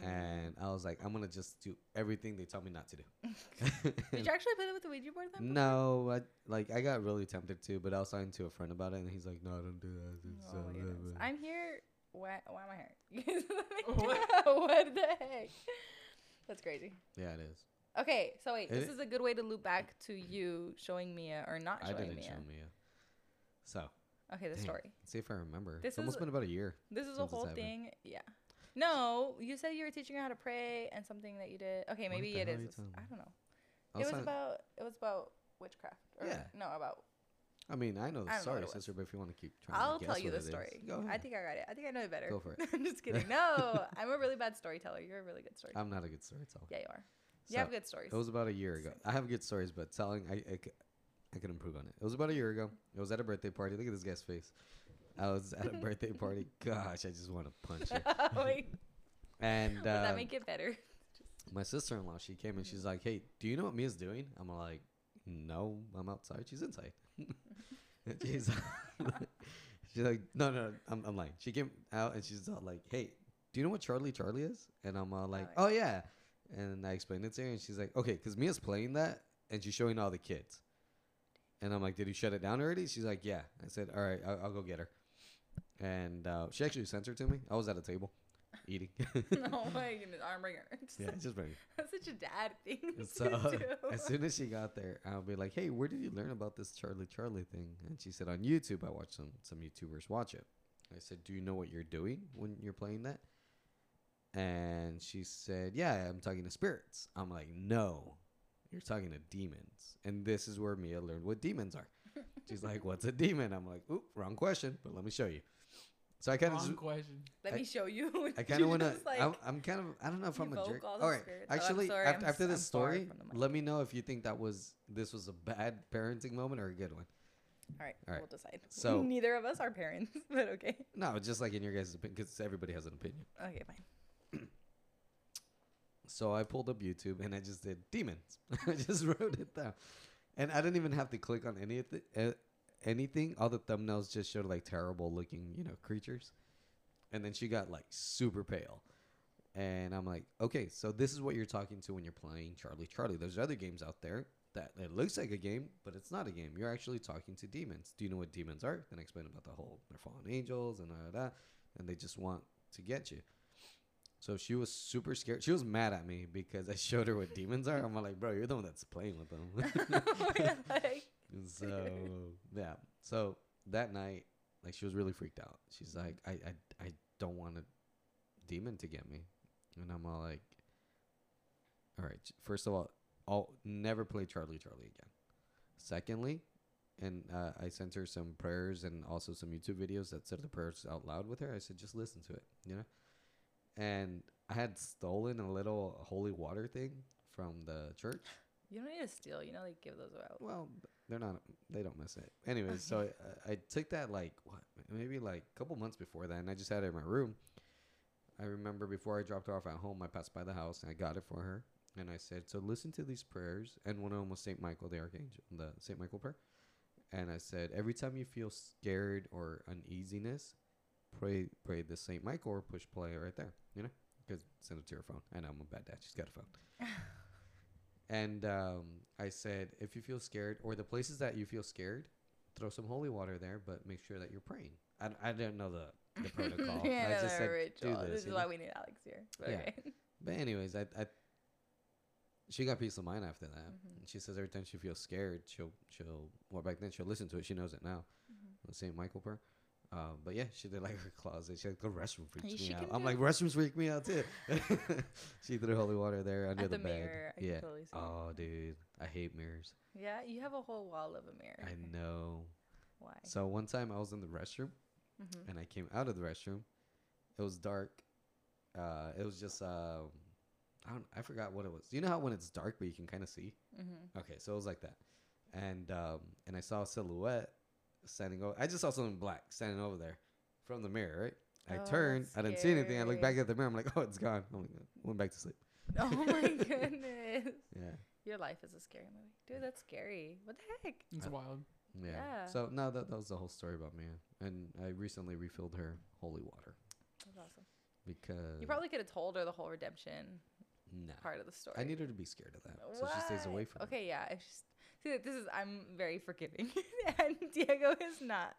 S3: Mm.
S2: And I was like, I'm gonna just do everything they tell me not to
S3: *laughs* Did
S2: *laughs* do.
S3: you actually play that with the Ouija board then?
S2: no, I, like I got really tempted to, but I was talking to a friend about it, and he's like, "No, don't do that."
S3: Oh
S2: It's,
S3: my
S2: uh, blah,
S3: goodness.
S2: blah."
S3: I'm here. Why, why am I here? *laughs*
S1: What?
S3: what the heck? That's crazy.
S2: yeah, it is.
S3: Okay, so wait, this
S2: It-
S3: is a good way to loop back to you showing Mia or not
S2: I
S3: showing
S2: didn't
S3: Mia.
S2: show Mia. So
S3: Okay, the
S2: Dang.
S3: story.
S2: let's see if I remember.
S3: This
S2: it's almost
S3: is-
S2: been about a year.
S3: This is a
S2: Since it's
S3: whole
S2: happened.
S3: thing. Yeah. No, you said you were teaching her how to pray and something that you did. Okay,
S2: What
S3: maybe
S2: the
S3: it
S2: hell are you
S3: is.
S2: talking
S3: I
S2: about?
S3: don't know.
S2: I
S3: It was
S2: talking-
S3: about it was about witchcraft. Or
S2: Yeah.
S3: No, about
S2: I mean, I know the
S3: I don't know
S2: story,
S3: what it was.
S2: sister, but if you want to keep trying,
S3: I'll
S2: to guess
S3: tell you
S2: what it
S3: the
S2: is,
S3: story.
S2: Go ahead.
S3: I think I got it. I think I know it better.
S2: Go
S3: *laughs*
S2: for it.
S3: I'm just
S2: *laughs*
S3: kidding. No, I'm a really bad storyteller. You're a really good storyteller.
S2: I'm not a good storyteller.
S3: yeah, you are. You
S2: So,
S3: have good stories.
S2: It was about a year ago. I have good stories, but telling I, I, c- I could improve on it. It was about a year ago. It was at a birthday party. Look at this guy's face. I was
S3: *laughs*
S2: at a birthday party. Gosh, I just want to punch her.
S3: Wait,
S2: And uh,
S3: Oh Would that make it
S2: *laughs*
S3: better? *laughs*
S2: my sister-in-law, she came and she's like, "Hey, do you know what Mia's doing?" I'm like, "No, I'm outside. She's inside." *laughs* And she's, *laughs* she's like, "No, no, I'm, I'm lying." She came out and she's all like, "Hey, do you know what Charlie Charlie is?" And I'm all like,
S3: Oh,
S2: "Oh yeah," and I explained it to her, and she's like, "Okay, because Mia's playing that, and she's showing all the kids." And I'm like, "Did you shut it down already?" She's like, "Yeah." I said, "All right, I'll, I'll go get her." And uh, she actually sent her to me. I was at a table eating. *laughs*
S3: oh my goodness, I'm bringing *laughs* her.
S2: yeah, just bring.
S3: That's such a dad thing
S2: And
S3: *laughs* to
S2: so
S3: do.
S2: as soon as she got there, I'll be like, "Hey, where did you learn about this Charlie Charlie thing?" And she said, "On YouTube. I watched some some YouTubers watch it." I said, "Do you know what you're doing when you're playing that?" And she said, "Yeah, I'm talking to spirits." I'm like, "No, you're talking to demons." And this is where Mia learned what demons are. She's like, "What's a demon?" I'm like, "Oop, wrong question, but let me show you." So I kind of
S1: Wrong question.
S3: Let
S2: I-
S3: me show you. *laughs*
S2: I kind of
S3: You
S2: want to.
S3: just, like-
S2: I'm kind of. I don't know if I'm a
S3: evoke
S2: jerk.
S3: all the
S2: all right.
S3: spirits. Oh, I'm
S2: Actually,
S3: sorry,
S2: after,
S3: I'm
S2: after
S3: s-
S2: this
S3: I'm far
S2: story,
S3: from the mic.
S2: let me know if you think that was this was a bad parenting moment or a good one.
S3: All right,
S2: All right.
S3: we'll decide.
S2: So-
S3: *laughs* neither of us are parents, *laughs* but okay.
S2: *laughs* No, just like in your guys' opinion, because everybody has an opinion.
S3: Okay,
S2: *laughs*
S3: fine. *laughs*
S2: So I pulled up YouTube and I just did demons. *laughs* I just wrote it down, and I didn't even have to click on any of the, uh, anything. All the thumbnails just showed like terrible looking, you know, creatures. and then she got like super pale. And I'm like, okay, so this is what you're talking to when you're playing Charlie Charlie. There's other games out there that it looks like a game, but it's not a game. You're actually talking to demons. Do you know what demons are? Then I explain about the whole they're fallen angels and all that, and they just want to get you. So she was super scared. She was mad at me because I *laughs* showed her what demons are. I'm like, bro, you're the one that's playing with them.
S3: We're like,
S2: so *laughs* yeah, so that night, like she was really freaked out. She's like, I I I don't want a demon to get me, and I'm all like, all right. j- First of all, I'll never play Charlie Charlie again. Secondly, and uh, I sent her some prayers and also some YouTube videos that said the prayers out loud with her. I said, just listen to it, you know. And I had stolen a little holy water thing from the church.
S3: you don't need to steal. You know they give those out.
S2: Well, b- they're not. They don't miss it. Anyway, so I, I took that like what maybe like a couple months before that, and I just had it in my room. I remember before I dropped her off at home, I passed by the house and I got it for her, and I said, "So listen to these prayers." And one of them was Saint Michael the Archangel, the Saint Michael prayer. And I said, every time you feel scared or uneasiness, pray pray the Saint Michael or push play right there. You know, because send it to her phone. I know I'm a bad dad. She's got a phone. And um, I said, if you feel scared, or the places that you feel scared, throw some holy water there, but make sure that you're praying. I, d- I didn't know the, the protocol.
S3: *laughs* yeah,
S2: I just
S3: they're
S2: said,
S3: ritual.
S2: do
S3: this,
S2: this.
S3: is
S2: you
S3: why
S2: know?
S3: we need Alex here. But
S2: Yeah.
S3: okay.
S2: But anyways, I, I she got peace of mind after that.
S3: Mhm.
S2: And She says every time she feels scared, she'll she'll well back then she'll listen to it. She knows it now. The Saint Michael prayer. Um, but yeah, she did like her closet. She like the restroom freaks
S3: she
S2: me out.
S3: can
S2: I'm
S3: do
S2: like
S3: it.
S2: restrooms freak me out too. *laughs* she threw holy water there
S3: *laughs*
S2: under
S3: At the,
S2: the, bed.
S3: mirror, I
S2: yeah.
S3: can totally see. it.
S2: Oh, dude, I hate mirrors.
S3: Yeah, you have a whole wall of a mirror.
S2: I know.
S3: Why?
S2: So one time I was in the restroom
S3: Mhm.
S2: and I came out of the restroom. It was dark. Uh, it was just um, I don't I forgot what it was. You know how when it's dark but you can kind of see. *laughs*
S3: Mhm.
S2: Okay, so it was like that, and um, and I saw a silhouette standing over. I just saw something black standing over there from the mirror. Right. I
S3: Oh,
S2: turned.
S3: that's
S2: I didn't see anything. I looked back
S3: scary.
S2: at the mirror. I'm like, *laughs* oh, it's gone. I'm like, went back to sleep.
S3: Oh my goodness.
S2: Yeah.
S3: Your life is a scary movie. Dude, that's scary. What the heck?
S1: It's
S2: I-
S1: wild.
S2: Yeah.
S3: Yeah.
S2: So no, that, that was the whole story about me, and I recently refilled her holy water
S3: That's awesome.
S2: because
S3: You probably could have told her the whole redemption
S2: nah.
S3: part of the story.
S2: I need her to be scared of that, so she stays away
S3: What?
S2: from
S3: Okay, yeah. It's just, see, this is I'm very forgiving, *laughs* and Diego is not.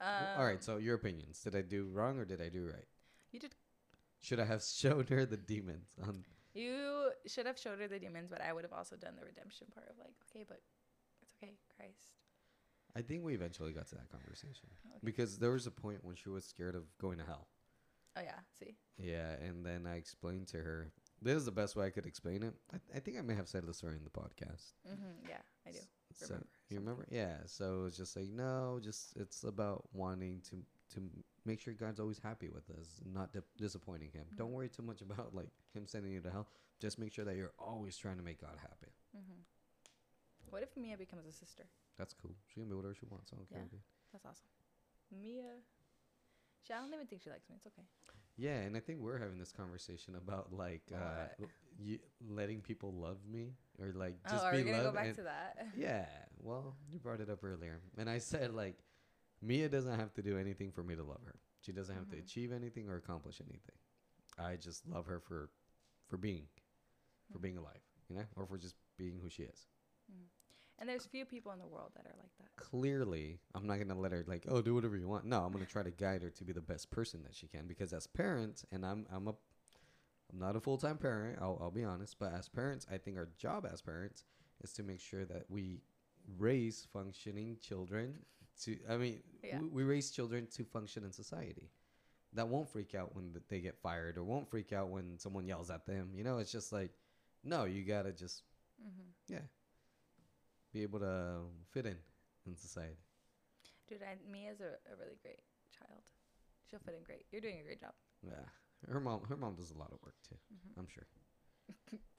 S2: it.
S3: Um,
S2: All right. So your opinions? Did I do wrong or did I do right?
S3: you did.
S2: Should I have *laughs* shown her the demons? Um, On
S3: You should have showed her the demons, but I would have also done the redemption part of like, okay, but it's okay, Christ.
S2: I think we eventually got to that conversation.
S3: Okay.
S2: Because there was a point when she was scared of going to hell.
S3: Oh yeah, see,
S2: Yeah, and then I explained to her. This is the best way I could explain it. I, I think I may have said this story in the podcast.
S3: hmm yeah, I do.
S2: So
S3: remember
S2: you remember? Yeah. So it's just like no, just it's about wanting to to m- make sure God's always happy with us, not di- disappointing Him.
S3: Mm.
S2: Don't worry too much about like Him sending you to hell. Just make sure that you're always trying to make God happy.
S3: hmm What if Mia becomes a sister?
S2: That's cool. She can be whatever she wants. I don't care.
S3: Yeah.
S2: dude.
S3: That's awesome. Mia, she, I don't even think she likes me. It's okay.
S2: Yeah, and I think we're having this conversation about like uh,
S3: What?
S2: l- you letting people love me or like
S3: oh,
S2: just
S3: are we
S2: be
S3: gonna go
S2: loved.
S3: back
S2: and- *laughs*
S3: to that? *laughs*
S2: yeah, well, you brought it up earlier, and I said like Mia doesn't have to do anything for me to love her. She doesn't have to
S3: Mhm.
S2: achieve anything or accomplish anything. I just love her for for being for
S3: Mhm.
S2: being alive, you know, or for just being who she is.
S3: And there's few people in the world that are like that.
S2: Clearly, I'm not gonna let her like, oh, do whatever you want. No, I'm gonna try to guide her to be the best person that she can because as parents, and I'm I'm a I'm not a full time parent. I'll, I'll be honest, but as parents, I think our job as parents is to make sure that we raise functioning children. To I mean,
S3: Yeah.
S2: we, we raise children to function in society. That won't freak out when th- they get fired, or won't freak out when someone yells at them. You know, it's just like, no, you gotta just
S3: Mm-hmm.
S2: be able to fit in in society.
S3: Dude, I, Mia's a, a really great child. She'll fit in great. You're doing a great job.
S2: Yeah, her mom. Her mom does a lot of work too.
S3: Mhm.
S2: I'm sure.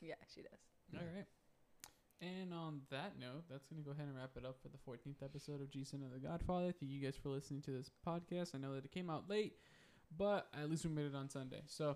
S3: Yeah, she does.
S2: Yeah.
S1: All right. And on that note, that's going to go ahead and wrap it up for the 14th episode of Jason and the Godfather. Thank you guys for listening to this podcast. I know that it came out late, but at least we made it on Sunday. So,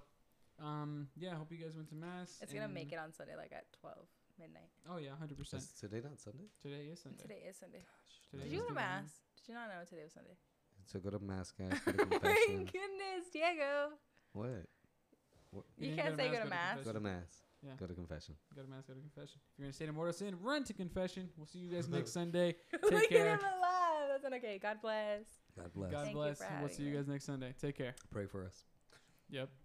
S1: um, yeah, I hope you guys went to mass.
S3: It's gonna make it on Sunday, like at 12 midnight.
S1: Oh yeah, 100%.
S2: Is today not Sunday?
S1: Today is Sunday.
S3: Today is Sunday.
S1: Today
S3: Did
S1: is
S3: you go to
S1: the
S3: mass?
S1: one.
S3: Did you not know today was Sunday?
S2: Is So go to mask guys.
S3: *laughs*
S2: Go to
S3: Oh my
S2: confession.
S3: goodness, Diego.
S2: what?
S1: You
S3: You
S1: didn't
S3: can't
S1: go
S3: say
S1: to
S3: go to
S1: mass,
S3: *laughs* mass.
S2: Go to mass.
S1: Yeah.
S2: Go to confession.
S1: Go to mass, go to confession. If you're in a state of mortal sin, run to confession. We'll see you guys next Sunday.
S3: Look
S1: care.
S3: at him alive. That's not okay. God bless.
S2: God bless.
S1: God
S3: Thank you
S1: bless.
S3: for
S1: and We'll
S3: having
S1: see you
S3: me.
S1: guys next Sunday. Take care.
S2: Pray for us.
S1: Yep.